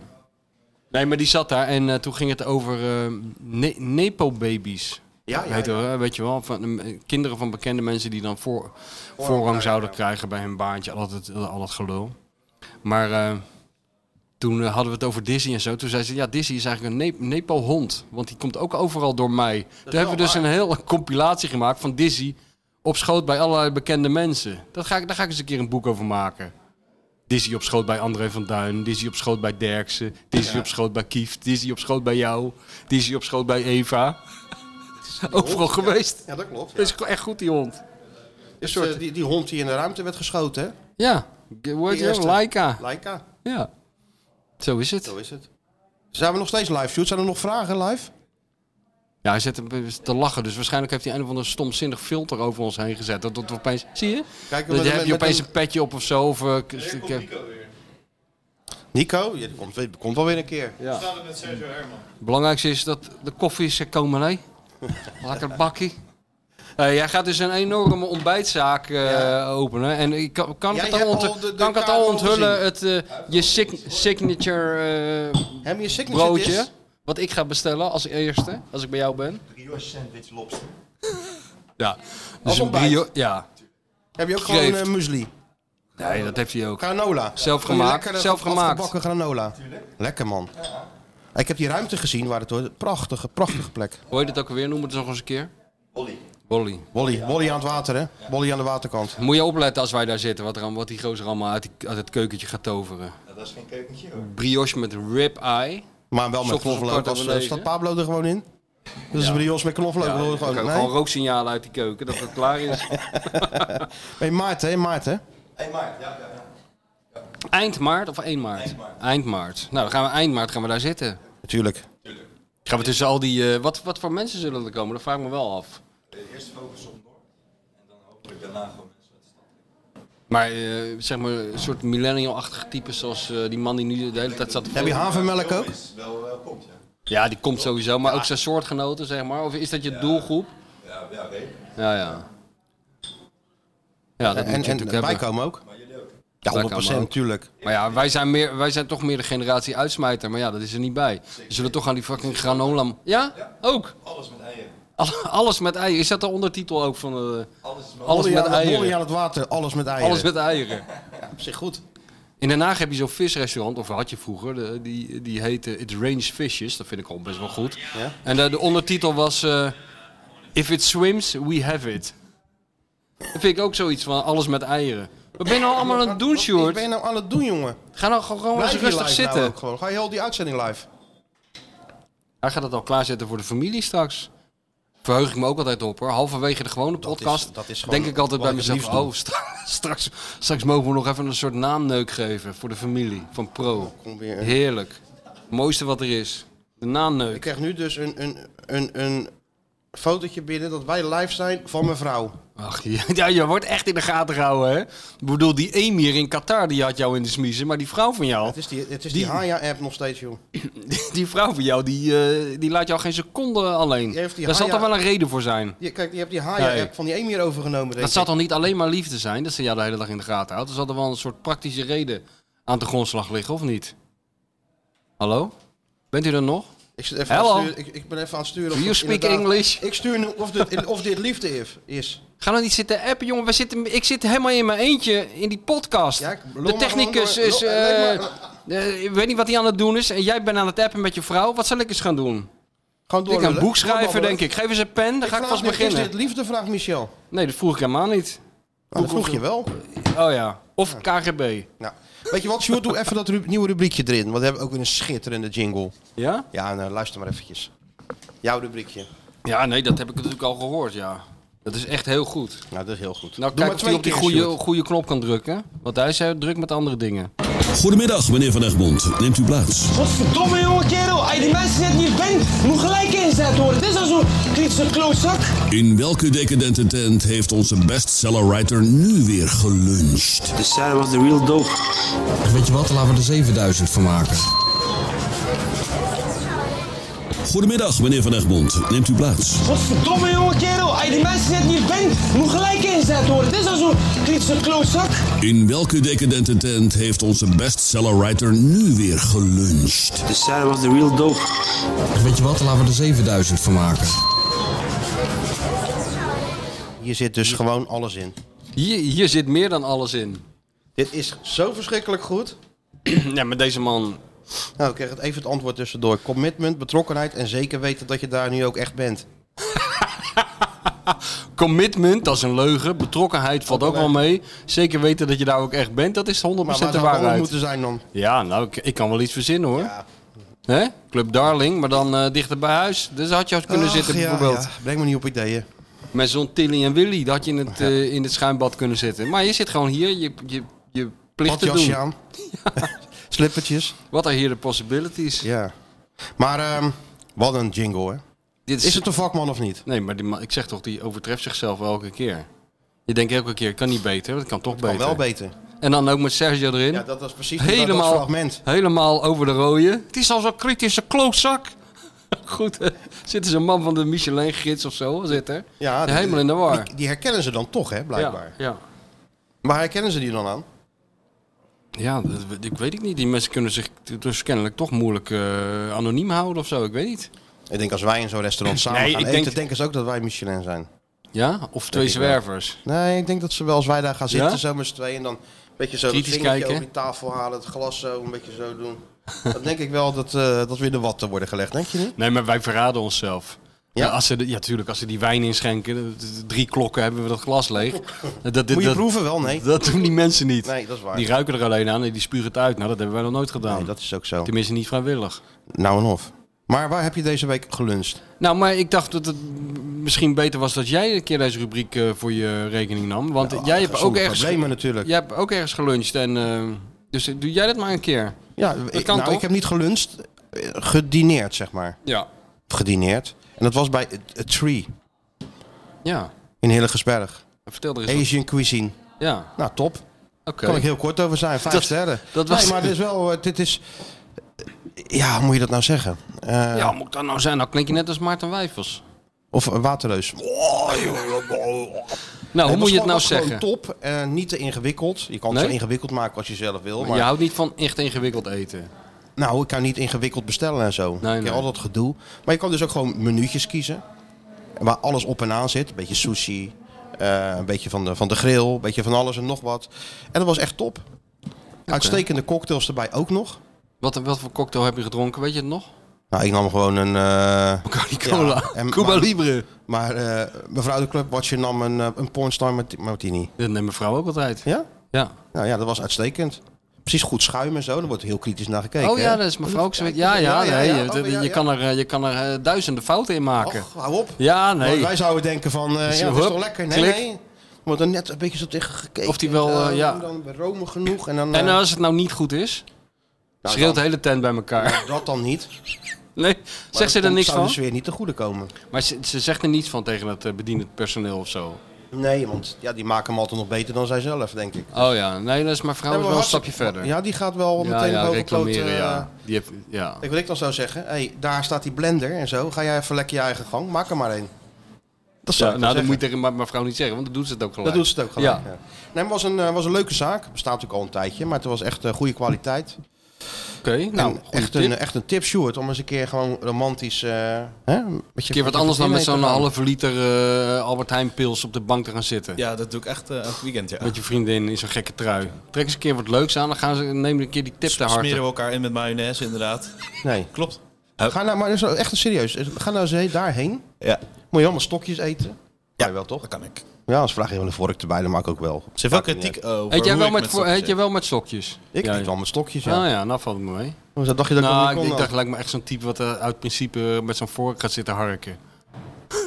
Speaker 4: Nee, maar die zat daar en eh, toen ging het over eh, ne- Nepo-babies.
Speaker 3: Ja, ja,
Speaker 4: Heet
Speaker 3: ja.
Speaker 4: er, hè, weet je wel, van, eh, kinderen van bekende mensen die dan voor, voorrang, zouden krijgen bij hun baantje. Al dat, al dat gelul. Maar eh, toen eh, hadden we het over Disney en zo. Toen zei ze, ja, Disney is eigenlijk een ne- Nepo-hond. Want die komt ook overal door mij. Toen hebben we dus een hele [laughs] compilatie gemaakt van Disney op schoot bij allerlei bekende mensen. Dat ga ik, daar ga ik eens een keer een boek over maken. Dizzy op schoot bij André van Duin. Dizzy op schoot bij Derksen. Dizzy op schoot bij Kieft. Dizzy op schoot bij jou. Dizzy op schoot bij Eva. [laughs] Overal geweest.
Speaker 3: Ja, dat klopt.
Speaker 4: Dat is echt goed, die hond.
Speaker 3: Dus, eh, die, die hond die in de ruimte werd geschoten, hè?
Speaker 4: Ja. Hoe heet
Speaker 3: Die
Speaker 4: je?
Speaker 3: eerste.
Speaker 4: Laika.
Speaker 3: Laika,
Speaker 4: Ja. Zo is het.
Speaker 3: zo is het. Zijn we nog steeds live, Sjoerd? Zijn er nog vragen live?
Speaker 4: Ja, hij zit hem te lachen. Dus waarschijnlijk heeft hij een of ander stomzinnig filter over ons heen gezet. Dat, dat we opeens... Zie je?
Speaker 3: Kijk,
Speaker 4: Dat
Speaker 3: met-
Speaker 4: heb je
Speaker 3: met
Speaker 4: opeens
Speaker 3: een-
Speaker 4: een petje op of zo. Of, eh, k- ik heb-
Speaker 3: Nico, ja, die komt, die komt wel weer een keer.
Speaker 4: belangrijkste is dat de koffie is
Speaker 3: [laughs]
Speaker 4: komen, hè? Lekker bakkie. Eh, jij gaat dus een enorme ontbijtzaak eh, openen. En ik kan, kan ik
Speaker 3: Jij
Speaker 4: het al,
Speaker 3: hebt
Speaker 4: ont-
Speaker 3: al de- de
Speaker 4: kan ik het
Speaker 3: kaart
Speaker 4: al
Speaker 3: al
Speaker 4: onthullen? Het, eh, je sig- signature eh,
Speaker 3: Hem je signature
Speaker 4: broodje.
Speaker 3: is?
Speaker 4: Wat ik ga bestellen als eerste, als ik bij jou ben.
Speaker 7: Rio sandwich lobster.
Speaker 4: Ja.
Speaker 3: Als
Speaker 4: Dus een
Speaker 3: ontbijt?
Speaker 4: brio. Ja.
Speaker 3: Heb je ook
Speaker 4: Kreeft.
Speaker 3: gewoon eh muesli?
Speaker 4: Nee, dat heeft hij ook.
Speaker 3: Granola.
Speaker 4: Zelf
Speaker 3: Van die
Speaker 4: gemaakt,
Speaker 3: lekkere
Speaker 4: zelf gemaakt.
Speaker 3: afgebakken granola. Lekker, man. Ik heb die ruimte gezien waar het hoort. Prachtige, prachtige plek.
Speaker 4: Hoe heet het ook alweer? Noem het nog eens een keer. Bolly. Bolly.
Speaker 3: Wolly, Wolly aan het water, hè? Wolly aan de waterkant.
Speaker 4: Moet je opletten als wij daar zitten, wat, er, allemaal- wat die gozer allemaal uit, die- uit het keukentje gaat toveren.
Speaker 7: Nou, dat is geen keukentje hoor.
Speaker 4: Brioche met rib-eye.
Speaker 3: Maar wel met
Speaker 4: Zocht ons
Speaker 3: knoflook.
Speaker 4: apart
Speaker 3: Als, eh,
Speaker 4: overleven.
Speaker 3: staat Pablo er gewoon in? Dat is een brioche met knoflook.
Speaker 4: Ja,
Speaker 3: dat hoort
Speaker 4: dan kan
Speaker 3: gewoon,
Speaker 4: ook
Speaker 3: nee.
Speaker 4: gewoon rooksignalen uit die keuken
Speaker 3: [laughs]
Speaker 4: dat het klaar is.
Speaker 3: Hey, Maarten, hè, Maarten.
Speaker 7: Hé, hey, Maarten. Ja, ja, ja.
Speaker 4: eind maart of 1 maart? Eind maart. Nou, dan gaan we eind maart gaan we daar zitten.
Speaker 3: Natuurlijk.
Speaker 4: Gaan we tussen al die... eh, wat, wat voor mensen zullen er komen? Dat vraag ik me wel af.
Speaker 7: Eh, Eerst focus op Noord. En dan hopelijk daarna gewoon mensen uit de stad.
Speaker 4: Maar eh, zeg maar een soort millennial-achtige types zoals eh, die man die nu de hele tijd zat te
Speaker 3: Heb je havermelk ook?
Speaker 7: Is wel eh, komt, ja.
Speaker 4: Ja, die komt sowieso, maar ook zijn soortgenoten, zeg maar. Of is dat je doelgroep?
Speaker 7: Ja, ja, weet ik.
Speaker 4: Ja, ja. Ja,
Speaker 3: En,
Speaker 4: dat moet je
Speaker 3: en
Speaker 4: natuurlijk hebben.
Speaker 3: bijkomen ook?
Speaker 7: Maar jullie ook.
Speaker 3: Ja, 100
Speaker 4: Bijkomen ook.
Speaker 3: natuurlijk.
Speaker 4: Maar ja, wij zijn, meer, wij zijn toch meer de generatie uitsmijter. Maar ja, dat is er niet bij. We zullen toch aan die fucking granola... Ja? Ook?
Speaker 7: Alles met eieren.
Speaker 4: Al- Alles met eieren. Is dat de ondertitel ook van... eh,
Speaker 7: Alles is met
Speaker 4: alles
Speaker 3: Molly
Speaker 4: met
Speaker 3: aan- Molly
Speaker 4: eieren.
Speaker 3: aan het water, alles met eieren.
Speaker 4: Alles met eieren.
Speaker 3: op zich goed.
Speaker 4: In Den Haag heb je zo'n visrestaurant, of had je vroeger, de- die, die heette It Rains Fishes. Dat vind ik al best wel goed. En de, de ondertitel was eh, If it swims, we have it. Dat vind ik ook zoiets van alles met eieren. Wat ben je nou allemaal aan het doen,
Speaker 3: Wat
Speaker 4: Sjoerd?
Speaker 3: ben je nou aan het doen, jongen?
Speaker 4: Ga nou gewoon eens
Speaker 3: Blijf hier
Speaker 4: rustig
Speaker 3: live nou
Speaker 4: zitten.
Speaker 3: ook gewoon. Ga je heel die uitzending live?
Speaker 4: Hij gaat het al klaarzetten voor de familie straks. Verheug ik me ook altijd op hoor. Halverwege de gewone podcast
Speaker 3: dat is gewoon
Speaker 4: denk ik altijd
Speaker 3: wat
Speaker 4: bij
Speaker 3: ik het
Speaker 4: mezelf...
Speaker 3: liefst doe.
Speaker 4: Oh, stra- [laughs] straks, straks mogen we nog even een soort naamneuk geven voor de familie van Pro.
Speaker 3: Oh, Kom weer.
Speaker 4: Heerlijk. Het mooiste wat er is. De
Speaker 3: Ik
Speaker 4: naamneuk.
Speaker 3: krijg nu dus een, een, een, een fotootje binnen dat wij live zijn van mijn vrouw.
Speaker 4: Ach, ja, [laughs] ja, je wordt echt in de gaten gehouden, hè? Ik bedoel, die emir in Qatar, die had jou in de smiezen. Maar die vrouw van jou, [laughs]
Speaker 3: Het is die, het is die Haya-app nog steeds, joh.
Speaker 4: die vrouw van jou, die, eh, die laat jou geen seconde alleen.
Speaker 3: Die heeft die
Speaker 4: Daar zal
Speaker 3: Haya-
Speaker 4: toch wel een reden voor zijn?
Speaker 3: Je, kijk, je hebt die Haya-app
Speaker 4: Nee.
Speaker 3: van die Emir overgenomen, denk
Speaker 4: Dat zal toch niet alleen maar liefde zijn, dat ze jou de hele dag in de gaten houdt? Er zal er wel een soort praktische reden aan de grondslag liggen, of niet? Hallo? Bent u er nog?
Speaker 3: Ik, zit even aan
Speaker 4: Hello.
Speaker 3: het sturen- ik, ik ben even aan het sturen. of
Speaker 4: Do you
Speaker 3: dat
Speaker 4: speak
Speaker 3: inderdaad-
Speaker 4: English?
Speaker 3: Ik stuur nu of dit, of dit liefde is- is.
Speaker 4: Ga nou niet zitten appen, jongen. We zitten, ik zit helemaal in mijn eentje in die podcast.
Speaker 3: Ja, ik- lul
Speaker 4: de
Speaker 3: maar
Speaker 4: technicus
Speaker 3: gewoon
Speaker 4: is...
Speaker 3: door. Lul-
Speaker 4: eh,
Speaker 3: nee,
Speaker 4: eh, ik weet niet wat hij aan het doen is. En jij bent aan het appen met je vrouw. Wat zal ik eens gaan doen?
Speaker 3: Gewoon
Speaker 4: Ik
Speaker 3: door.
Speaker 4: ga een boek schrijven, denk ik. Geef eens een pen, dan ga ik vast
Speaker 3: Is dit
Speaker 4: beginnen.
Speaker 3: liefde, vraagt Michel.
Speaker 4: Nee, dat vroeg ik helemaal niet.
Speaker 3: Nou, dat vroeg je wel.
Speaker 4: Oh ja, of KGB.
Speaker 3: Nou, weet je wat, Sjoerd, doe even dat ru- nieuwe rubriekje erin. Want we hebben ook weer een schitterende jingle.
Speaker 4: Ja?
Speaker 3: Ja, nou, luister maar eventjes. Jouw rubriekje.
Speaker 4: Ja, nee, dat heb ik natuurlijk al gehoord, ja. Dat is echt heel goed.
Speaker 3: Nou, dat is heel goed.
Speaker 4: Nou,
Speaker 3: Doe
Speaker 4: kijk
Speaker 3: maar
Speaker 4: of
Speaker 3: twee
Speaker 4: hij op die
Speaker 3: keer,
Speaker 4: goede,
Speaker 3: Sjoerd.
Speaker 4: goede knop kan drukken. Want hij is heel druk met andere dingen.
Speaker 5: Goedemiddag, meneer Van Egmond. Neemt u plaats.
Speaker 9: Godverdomme jonge kerel, als je die mensen net niet bent, moet gelijk inzet worden. Dit is al zo'n kritische klootzak.
Speaker 5: In welke decadente tent heeft onze bestsellerwriter nu weer geluncht?
Speaker 10: De Sarah was de real dope.
Speaker 2: Weet je wat, laten we er 7000 van maken.
Speaker 5: Goedemiddag, meneer Van Egmond. Neemt u plaats.
Speaker 9: Godverdomme jonge kerel, als je die mensen net niet bent, moet gelijk inzet worden. Dit is al zo'n kritische klootzak.
Speaker 5: In welke decadente tent heeft onze bestsellerwriter nu weer geluncht?
Speaker 10: De Sarah was de real dope.
Speaker 2: Weet je wat, laten we er 7000 van maken.
Speaker 3: Hier zit dus gewoon alles in.
Speaker 4: Hier, hier zit meer dan alles
Speaker 3: [clears throat]
Speaker 4: in.
Speaker 3: Dit is zo verschrikkelijk goed.
Speaker 4: ja, maar deze man...
Speaker 3: Nou, ik krijg het even het antwoord tussendoor. Commitment, betrokkenheid en zeker weten dat je daar nu ook echt bent.
Speaker 4: Commitment, dat is een leugen. Betrokkenheid valt ook wel mee. Zeker weten dat je daar ook echt bent, dat is 100%
Speaker 3: Maar waar
Speaker 4: de
Speaker 3: zou het anders
Speaker 4: waarheid.
Speaker 3: moeten zijn dan?
Speaker 4: Ja, nou, ik, ik kan wel iets verzinnen hoor.
Speaker 3: Ja.
Speaker 4: Hè? Club Darling, maar dan eh, dichter bij huis. Dus daar had je kunnen
Speaker 3: Ach,
Speaker 4: zitten
Speaker 3: ja,
Speaker 4: bijvoorbeeld.
Speaker 3: Ah, ja. Breng me niet op ideeën.
Speaker 4: Met zo'n Tilly en Willy, dat had je in het, eh, in het schuimbad kunnen zitten. Maar je zit gewoon hier, je, je, je plicht te
Speaker 3: Badjasje
Speaker 4: doen. [laughs]
Speaker 3: aan. [laughs] Slippertjes.
Speaker 4: Wat are here the possibilities?
Speaker 3: Ja. Maar ehm, wat een jingle, hè?
Speaker 4: Dit is,
Speaker 3: Is het een vakman of niet?
Speaker 4: Nee, maar die man, ik zeg toch, die overtreft zichzelf elke keer. Je denkt elke keer, het kan niet beter, dat kan toch
Speaker 3: Kan
Speaker 4: beter.
Speaker 3: wel beter.
Speaker 4: En dan ook met Sergio erin.
Speaker 3: Ja, dat was precies dat,
Speaker 4: helemaal,
Speaker 3: dat fragment.
Speaker 4: helemaal over de rode. Het is al zo'n kritische klootzak. [laughs] Goed, eh, zit er zo'n man van de Michelin-gids of zo, zit er.
Speaker 3: Ja, die-
Speaker 4: helemaal in de war.
Speaker 3: Die, die herkennen ze dan toch, hè, blijkbaar.
Speaker 4: Ja, ja.
Speaker 3: Maar herkennen ze die dan aan?
Speaker 4: Ja, dat, we- ik weet het niet. Die mensen kunnen zich t- dus kennelijk toch moeilijk eh, anoniem houden of zo. Ik weet niet.
Speaker 3: Ik denk als wij in zo'n restaurant samen
Speaker 4: Nee,
Speaker 3: gaan
Speaker 4: ik
Speaker 3: eten,
Speaker 4: denk-
Speaker 3: denken ze ook dat wij Michelin zijn.
Speaker 4: Ja? Of twee
Speaker 3: ik wel.
Speaker 4: zwervers.
Speaker 3: Nee, ik denk dat ze wel als wij daar gaan zitten,
Speaker 4: Ja?
Speaker 3: zo met z'n tweeën, en dan een beetje zo
Speaker 4: Kritisch
Speaker 3: dat vingertje
Speaker 4: kijken.
Speaker 3: over die tafel halen, het glas zo, een beetje zo doen. dat denk ik wel dat, eh, dat we in de watten worden gelegd, denk je niet?
Speaker 4: Nee, maar wij verraden onszelf. Ja,
Speaker 3: Ja?
Speaker 4: als ze de- ja, tuurlijk, als ze die wijn inschenken, d- d- drie klokken hebben we dat
Speaker 3: [laughs]
Speaker 4: glas leeg. Dat, dat,
Speaker 3: Moet je
Speaker 4: dat-
Speaker 3: proeven wel, nee.
Speaker 4: [laughs] Dat doen die mensen niet.
Speaker 3: Nee, dat is waar.
Speaker 4: Die ruiken er alleen aan en die spuren het uit. Nou, dat hebben wij nog nooit gedaan.
Speaker 3: Nee, dat is ook zo.
Speaker 4: Tenminste, niet vrijwillig.
Speaker 3: Nou en of. Maar waar heb je deze week geluncht?
Speaker 4: Nou, maar ik dacht dat het misschien beter was dat jij een keer deze rubriek eh, voor je rekening nam. Want jij hebt ook
Speaker 3: Zonder
Speaker 4: ergens...
Speaker 3: problemen natuurlijk.
Speaker 4: Jij hebt ook ergens geluncht en eh, Dus eh, doe jij dat maar een keer.
Speaker 3: Ja,
Speaker 4: dat
Speaker 3: ik,
Speaker 4: kan
Speaker 3: nou,
Speaker 4: toch?
Speaker 3: ik heb niet geluncht, eh, gedineerd zeg maar.
Speaker 4: Ja.
Speaker 3: Of gedineerd. En dat was bij A- A Tree
Speaker 4: Ja.
Speaker 3: in Hilligersberg.
Speaker 4: Vertel er eens. wat.
Speaker 3: Asian cuisine.
Speaker 4: Ja.
Speaker 3: Nou, top.
Speaker 4: Oké.
Speaker 3: Kan ik heel kort over zijn. Vijf
Speaker 4: Dat-
Speaker 3: sterren.
Speaker 4: dat was-
Speaker 3: Nee, maar dit is wel... eh, Dit is... Ja, hoe moet je dat nou zeggen? Eh,
Speaker 4: Ja, moet ik dat nou zijn? Nou klink je net als Maarten Wijfels.
Speaker 3: Of eh, Waterleus.
Speaker 4: Nou, hoe
Speaker 3: Nee,
Speaker 4: moet je het nou
Speaker 3: was gewoon-
Speaker 4: zeggen?
Speaker 3: was gewoon top en niet te ingewikkeld. Je kan het
Speaker 4: Nee?
Speaker 3: zo ingewikkeld maken als je zelf wil. Maar
Speaker 4: Je houdt niet van echt ingewikkeld eten.
Speaker 3: nou, ik kan niet ingewikkeld bestellen en zo.
Speaker 4: Nee,
Speaker 3: ik heb
Speaker 4: nee.
Speaker 3: al dat gedoe. Maar je kan dus ook gewoon menu'tjes kiezen. Waar alles op en aan zit. Een beetje sushi. eh, een beetje van de, van de grill. Een beetje van alles en nog wat. En dat was echt top. Uitstekende cocktails erbij ook nog.
Speaker 4: Wat, wat voor cocktail heb je gedronken? Weet je het nog? [laughs]
Speaker 3: Nou, ik nam gewoon een... eh,
Speaker 4: Bacardi Cola.
Speaker 3: Ja, en-
Speaker 4: Cuba
Speaker 3: maar-
Speaker 4: Libre.
Speaker 3: maar eh, mevrouw de clubwatcher nam een, eh, een pornstar marti- martini.
Speaker 4: Dat neemt mijn vrouw ook altijd.
Speaker 3: Ja?
Speaker 4: Ja.
Speaker 3: Nou ja, dat was uitstekend. Precies goed schuim en zo. Daar wordt heel kritisch naar gekeken.
Speaker 4: oh ja,
Speaker 3: hè?
Speaker 4: dat is mevrouw ook zo. Ja, ja,
Speaker 3: Ja, ja,
Speaker 4: nee.
Speaker 3: ja.
Speaker 4: je-
Speaker 3: Oh,
Speaker 4: Je,
Speaker 3: ja,
Speaker 4: je
Speaker 3: ja.
Speaker 4: kan er, eh, je kan er eh, duizenden fouten in maken.
Speaker 3: Och, hou op.
Speaker 4: Ja, nee.
Speaker 3: Want wij zouden denken van, eh,
Speaker 4: Dus
Speaker 3: ja, dat is
Speaker 4: hup,
Speaker 3: toch lekker? Nee,
Speaker 4: klik.
Speaker 3: nee. Er wordt er net een beetje zo tegen gekeken.
Speaker 4: Of die wel,
Speaker 3: En,
Speaker 4: eh, ja.
Speaker 3: doen Dan bij Rome genoeg en dan...
Speaker 4: En
Speaker 3: eh,
Speaker 4: als het nou niet goed is,
Speaker 3: nou,
Speaker 4: schreeuwt de
Speaker 3: dan-
Speaker 4: hele tent bij elkaar.
Speaker 3: nou, dat dan niet.
Speaker 4: [laughs] Nee,
Speaker 3: Maar
Speaker 4: zegt ze
Speaker 3: dat
Speaker 4: er
Speaker 3: komt-
Speaker 4: niks
Speaker 3: zou
Speaker 4: van?
Speaker 3: dus weer niet te goede komen.
Speaker 4: Maar ze, ze zegt er niets van tegen het eh, bedienend personeel of zo.
Speaker 3: Nee, want ja, die maken hem altijd nog beter dan zijzelf, denk ik.
Speaker 4: Oh ja, nee, dat is mijn vrouw
Speaker 3: Ja,
Speaker 4: is
Speaker 3: maar
Speaker 4: wel een
Speaker 3: hartstikke-
Speaker 4: stapje verder.
Speaker 3: Ja, die gaat wel
Speaker 4: Ja,
Speaker 3: meteen
Speaker 4: ja,
Speaker 3: boven
Speaker 4: reclameren,
Speaker 3: kloot, eh,
Speaker 4: ja. Die heeft, ja.
Speaker 3: Kijk, wat ik dan zou zeggen, hey, daar staat die blender en zo. Ga jij even lekker je eigen gang, maak er maar één. Dat
Speaker 4: Ja,
Speaker 3: zou ik
Speaker 4: nou, dat
Speaker 3: dan
Speaker 4: moet je
Speaker 3: zeggen.
Speaker 4: tegen mijn mijn vrouw niet zeggen, want dan doet ze het ook gelijk.
Speaker 3: Dat doet ze het ook gelijk.
Speaker 4: Ja.
Speaker 3: Ja. Nee, maar was een, eh, was een leuke zaak. Bestaat natuurlijk al een tijdje, maar het was echt eh, goede kwaliteit.
Speaker 4: Oké, nou,
Speaker 3: Nou,
Speaker 4: goede
Speaker 3: echt
Speaker 4: tip.
Speaker 3: een, echt een tip, Sjoerd, om eens een keer gewoon romantisch... eh, hè, een beetje-
Speaker 4: Een keer wat anders dan met
Speaker 3: mee te
Speaker 4: zo'n
Speaker 3: gaan.
Speaker 4: halve liter eh, Albert Heijn pils op de bank te gaan zitten.
Speaker 1: Ja, dat doe ik echt eh, elk weekend, ja.
Speaker 4: Met je vriendin in zo'n gekke trui. Trek eens een keer wat leuks aan, dan gaan ze, neem een keer die tip te
Speaker 1: Smeren we
Speaker 4: harte.
Speaker 1: elkaar in met mayonaise, inderdaad.
Speaker 3: Nee.
Speaker 1: Klopt.
Speaker 3: Ga nou, maar dat is wel echt een serieus. Ga nou eens daarheen.
Speaker 1: Ja,
Speaker 3: Moet je allemaal stokjes eten? Ja, wel toch?
Speaker 1: dat kan ik.
Speaker 3: Ja, als vraag je wel een vork erbij, dan maak ik ook wel.
Speaker 1: Ze heeft wel kritiek over
Speaker 4: Eet jij,
Speaker 1: hoe
Speaker 4: wel
Speaker 1: ik
Speaker 4: met, vo-
Speaker 1: stokjes
Speaker 4: eet jij wel met sokjes?
Speaker 3: Ik
Speaker 4: Ja,
Speaker 3: eet wel met stokjes, ja.
Speaker 4: Ah ja, nou valt het me mee.
Speaker 3: Hoezo dacht je dat ik dat
Speaker 4: nou,
Speaker 3: niet
Speaker 4: ik,
Speaker 3: kon
Speaker 4: ik
Speaker 3: dan?
Speaker 4: dacht, lijkt me echt zo'n type wat eh, uit principe met zo'n vork gaat zitten harken.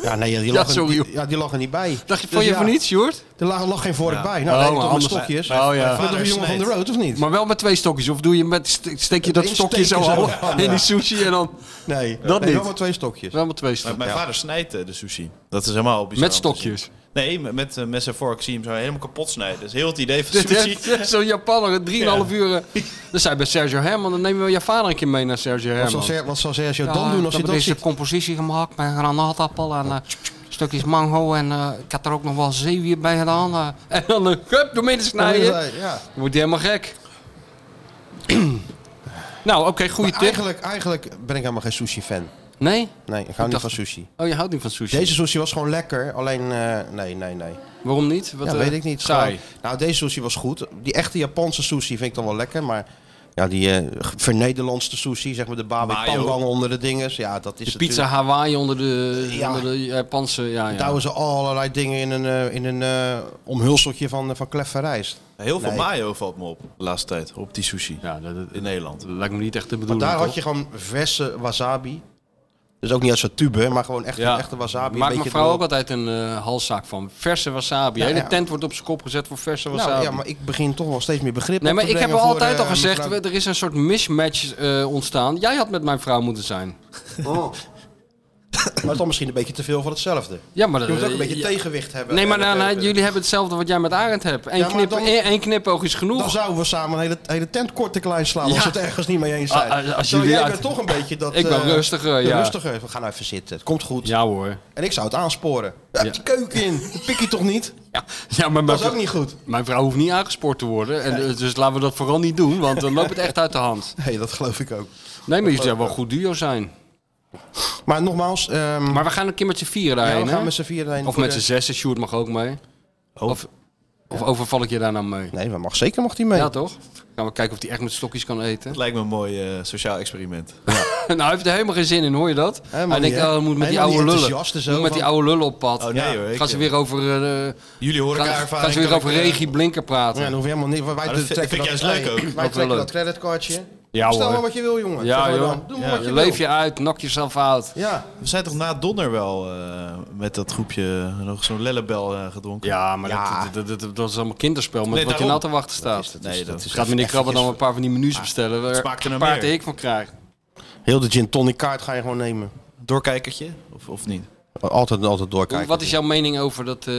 Speaker 3: Ja, nee, die
Speaker 4: Ja,
Speaker 3: lag,
Speaker 4: sorry,
Speaker 3: er,
Speaker 4: joh.
Speaker 3: die, ja, die lag er niet bij.
Speaker 4: Dacht je,
Speaker 3: Dus
Speaker 4: vond je
Speaker 3: ja,
Speaker 4: van niets, Sjoerd?
Speaker 3: Er lag, lag geen vork bij. Nou,
Speaker 4: Oh,
Speaker 3: dan eet
Speaker 4: maar
Speaker 3: ik toch met
Speaker 4: anders-
Speaker 3: stokjes.
Speaker 4: Oh, ja.
Speaker 3: Met de jongen van de road, of niet?
Speaker 4: Maar wel met twee stokjes. Of doe je met, st- steek je dat
Speaker 3: Eén
Speaker 4: stokje zo
Speaker 3: steekje zo.
Speaker 4: half [laughs] in die sushi en dan...
Speaker 3: nee,
Speaker 4: dat
Speaker 3: nee,
Speaker 4: niet.
Speaker 3: wel maar twee stokjes.
Speaker 4: Wel met twee
Speaker 1: Maar
Speaker 4: stokjes.
Speaker 1: mijn
Speaker 4: [laughs]
Speaker 1: vader snijdt eh, de sushi. Dat is helemaal bizar.
Speaker 4: Met
Speaker 1: om te zien.
Speaker 4: stokjes.
Speaker 1: Nee, met, met eh, mes en vork zie je hem zo helemaal kapot snijden. Dus heel het idee
Speaker 4: [laughs]
Speaker 1: van
Speaker 4: Dit
Speaker 1: sushi.
Speaker 4: is echt Zo'n Japaner, 3,5 uur. eh, Dat zei bij Sergio Herman, dan neem je wel je vader een keer mee naar Sergio
Speaker 3: Wat zou
Speaker 4: Herman.
Speaker 3: Ser- Wat zou Sergio
Speaker 4: Ja,
Speaker 3: dan doen als
Speaker 4: ik
Speaker 3: je
Speaker 4: heb
Speaker 3: dat
Speaker 4: deze
Speaker 3: ziet?
Speaker 4: compositie gemaakt met granaatappel en eh, stukjes mango. En eh, ik had er ook nog wel zeewier bij gedaan. eh. [laughs] en dan, eh, hup, door midden snijden. Dan
Speaker 3: Ja.
Speaker 4: wordt hij helemaal gek. [clears throat] nou, oké, goede
Speaker 3: Maar
Speaker 4: tip.
Speaker 3: Eigenlijk, eigenlijk ben ik helemaal geen sushi-fan.
Speaker 4: Nee?
Speaker 3: Nee, ik hou niet
Speaker 4: dacht-
Speaker 3: van sushi.
Speaker 4: Oh, je houdt niet van sushi.
Speaker 3: Deze sushi was gewoon lekker, alleen... eh, nee, nee, nee.
Speaker 4: Waarom niet? Wat,
Speaker 3: ja,
Speaker 4: eh,
Speaker 3: weet ik niet.
Speaker 4: Saai.
Speaker 3: Gewoon- nou, deze sushi was goed. Die echte Japanse sushi vind ik dan wel lekker, maar... Ja, die eh, vernederlandste sushi, zeg maar de babi
Speaker 1: Mayo.
Speaker 3: pangang onder de dinges. Ja, dat is
Speaker 4: De pizza Hawaii onder de,
Speaker 3: Eh, Ja.
Speaker 4: onder de Japanse... Ja, ja.
Speaker 3: Douwen ze allerlei dingen in een, eh, in een eh, omhulseltje van, eh, van kleffe rijst.
Speaker 1: Heel veel
Speaker 3: Nee.
Speaker 1: mayo valt me op de laatste tijd. Op die sushi.
Speaker 4: ja dat, dat-
Speaker 1: In Nederland.
Speaker 4: dat lijkt me niet echt te
Speaker 3: Maar
Speaker 4: bedoelen.
Speaker 3: daar
Speaker 4: toch?
Speaker 3: had je gewoon verse wasabi. Dus ook niet uit zo'n tube, maar gewoon echt,
Speaker 4: Ja.
Speaker 3: echte wasabi.
Speaker 4: Maakt
Speaker 3: een
Speaker 4: mijn
Speaker 3: beetje
Speaker 4: vrouw ook
Speaker 3: erop.
Speaker 4: altijd een eh, halszaak van. Verse wasabi.
Speaker 3: Ja,
Speaker 4: De hele
Speaker 3: ja.
Speaker 4: tent wordt op zijn kop gezet voor verse wasabi.
Speaker 3: Nou, ja, maar ik begin toch wel steeds meer begrip
Speaker 4: Nee,
Speaker 3: op
Speaker 4: maar
Speaker 3: te
Speaker 4: ik heb
Speaker 3: brengen voor,
Speaker 4: altijd al
Speaker 3: eh,
Speaker 4: gezegd,
Speaker 3: mevrouw-
Speaker 4: we- er is een soort mismatch eh, ontstaan. Jij had met mijn vrouw moeten zijn.
Speaker 3: Maar dan misschien een beetje te veel van hetzelfde.
Speaker 4: Ja, maar dat,
Speaker 3: Je moet ook een
Speaker 4: eh,
Speaker 3: beetje
Speaker 4: ja.
Speaker 3: tegenwicht hebben.
Speaker 4: Nee, maar
Speaker 3: Eh,
Speaker 4: nou, nou,
Speaker 3: eh,
Speaker 4: jullie hebben hetzelfde wat jij met Arend hebt. Eén,
Speaker 3: Ja, maar
Speaker 4: knip,
Speaker 3: dan-
Speaker 4: één, één knipoog is genoeg.
Speaker 3: Dan zouden we samen een hele, hele tent kort en klein slaan als
Speaker 4: Oh. Ja.
Speaker 3: we het ergens niet mee eens zijn.
Speaker 4: Ah, ah, als
Speaker 3: Terwijl
Speaker 4: jullie
Speaker 3: jij
Speaker 4: uit-
Speaker 3: bent toch een beetje dat...
Speaker 4: Ik ben
Speaker 3: eh,
Speaker 4: rustiger,
Speaker 3: de
Speaker 4: ja.
Speaker 3: Rustiger. We gaan nou even zitten. Het komt goed.
Speaker 4: Ja hoor.
Speaker 3: En ik zou het aansporen. Ja,
Speaker 4: Ja.
Speaker 3: Die keuken in. Dat pik je toch niet?
Speaker 4: Ja, ja maar mijn,
Speaker 3: Dat is ook niet goed.
Speaker 4: mijn vrouw hoeft niet aangespoord te worden. En, eh, Dus laten we dat vooral niet doen, want dan loopt het echt uit de hand.
Speaker 3: Nee, dat geloof ik ook.
Speaker 4: Nee, maar jullie zijn wel een goed duo zijn.
Speaker 3: Maar nogmaals, ehm,
Speaker 4: Maar we gaan een keer met z'n vieren
Speaker 3: ja,
Speaker 4: daarheen,
Speaker 3: we
Speaker 4: hè?
Speaker 3: gaan met z'n vieren Oh. heen.
Speaker 4: Of
Speaker 3: voor
Speaker 4: met
Speaker 3: de-
Speaker 4: z'n zessen, Sjoerd mag ook mee. Of, of overval ik je daar nou mee?
Speaker 3: Nee, maar mag, zeker mag die mee.
Speaker 4: Ja, toch? Gaan we kijken of hij echt met stokjes kan eten. [laughs]
Speaker 1: Dat lijkt me een mooi eh, sociaal experiment.
Speaker 4: nou, hij heeft er helemaal geen zin in, hoor je dat?
Speaker 3: Helemaal
Speaker 4: hij denkt,
Speaker 3: niet, hè?
Speaker 4: oh, moet met die
Speaker 3: Helemaal
Speaker 4: oude
Speaker 3: niet
Speaker 4: lullen.
Speaker 3: enthousiast en zo
Speaker 4: moet met
Speaker 3: van-
Speaker 4: die oude lullen op pad.
Speaker 1: Oh nee hoor. ik-
Speaker 4: gaan ze weer over, eh,
Speaker 1: Jullie horen elkaar
Speaker 4: gaan,
Speaker 1: ervaring.
Speaker 4: gaan ze weer
Speaker 1: kan
Speaker 4: over
Speaker 1: ik, eh,
Speaker 4: regie blinker praten.
Speaker 3: Ja, dan hoef je helemaal niet. Wij
Speaker 1: dat
Speaker 3: trekken
Speaker 1: vind ik
Speaker 3: dat-
Speaker 1: juist leuk
Speaker 3: nee,
Speaker 1: ook.
Speaker 3: Wij
Speaker 4: Ook wel
Speaker 3: trekken dat
Speaker 4: leuk.
Speaker 3: creditcardje.
Speaker 4: Ja,
Speaker 3: Stel maar
Speaker 4: hoor.
Speaker 3: wat je wil, jongen.
Speaker 4: Ja,
Speaker 3: Zeg maar
Speaker 4: joh.
Speaker 3: dan. Doe maar
Speaker 1: Ja,
Speaker 3: wat je wil.
Speaker 4: Leef je uit, nok jezelf uit.
Speaker 3: Ja.
Speaker 1: We zijn toch na Donner wel eh, met dat groepje eh, nog zo'n lellebel eh, gedronken?
Speaker 4: Ja, maar
Speaker 3: Ja.
Speaker 4: Dat, dat, dat, dat is allemaal kinderspel met
Speaker 1: Nee,
Speaker 4: wat je
Speaker 1: daarom.
Speaker 4: na te wachten staat.
Speaker 1: nee, dat is
Speaker 4: Gaat meneer
Speaker 1: echt
Speaker 4: Krabben dan
Speaker 1: eventjes-
Speaker 4: een paar van die
Speaker 3: Ah.
Speaker 4: menus bestellen waar
Speaker 1: smaakt er
Speaker 4: een
Speaker 1: naar
Speaker 4: paar
Speaker 1: meer.
Speaker 4: te hik van krijgt?
Speaker 3: Heel de gin tonic kaart ga je gewoon nemen.
Speaker 1: Doorkijkertje? Of, of niet?
Speaker 3: Altijd, altijd
Speaker 4: Hoe-
Speaker 3: doorkijken.
Speaker 4: Wat is jouw mening over, dat, eh,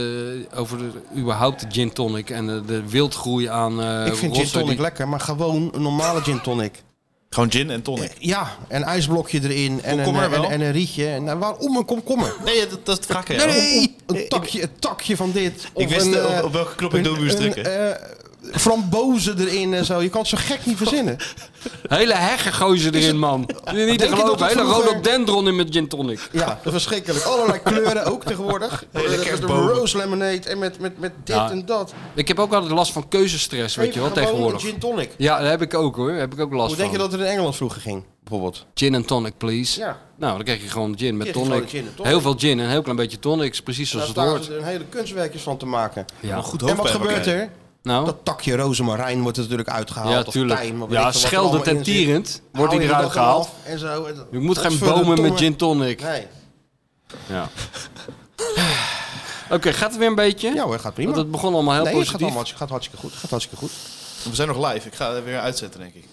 Speaker 4: over de, überhaupt de gin tonic en eh, de wildgroei aan eh
Speaker 3: Ik vind gin
Speaker 4: rossen
Speaker 3: tonic
Speaker 4: die-
Speaker 3: lekker, maar gewoon een normale gin tonic.
Speaker 1: Gewoon gin en tonic.
Speaker 3: Ja, een ijsblokje erin en een,
Speaker 1: Komkommer
Speaker 3: en,
Speaker 1: wel?
Speaker 3: en een rietje. En, nou, waarom een komkommer?
Speaker 1: Nee, dat, dat vraag ik aan jou.
Speaker 3: Nee! Een takje, een takje van dit.
Speaker 1: Ik wist
Speaker 3: een,
Speaker 1: eh,
Speaker 3: eh,
Speaker 1: op, op welke knop ik
Speaker 3: een-
Speaker 1: door moest
Speaker 3: een,
Speaker 1: drukken.
Speaker 3: eh, frambozen erin en zo. Je kan het zo gek niet verzinnen.
Speaker 4: Hele heggen gooien
Speaker 3: [laughs]
Speaker 4: erin, man. Niet
Speaker 3: Denk
Speaker 4: te
Speaker 3: je dat
Speaker 4: geloven.
Speaker 3: dat
Speaker 4: Hele
Speaker 3: vroeger-
Speaker 4: rhododendron in met gin tonic.
Speaker 3: Ja, verschrikkelijk. Allerlei kleuren ook
Speaker 1: [laughs]
Speaker 3: tegenwoordig.
Speaker 1: Hele
Speaker 3: Eh, Met een
Speaker 1: kerstbomen.
Speaker 3: rose lemonade en met, met, met dit
Speaker 4: Ja.
Speaker 3: en dat.
Speaker 4: Ik heb ook altijd last van keuzestress, weet je wel,
Speaker 3: Even gewoon
Speaker 4: tegenwoordig.
Speaker 3: een gin tonic.
Speaker 4: Ja, dat heb ik ook hoor. Daar heb ik ook last
Speaker 3: Hoe denk je
Speaker 4: van.
Speaker 3: dat het in Engeland vroeger ging, bijvoorbeeld?
Speaker 4: Gin en tonic, please.
Speaker 3: Ja.
Speaker 4: Nou, dan krijg je gewoon gin met
Speaker 3: Kreeg je gewoon
Speaker 4: tonic.
Speaker 3: gin en tonic.
Speaker 4: Heel veel gin en een heel klein beetje tonics. Precies
Speaker 3: Daar
Speaker 4: zoals het
Speaker 3: staan
Speaker 4: hoort.
Speaker 3: ze er een hele kunstwerkjes van te maken.
Speaker 4: Ja,
Speaker 1: goed
Speaker 3: En wat
Speaker 1: hoofdpijn
Speaker 3: gebeurt
Speaker 1: krijgen.
Speaker 3: er?
Speaker 4: nou.
Speaker 3: Dat takje rozemarijn wordt er natuurlijk uitgehaald.
Speaker 4: Ja,
Speaker 3: of
Speaker 4: tuurlijk.
Speaker 3: tijm, of weet
Speaker 4: Ja,
Speaker 3: ik veel wat er
Speaker 4: scheldend
Speaker 3: allemaal
Speaker 4: en
Speaker 3: in zit.
Speaker 4: tierend wordt
Speaker 3: Haal
Speaker 4: die
Speaker 3: je
Speaker 4: eruit
Speaker 3: dat
Speaker 4: gehaald.
Speaker 3: eraf En zo. En-
Speaker 4: Je moet geen
Speaker 3: Godverdomme
Speaker 4: bomen met
Speaker 3: tongen.
Speaker 4: gin tonic.
Speaker 3: Nee.
Speaker 4: Ja. [sighs] Oké, gaat het weer een beetje?
Speaker 3: Ja hoor, Oh, gaat prima.
Speaker 4: Want het begon allemaal heel
Speaker 3: nee, het gaat, allemaal,
Speaker 4: positief.
Speaker 3: hartstikke- gaat hartstikke goed. Gaat hartstikke goed.
Speaker 1: We zijn nog live. Ik ga het weer uitzetten, denk ik.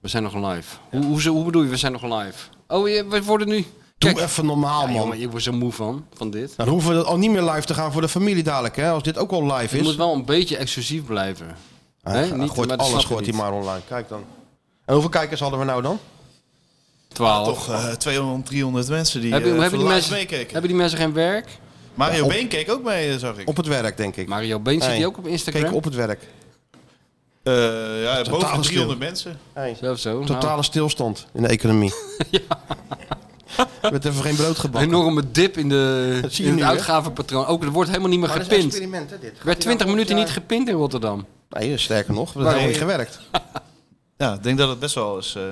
Speaker 4: We zijn nog live. Hoe, hoe, hoe bedoel je, we zijn nog live? Oh, je- we worden nu...
Speaker 3: Doe
Speaker 4: Kijk,
Speaker 3: even normaal,
Speaker 4: ja,
Speaker 3: man.
Speaker 4: jongen, ik word zo moe van, van dit.
Speaker 3: Dan hoeven we dat al niet meer live te gaan voor de familie dadelijk, hè? Als dit ook al live
Speaker 4: Het
Speaker 3: is.
Speaker 4: moet wel een beetje exclusief blijven.
Speaker 3: Ah,
Speaker 4: Nee,
Speaker 3: ga-
Speaker 4: niet-
Speaker 3: gooit
Speaker 4: maar dat
Speaker 3: alles
Speaker 4: snap je
Speaker 3: gooit hij
Speaker 4: niet.
Speaker 3: maar online. Kijk dan. En hoeveel kijkers hadden we nou dan? Ah,
Speaker 4: 12.
Speaker 1: Toch eh 200, 300 mensen die
Speaker 4: hebben,
Speaker 1: eh,
Speaker 4: hebben, die
Speaker 1: live
Speaker 4: mensen,
Speaker 1: meekeken.
Speaker 4: hebben die mensen geen werk?
Speaker 1: Mario Been keek ook mee, eh, zag ik.
Speaker 3: Op het werk, denk ik.
Speaker 4: Mario Been zit
Speaker 3: Nee.
Speaker 4: die ook op Instagram?
Speaker 3: Kijk op het werk.
Speaker 1: Eh, ja, boven
Speaker 3: Totaal
Speaker 1: 300
Speaker 3: stil.
Speaker 1: mensen.
Speaker 4: Zo, zo. Nou,
Speaker 3: Totale stilstand in de economie. ja. Met even geen brood
Speaker 4: een
Speaker 3: gebakken.
Speaker 4: enorme dip in, de,
Speaker 3: Dat zie je
Speaker 4: in het
Speaker 3: nu, hè?
Speaker 4: uitgavenpatroon. Ook, er wordt helemaal niet meer
Speaker 3: Maar dat is een
Speaker 4: gepind.
Speaker 3: experiment, hè, dit.
Speaker 4: Er werd 20 minuten niet gepind in Rotterdam.
Speaker 3: Nee, sterker nog, we hebben niet gewerkt.
Speaker 1: Ja, ik denk dat het best wel is. eh,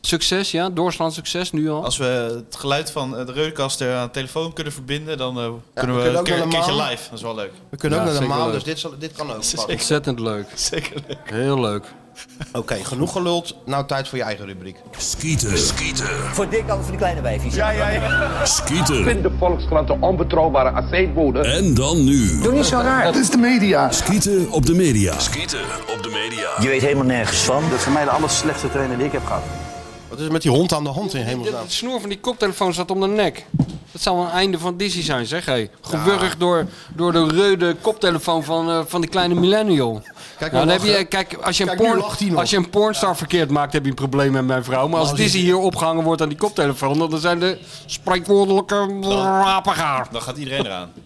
Speaker 4: Succes, ja. Doorslaand succes, nu al.
Speaker 1: als we het geluid van eh, de reukaster aan de telefoon kunnen verbinden, dan eh, kunnen we,
Speaker 3: kunnen ook
Speaker 1: een, keer-
Speaker 3: wel
Speaker 1: een keertje
Speaker 3: normaal.
Speaker 1: live. Dat is wel leuk.
Speaker 3: We kunnen
Speaker 4: Ja,
Speaker 3: ook naar de
Speaker 4: zeker
Speaker 3: maan,
Speaker 4: leuk.
Speaker 3: dus dit, zal- dit
Speaker 4: [laughs]
Speaker 3: kan ook. Oké,
Speaker 4: Ontzettend
Speaker 3: [laughs]
Speaker 4: leuk.
Speaker 1: Zeker leuk.
Speaker 4: Heel leuk.
Speaker 3: genoeg geluld. Nou, tijd voor je eigen rubriek.
Speaker 5: Skieten. Skieten.
Speaker 11: Voor dik altijd voor die kleine wijfjes. Ja, ja, ja.
Speaker 5: Skieten.
Speaker 12: de Volkskrant de onbetrouwbare aceetbode.
Speaker 5: En dan nu.
Speaker 11: Doe niet zo raar.
Speaker 12: Dat is de media.
Speaker 5: Skieten op de media. Skieten op de media.
Speaker 11: Je weet helemaal nergens van.
Speaker 10: Dat is voor mij de aller slechtste trainer die ik heb gehad.
Speaker 3: Wat is er met die hond aan de hand in
Speaker 4: De,
Speaker 3: hemelsnaam?
Speaker 4: snoer van die koptelefoon zat om de nek. Dat zou een einde van Dizzy zijn, zeg hé. Gewurgd door, door de reude koptelefoon van, eh, van die kleine millennial.
Speaker 3: Kijk,
Speaker 4: Nou,
Speaker 3: hoe
Speaker 4: dan heb
Speaker 3: lachen.
Speaker 4: je, kijk, als je,
Speaker 3: Kijk,
Speaker 4: een
Speaker 3: nu
Speaker 4: porn,
Speaker 3: lacht hij nog.
Speaker 4: als je een pornstar verkeerd maakt, heb je een probleem met mijn vrouw. Maar als
Speaker 3: als die-
Speaker 4: Dizzy hier opgehangen wordt aan die koptelefoon, dan zijn de spreekwoordelijke rapengaar.
Speaker 1: Dan gaat iedereen eraan.
Speaker 3: [laughs]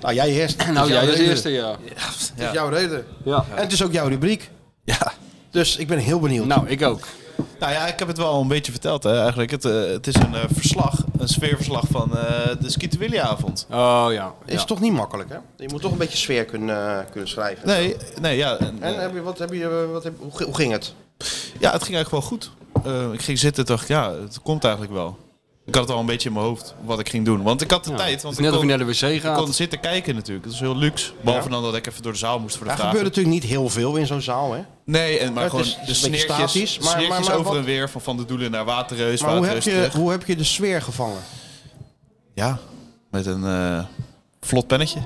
Speaker 3: Nou, jij eerst.
Speaker 4: Nou, jij als
Speaker 3: de
Speaker 4: eerste, ja.
Speaker 3: Het is jouw reden.
Speaker 4: ja.
Speaker 3: En het is ook jouw rubriek. Ja. Dus ik ben heel benieuwd.
Speaker 4: Nou, ik ook.
Speaker 1: Nou ja, ik heb het wel al een beetje verteld hè, eigenlijk. Het, eh, het is een eh, verslag, een sfeerverslag van eh de Skieterwilly-avond.
Speaker 4: Oh ja.
Speaker 3: is toch niet makkelijk, hè? Je moet toch een beetje sfeer kunnen, eh, kunnen schrijven.
Speaker 1: Nee, nee ja, en,
Speaker 3: En heb je, wat heb je, eh, wat heb, hoe, ging- hoe ging het?
Speaker 1: ja, het ging eigenlijk wel goed. Eh, ik ging zitten en dacht, ja, het komt eigenlijk wel. Ik had het al een beetje in mijn hoofd, wat ik ging doen. Want ik had de
Speaker 4: Ja.
Speaker 1: tijd,
Speaker 4: Het
Speaker 1: want
Speaker 4: is
Speaker 1: ik
Speaker 4: net of
Speaker 1: kon,
Speaker 4: je naar de wc
Speaker 1: ik kon
Speaker 4: gaat.
Speaker 1: zitten kijken natuurlijk. Dat is heel luxe. Behalve dan dat ik even door de zaal moest voor de
Speaker 3: Er
Speaker 1: vragen.
Speaker 3: gebeurt natuurlijk niet heel veel in zo'n zaal, hè?
Speaker 1: Nee, en, maar
Speaker 3: Het
Speaker 1: gewoon
Speaker 3: is- het
Speaker 1: de
Speaker 3: is een beetje
Speaker 1: sneertjes,
Speaker 3: statisch, maar-
Speaker 1: sneertjes
Speaker 3: maar- maar
Speaker 1: over
Speaker 3: wat-
Speaker 1: en weer van Van de Doelen naar Waterreus,
Speaker 3: Maar hoe heb,
Speaker 1: Waterreus
Speaker 3: je,
Speaker 1: terug.
Speaker 3: hoe heb je de sfeer gevangen?
Speaker 1: Ja, met een eh, vlot pennetje.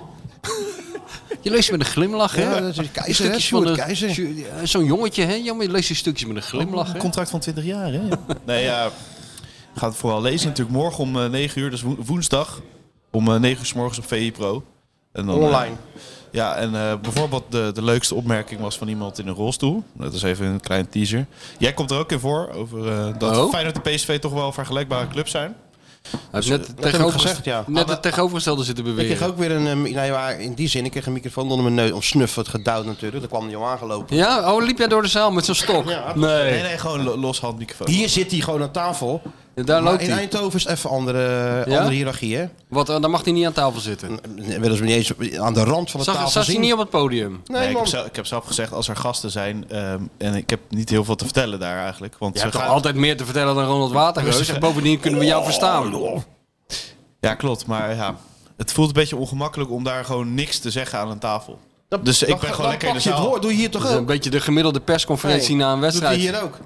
Speaker 4: Je leest met een glimlach, hè?
Speaker 3: Ja, dat is
Speaker 4: Die
Speaker 3: Keizer, hè?
Speaker 4: stukjes van
Speaker 3: Sjoerd
Speaker 4: de-
Speaker 3: Keizer.
Speaker 4: Sjoerd- ja, Zo'n jongetje, hè? Jammer, je leest die stukjes met een glimlach, hè?
Speaker 1: Een contract van 20 jaar, hè? [laughs] nee, ja. Ga het vooral lezen natuurlijk. Morgen om eh, 9 uur, dus wo- woensdag. Om eh, 9 uur s morgens op VI Pro. En dan, eh,
Speaker 3: Online.
Speaker 1: ja, en eh, bijvoorbeeld de, de leukste opmerking was van iemand in een rolstoel. Dat is even een klein teaser. Jij komt er ook in voor, over eh, dat
Speaker 4: Oh.
Speaker 1: Feyenoord en PSV toch wel vergelijkbare clubs zijn.
Speaker 4: Hij heeft net, het
Speaker 3: heb ik
Speaker 4: tegenoverges-
Speaker 3: gezegd, ja.
Speaker 4: net het tegenovergestelde zitten
Speaker 3: Ik
Speaker 4: beweren.
Speaker 3: kreeg ook weer een, eh, nee, maar in die zin, ik kreeg een microfoon onder mijn neus, om snuffert gedouwd natuurlijk. Daar kwam hij al aangelopen.
Speaker 4: Ja? Oh, liep jij door de zaal met zo'n stok? nee.
Speaker 1: Nee, nee, gewoon lo- los handmicrofoon.
Speaker 3: Hier zit hij gewoon aan tafel.
Speaker 4: Ja, Daar
Speaker 3: Maar
Speaker 4: loopt
Speaker 3: in
Speaker 4: hij.
Speaker 3: Eindhoven is het even andere, eh,
Speaker 4: Ja?
Speaker 3: andere hiërarchie, hè?
Speaker 4: Wat, eh, dan mag hij niet aan tafel zitten.
Speaker 3: Nee, Willen ze me niet eens aan de rand van de
Speaker 4: Zag,
Speaker 3: tafel
Speaker 4: zat hij
Speaker 3: zien.
Speaker 4: niet op het podium?
Speaker 1: Nee,
Speaker 3: Nee,
Speaker 1: ik, heb
Speaker 3: man.
Speaker 1: zelf, ik heb zelf gezegd, als er gasten zijn, ehm, en ik heb niet heel veel te vertellen daar eigenlijk. Want
Speaker 4: Je
Speaker 1: ze
Speaker 4: hebt toch
Speaker 1: gaan-
Speaker 4: altijd meer te vertellen dan Ronald Waterreus? En bovendien kunnen we jou
Speaker 3: Oh,
Speaker 4: verstaan.
Speaker 1: Ja, klopt. Maar ja, het voelt een beetje ongemakkelijk om daar gewoon niks te zeggen aan een tafel. dus ik ben
Speaker 3: Dan
Speaker 1: gewoon lekker in de
Speaker 3: pak je het
Speaker 1: zaal.
Speaker 3: woord, doe je hier
Speaker 4: Dat
Speaker 3: toch
Speaker 4: is een
Speaker 3: ook?
Speaker 4: beetje de gemiddelde persconferentie na een
Speaker 3: oh. Doet hij
Speaker 4: wedstrijd.
Speaker 3: hier ook?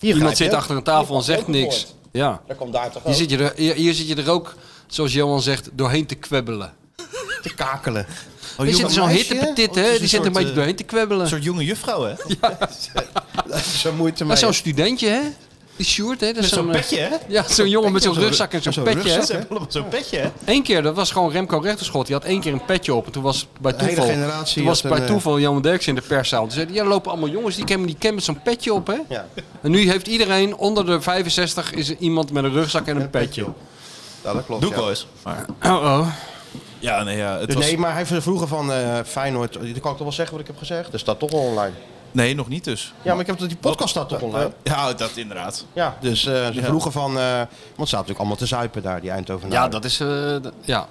Speaker 4: Iemand
Speaker 3: grijp je
Speaker 4: zit
Speaker 3: ook.
Speaker 4: achter een tafel en zegt niks. Ja.
Speaker 3: Dat komt daar toch
Speaker 1: Oh.
Speaker 4: Hier zit, je er, hier, hier zit je er ook, zoals Johan zegt, doorheen te kwebbelen.
Speaker 3: Te kakelen.
Speaker 4: Oh, er zitten zo'n
Speaker 1: Oh,
Speaker 4: hittepetit, hè? Die zitten een beetje
Speaker 3: eh,
Speaker 4: doorheen te kwebbelen.
Speaker 1: Een eh, soort jonge
Speaker 4: [laughs]
Speaker 1: juffrouw, hè?
Speaker 3: Zo moeite
Speaker 4: Maar
Speaker 3: mee.
Speaker 4: zo'n studentje, hè? Die Sjoerd, hè? Dat
Speaker 1: Met
Speaker 4: is
Speaker 1: zo'n
Speaker 4: eh,
Speaker 1: petje, hè?
Speaker 4: Ja, zo'n jongen met zo'n
Speaker 1: Zo'n
Speaker 4: rugzak en zo'n
Speaker 1: zo'n
Speaker 4: petje,
Speaker 1: rugzak,
Speaker 4: hè?
Speaker 1: hè? Allemaal Zo'n petje, hè?
Speaker 4: Eén keer, dat was gewoon Remco Rechterschot. Die had één keer een petje op. En toen was bij
Speaker 3: hele
Speaker 4: toeval,
Speaker 3: generatie
Speaker 4: toen was
Speaker 3: had
Speaker 4: bij
Speaker 3: een, eh,
Speaker 4: toeval Jan Derks in de perszaal. Toen zei hij, ja, er lopen allemaal jongens die ik ken, die ken met zo'n petje op, hè?
Speaker 3: Ja.
Speaker 4: En nu heeft iedereen onder de 65 is er iemand met een rugzak en een petje op.
Speaker 3: Ja, dat klopt.
Speaker 1: Doe ik
Speaker 3: ja.
Speaker 1: wel eens. Maar,
Speaker 4: Oh, oh.
Speaker 1: ja, nee, ja, het
Speaker 3: Dus
Speaker 1: was...
Speaker 3: Nee, maar hij vroeger van eh, Feyenoord, dat kan ik toch wel zeggen wat ik heb gezegd? Dat staat toch al online.
Speaker 1: nee, nog niet dus.
Speaker 3: Ja, maar ik heb dat die podcast staat
Speaker 4: Eh,
Speaker 3: toch online?
Speaker 1: Ja, dat inderdaad.
Speaker 3: Ja, dus eh, ze vroegen van, eh, want ze zaten natuurlijk allemaal te zuipen daar, die Eindhovenaren.
Speaker 4: Ja, dat is... eh, d- ja.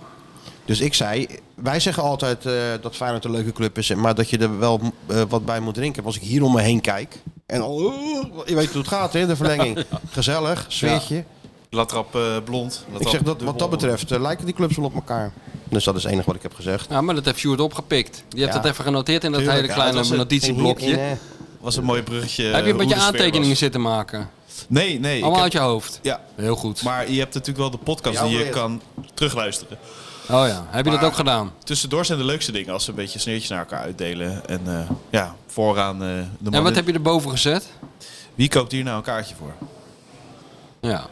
Speaker 3: Dus ik zei, wij zeggen altijd eh, dat Feyenoord een leuke club is, maar dat je er wel eh, wat bij moet drinken. Als ik hier om me heen kijk, en al, oeh, je weet hoe het gaat, hè, de [laughs] verlenging. Gezellig, sfeertje.
Speaker 1: Latrap eh, blond.
Speaker 3: Ik
Speaker 1: Latrap
Speaker 3: zeg, dat, wat
Speaker 1: dubbel.
Speaker 3: dat betreft eh, lijken die clubs wel op elkaar. Dus dat is het enige wat ik heb gezegd.
Speaker 4: ja, maar dat heeft Sjoerd opgepikt. Die heeft
Speaker 3: Ja.
Speaker 4: dat even genoteerd in dat
Speaker 1: Tuurlijk,
Speaker 4: hele
Speaker 1: ja,
Speaker 4: kleine
Speaker 1: dat was het.
Speaker 4: notitieblokje.
Speaker 3: In, eh,
Speaker 1: was een mooi bruggetje.
Speaker 4: Heb je een eh,
Speaker 1: hoe
Speaker 4: beetje
Speaker 1: de sfeer
Speaker 4: aantekeningen
Speaker 1: was.
Speaker 4: zitten maken?
Speaker 1: Nee, nee. ik
Speaker 4: Allemaal
Speaker 1: heb-
Speaker 4: uit je hoofd?
Speaker 1: Ja,
Speaker 4: Heel goed.
Speaker 1: maar je hebt natuurlijk wel de podcast
Speaker 3: Jouw
Speaker 1: die je
Speaker 3: leer.
Speaker 1: kan terugluisteren.
Speaker 4: oh ja, heb je dat
Speaker 1: Maar-
Speaker 4: ook gedaan?
Speaker 1: Tussendoor zijn de leukste dingen als ze een beetje sneertjes naar elkaar uitdelen. En eh, ja, vooraan eh, de
Speaker 4: En
Speaker 1: mannen.
Speaker 4: wat heb je erboven gezet?
Speaker 1: Wie koopt hier nou een kaartje voor?
Speaker 4: Ja,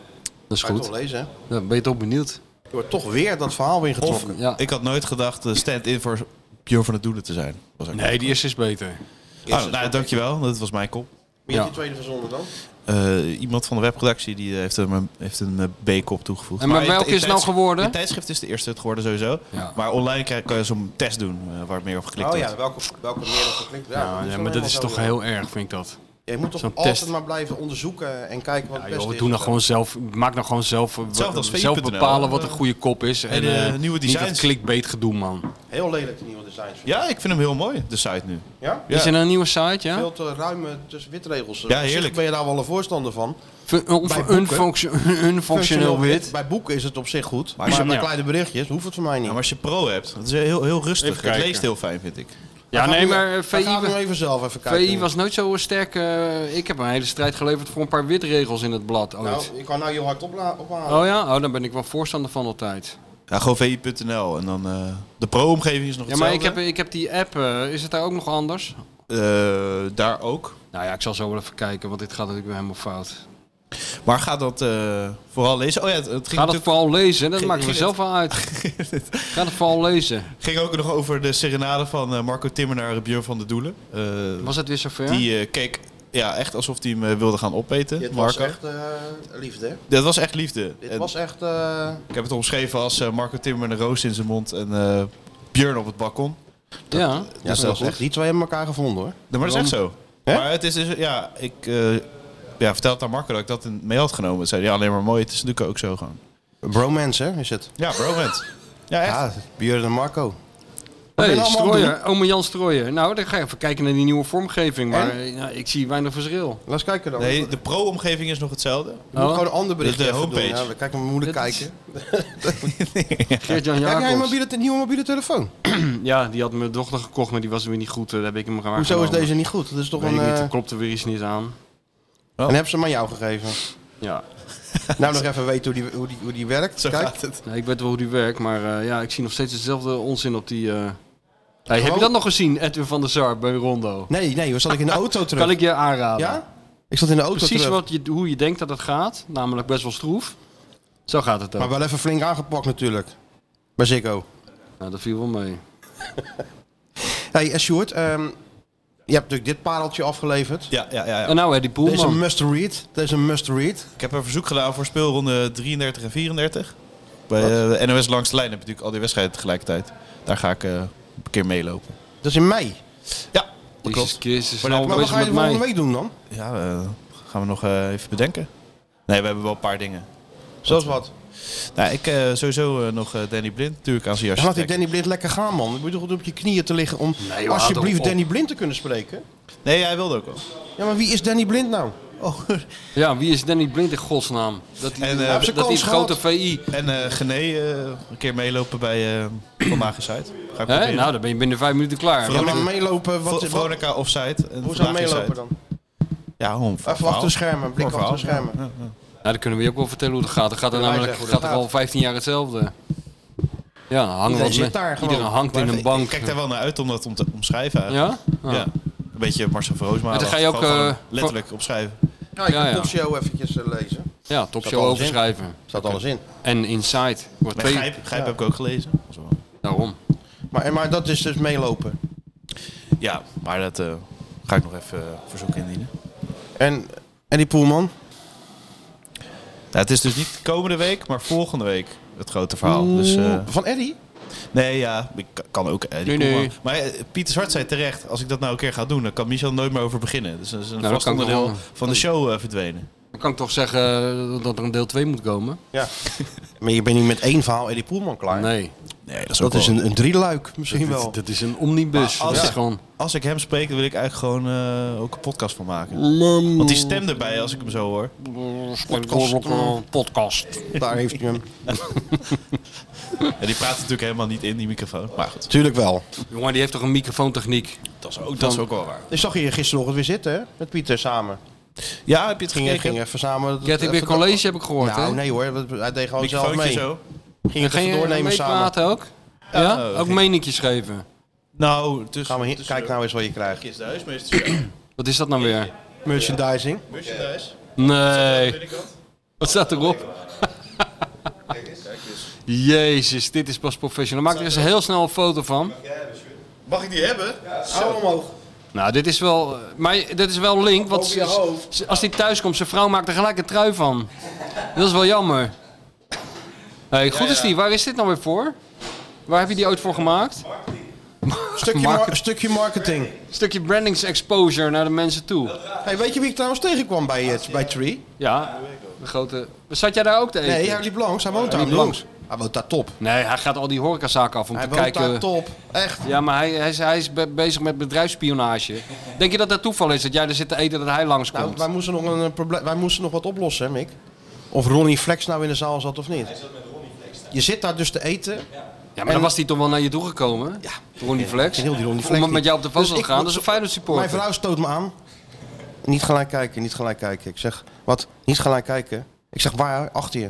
Speaker 4: dat is
Speaker 3: Kan je
Speaker 4: goed.
Speaker 3: toch lezen, hè?
Speaker 4: Dan ben je toch benieuwd.
Speaker 3: Je wordt toch weer dat verhaal weer
Speaker 1: Of
Speaker 3: getrokken.
Speaker 4: Ja.
Speaker 1: ik had nooit gedacht eh, stand-in voor Björn van het Doelen te zijn. Was ook
Speaker 4: Nee, die eerste is beter.
Speaker 1: leuk. Oh, nou, dankjewel. Dat was mijn kop.
Speaker 3: Wie heeft
Speaker 4: Ja.
Speaker 3: die tweede verzonnen dan?
Speaker 1: Eh, iemand van de webredactie die eh, heeft hem een, heeft een eh, B-kop toegevoegd.
Speaker 4: En maar welke
Speaker 1: in
Speaker 4: is het nou
Speaker 1: tijdschrift-
Speaker 4: geworden?
Speaker 1: In tijdschrift is de eerste het geworden sowieso.
Speaker 4: Ja.
Speaker 1: Maar online krijg, kan je zo'n test doen eh, waar meer op geklikt
Speaker 3: Oh
Speaker 1: wordt.
Speaker 3: ja, welke, welke meer dat klinkt. Ja,
Speaker 4: Ja,
Speaker 3: is
Speaker 4: ja,
Speaker 3: wel
Speaker 4: maar dat
Speaker 3: helemaal
Speaker 4: is
Speaker 3: zo,
Speaker 4: toch
Speaker 3: ja.
Speaker 4: heel erg, vind ik dat.
Speaker 3: Je moet toch
Speaker 4: zo'n
Speaker 3: altijd
Speaker 4: test.
Speaker 3: maar blijven onderzoeken en kijken wat
Speaker 4: Ja,
Speaker 3: het beste
Speaker 4: joh,
Speaker 3: is.
Speaker 4: doe nou gewoon zelf, maak nou gewoon zelf, eh,
Speaker 1: Hetzelfde als
Speaker 4: zelf
Speaker 1: VU.nl,
Speaker 4: bepalen wat
Speaker 1: eh,
Speaker 4: een goede kop is. En,
Speaker 1: en, eh,
Speaker 4: eh,
Speaker 1: nieuwe
Speaker 4: niet dat
Speaker 1: designs.
Speaker 4: klikbeet gedoe, man.
Speaker 3: Heel lelijk die nieuwe designs.
Speaker 1: Ja, ik vind hem heel mooi, de site nu.
Speaker 3: Ja?
Speaker 1: Ja.
Speaker 4: Is er nou een nieuwe site, ja?
Speaker 3: Veel te ruim eh, tussen witregels.
Speaker 1: Ja,
Speaker 3: Op zich
Speaker 1: heerlijk.
Speaker 3: Ben je daar wel een voorstander van?
Speaker 4: Fu-
Speaker 3: Bij
Speaker 4: Een
Speaker 3: boeken.
Speaker 4: [laughs] functioneel unfunctional wit.
Speaker 3: eh, Bij boeken is het op zich goed. Maar,
Speaker 1: als je-
Speaker 3: bij
Speaker 1: ja.
Speaker 3: kleine berichtjes hoeft het voor mij niet.
Speaker 1: Ja, Nou, maar als je pro hebt, dat is heel, heel rustig.
Speaker 4: Even
Speaker 1: Het
Speaker 4: kijken.
Speaker 1: leest heel fijn, vind ik.
Speaker 4: Ja,
Speaker 3: Dan
Speaker 4: nee,
Speaker 3: gaan we-
Speaker 4: maar eh,
Speaker 3: dan gaan we
Speaker 4: VI,
Speaker 3: nu even zelf even kijken.
Speaker 4: VI was nooit zo sterk. eh, ik heb een hele strijd geleverd voor een paar witregels in het blad ooit.
Speaker 3: Nou, je kan nou je hart opla- ophalen.
Speaker 4: Oh ja? Oh, daar ben ik wel voorstander van altijd.
Speaker 1: Ja, gewoon vi.nl en dan eh, de pro-omgeving is nog
Speaker 4: Ja, maar ik heb,
Speaker 1: hetzelfde.
Speaker 4: ik heb die app. eh, is het daar ook nog anders?
Speaker 1: Eh, daar ook.
Speaker 4: Nou ja, ik zal zo wel even kijken, want dit gaat natuurlijk weer helemaal fout.
Speaker 1: Maar ga dat eh, vooral lezen. Oh ja, het, het ging,
Speaker 4: Ga dat
Speaker 1: natuurlijk-
Speaker 4: vooral lezen, dat
Speaker 1: Ging-
Speaker 4: maakt me
Speaker 1: ging
Speaker 4: zelf wel
Speaker 3: [laughs]
Speaker 4: uit. Ga dat vooral lezen.
Speaker 1: ging ook nog over de serenade van eh, Marco Timmer naar Björn van de Doelen. Eh,
Speaker 4: Was het weer zover?
Speaker 1: die eh, keek ja, echt alsof hij hem eh, wilde gaan opeten,
Speaker 3: Dit was
Speaker 1: Marco.
Speaker 3: echt eh, liefde. hè?
Speaker 1: Dat was echt liefde.
Speaker 3: Dit
Speaker 1: En
Speaker 3: was echt... eh,
Speaker 1: Ik heb het omschreven als eh, Marco Timmer een roos in zijn mond en eh, Björn op het balkon.
Speaker 4: ja.
Speaker 3: ja, eh, dat
Speaker 1: wel
Speaker 3: is
Speaker 1: goed.
Speaker 3: echt. Die twee hebben elkaar gevonden hoor.
Speaker 1: Nee, maar dat is echt zo.
Speaker 3: Hè?
Speaker 1: Maar het is dus, ja, ik eh ja, vertelde het aan Marco dat ik dat in, mee had genomen. Het zei hij, ja, alleen maar mooi, het is natuurlijk ook zo gewoon.
Speaker 3: Bromance hè, is het.
Speaker 1: Ja, bro, bent. Ja, echt.
Speaker 3: Ja, Björn en Marco. ben je
Speaker 4: Hey,
Speaker 3: allemaal aan het
Speaker 4: Strooier, ome Jan Strooier. Nou, dan ga je even kijken naar die nieuwe vormgeving, maar eh, ja, ik zie weinig verschil.
Speaker 3: Laat eens kijken dan.
Speaker 1: Nee, de pro-omgeving is nog hetzelfde.
Speaker 3: Je moet
Speaker 4: Oh,
Speaker 3: gewoon een ander berichtje
Speaker 1: De- de
Speaker 3: even doen.
Speaker 1: homepage.
Speaker 3: Ja, we kijken, we moeten
Speaker 4: Dat is-
Speaker 3: kijken.
Speaker 4: Geert-Jan
Speaker 3: Heb jij een
Speaker 4: Jacobs.
Speaker 3: mobiele, te- nieuwe mobiele telefoon?
Speaker 4: Ja, die had mijn dochter gekocht, maar die was weer niet goed. eh, Daar heb ik hem maar
Speaker 3: Hoezo is
Speaker 4: aangenomen.
Speaker 3: deze niet goed? Dat is toch
Speaker 4: Weet
Speaker 3: een...
Speaker 4: ik niet,
Speaker 3: eh,
Speaker 4: er klopt er weer iets niet aan.
Speaker 3: En heb ze hem aan jou
Speaker 4: [laughs]
Speaker 3: gegeven.
Speaker 4: Ja.
Speaker 3: nou, nog even weten hoe die, hoe die, hoe die werkt.
Speaker 1: Zo
Speaker 3: Kijk.
Speaker 1: gaat het.
Speaker 4: Nou, ik weet wel hoe die werkt, maar eh, ja, ik zie nog steeds dezelfde onzin op die... eh. Hey, Heb
Speaker 3: Gewoon-
Speaker 4: je dat nog gezien, Edwin van der Sar, bij Rondo?
Speaker 3: Nee, nee, we zat
Speaker 4: [laughs]
Speaker 3: ik in de auto terug.
Speaker 4: Kan ik je aanraden.
Speaker 3: Ja? Ik zat in de auto
Speaker 4: Precies
Speaker 3: terug.
Speaker 4: wat je, hoe je denkt dat het gaat, namelijk best wel stroef. Zo gaat het ook.
Speaker 3: Maar wel even flink aangepakt natuurlijk. Bij Ziggo.
Speaker 4: Nou, dat viel wel mee.
Speaker 3: hey, eh, Sjoerd. ehm, je hebt natuurlijk dit pareltje afgeleverd.
Speaker 1: Ja, ja, ja, ja.
Speaker 4: En nou, Eddie
Speaker 3: Deze
Speaker 4: Poelman.
Speaker 3: must read. Deze must read.
Speaker 1: Ik heb een verzoek gedaan voor speelronde 33 en 34. Bij eh, NOS Langs de Lijn heb je natuurlijk al die wedstrijden tegelijkertijd. Daar ga ik eh, een keer meelopen.
Speaker 3: Dat is in mei.
Speaker 1: Ja, dat
Speaker 4: Jezus
Speaker 1: klopt.
Speaker 4: Christus,
Speaker 1: Maar
Speaker 4: nou
Speaker 3: Maar wat
Speaker 4: bezig
Speaker 3: ga je
Speaker 4: Oh, met
Speaker 3: de
Speaker 4: mij.
Speaker 3: volgende week doen dan?
Speaker 1: Ja, eh, gaan we nog eh, even bedenken. Nee, we hebben wel een paar dingen.
Speaker 3: Zoals wat?
Speaker 1: Nou, ik eh, sowieso eh, nog eh, Danny Blind natuurlijk aan zijn
Speaker 3: Dan
Speaker 1: jasje
Speaker 3: laat die
Speaker 1: trekken.
Speaker 3: Danny Blind lekker gaan, man. Je moet toch goed op je knieën te liggen om
Speaker 4: Nee, joh, houd
Speaker 3: alsjeblieft
Speaker 4: op, op.
Speaker 3: Danny Blind te kunnen spreken.
Speaker 1: Nee, hij wilde ook wel.
Speaker 3: Ja, maar wie is Danny Blind nou?
Speaker 1: Oh.
Speaker 4: Ja, wie is Danny Blind in godsnaam? Dat die,
Speaker 1: En, eh,
Speaker 4: dat
Speaker 1: hebben
Speaker 3: ze
Speaker 4: die
Speaker 3: kans
Speaker 4: grote VI.
Speaker 1: En eh Gené eh, een keer meelopen bij eh Vandaag is Zuid. Ga ik
Speaker 4: Hè?
Speaker 1: proberen.
Speaker 4: Nou, dan ben je binnen vijf minuten klaar.
Speaker 1: Veronica-
Speaker 3: Ja, maar meelopen. Wat,
Speaker 1: Veronica of Zuid.
Speaker 3: hoe zou meelopen dan?
Speaker 1: Ja, gewoon
Speaker 3: Even achter de schermen, een blik achter de schermen.
Speaker 4: Nou, dan kunnen we je ook wel vertellen hoe het gaat. Dan gaat er
Speaker 3: Kunnen wij
Speaker 4: namelijk
Speaker 3: zeggen hoe dat
Speaker 4: gaat er al
Speaker 3: gaat.
Speaker 4: 15 jaar hetzelfde. Ja, dan hangen we
Speaker 1: Iedereen
Speaker 4: als
Speaker 1: zit
Speaker 4: men-
Speaker 1: daar gewoon.
Speaker 4: Iedereen hangt in
Speaker 1: Maar
Speaker 4: een bank.
Speaker 1: Ik kijk daar wel naar uit om dat om te omschrijven eigenlijk.
Speaker 4: Ja? Ah,
Speaker 1: Ja?
Speaker 4: Ja.
Speaker 1: Een beetje Marcel Verroosma.
Speaker 4: En dan ga je ook, eh,
Speaker 1: letterlijk opschrijven.
Speaker 3: Ja, je
Speaker 4: Ja,
Speaker 3: kan
Speaker 4: ja.
Speaker 3: Topshow eventjes eh, lezen.
Speaker 4: Ja,
Speaker 3: Staat
Speaker 4: topshow
Speaker 3: alles in.
Speaker 4: overschrijven.
Speaker 3: Staat alles in.
Speaker 4: En Inside. Wordt
Speaker 1: Met
Speaker 4: twee...
Speaker 1: Gijp, Gijp
Speaker 3: Ja.
Speaker 1: heb ik ook gelezen.
Speaker 4: Daarom.
Speaker 3: Maar, en- maar dat is dus meelopen.
Speaker 1: Ja, maar dat eh, ga ik nog even eh, verzoek indienen.
Speaker 3: En, en die poelman?
Speaker 1: Nou, het is dus niet komende week, maar volgende week het grote verhaal. Dus, eh,
Speaker 3: Van Eddie?
Speaker 1: nee, ja, ik ka- kan ook. eh, die
Speaker 4: Nee, nee.
Speaker 1: Poelman. Maar eh, Pieter Zwart zei terecht, als ik dat nou een keer ga doen, dan kan Michel nooit meer over beginnen. Dus dat is een
Speaker 4: Nou, dat
Speaker 1: vast
Speaker 4: kan ik
Speaker 1: onderdeel
Speaker 4: wel.
Speaker 1: van de show eh, verdwenen.
Speaker 4: Dan kan ik toch zeggen eh, dat er een deel 2 moet komen?
Speaker 3: Ja. maar je bent niet met één verhaal Eddie Poelman klaar.
Speaker 4: Nee.
Speaker 1: Nee, dat is,
Speaker 3: Dat is een, een drieluik misschien
Speaker 4: Dat-
Speaker 3: wel.
Speaker 4: Dat is een omnibus.
Speaker 1: Maar als-
Speaker 4: Dat is
Speaker 1: ja.
Speaker 4: gewoon...
Speaker 1: Als ik hem spreek, dan wil ik eigenlijk gewoon eh, ook een podcast van maken. Want die stem erbij, als ik hem zo hoor.
Speaker 4: Podcast. Podcast.
Speaker 3: Daar heeft u hem.
Speaker 1: En die praat natuurlijk helemaal niet in die microfoon. Maar goed,
Speaker 3: Tuurlijk wel.
Speaker 4: Jongen, die heeft toch een microfoontechniek?
Speaker 1: dat is ook, dat is ook wel waar.
Speaker 3: Ik zag je gisterochtend weer zitten hè? met Pieter samen.
Speaker 1: Ja, heb je het
Speaker 3: Gingen,
Speaker 1: gekeken?
Speaker 3: gingen even samen...
Speaker 4: Krijgt hij weer
Speaker 3: even-
Speaker 4: college, heb ik gehoord, hè?
Speaker 3: Nou, nee hoor, dat- hij deed gewoon zelf
Speaker 1: Microfoontje
Speaker 3: mee.
Speaker 1: zo.
Speaker 3: Ging het
Speaker 4: Ging
Speaker 3: even
Speaker 4: je
Speaker 3: doornemen
Speaker 4: mee
Speaker 3: samen.
Speaker 4: praten ook? Ja?
Speaker 1: Ja, nou,
Speaker 4: ook
Speaker 1: ging-
Speaker 4: meninkjes geven.
Speaker 1: Nou, tussen,
Speaker 3: Gaan we hier,
Speaker 1: tussen-
Speaker 3: kijk nou eens wat je krijgt.
Speaker 1: Is de huismeester.
Speaker 4: Wat is dat nou weer?
Speaker 3: Merchandising.
Speaker 1: Merchandise.
Speaker 4: Nee. Wat staat erop? Jezus, dit is pas professional. Maak er eens heel snel een foto van.
Speaker 1: Mag ik die hebben?
Speaker 3: Hou omhoog.
Speaker 4: Nou, dit is wel... eh, Maar dit is wel link, want
Speaker 3: Over je
Speaker 4: ze-
Speaker 3: hoofd.
Speaker 4: ze- als hij thuis komt, zijn vrouw maakt er gelijk een trui van. Dat is wel jammer. Hey, goed is die. Waar is dit nou weer voor? Waar heb je die ooit voor gemaakt?
Speaker 3: Stukje,
Speaker 4: Market-
Speaker 3: mar- stukje marketing.
Speaker 4: stukje brandingsexposure naar de mensen toe.
Speaker 3: Hey, weet je wie ik trouwens tegenkwam bij, eh, bij Tree?
Speaker 4: Ja, de grote... Zat jij daar ook te eten?
Speaker 3: Nee, hij liep langs. Hij woont daar
Speaker 4: liep
Speaker 3: langs. Hij woont daar top.
Speaker 4: Nee, hij gaat al die horecazaken af om
Speaker 3: Hij
Speaker 4: te
Speaker 3: woont
Speaker 4: kijken.
Speaker 3: daar top. Echt.
Speaker 4: Ja, maar hij, hij is, hij is be- bezig met bedrijfsspionage. Denk je dat dat toeval is dat jij er zit te eten dat hij langskomt?
Speaker 3: Nou, wij, moesten nog een, eh, probleem, wij moesten nog wat oplossen, hè, Mick. Of Ronnie Flex nou in de zaal zat of niet. Je zit daar dus te eten.
Speaker 4: ja, maar dan was hij toch wel naar je toe gekomen? Ja. Ronnie Flex.
Speaker 3: En heel die Ronnie Flex
Speaker 4: Om
Speaker 3: niet.
Speaker 4: met jou op de foto
Speaker 3: Dus
Speaker 4: te
Speaker 3: ik
Speaker 4: gaan,
Speaker 3: moet-
Speaker 4: dat is een Feyenoord supporter.
Speaker 3: Mijn vrouw stoot me aan. Niet gelijk kijken, niet gelijk kijken. Ik zeg, wat? Niet gelijk kijken? Ik zeg, waar? Achter je.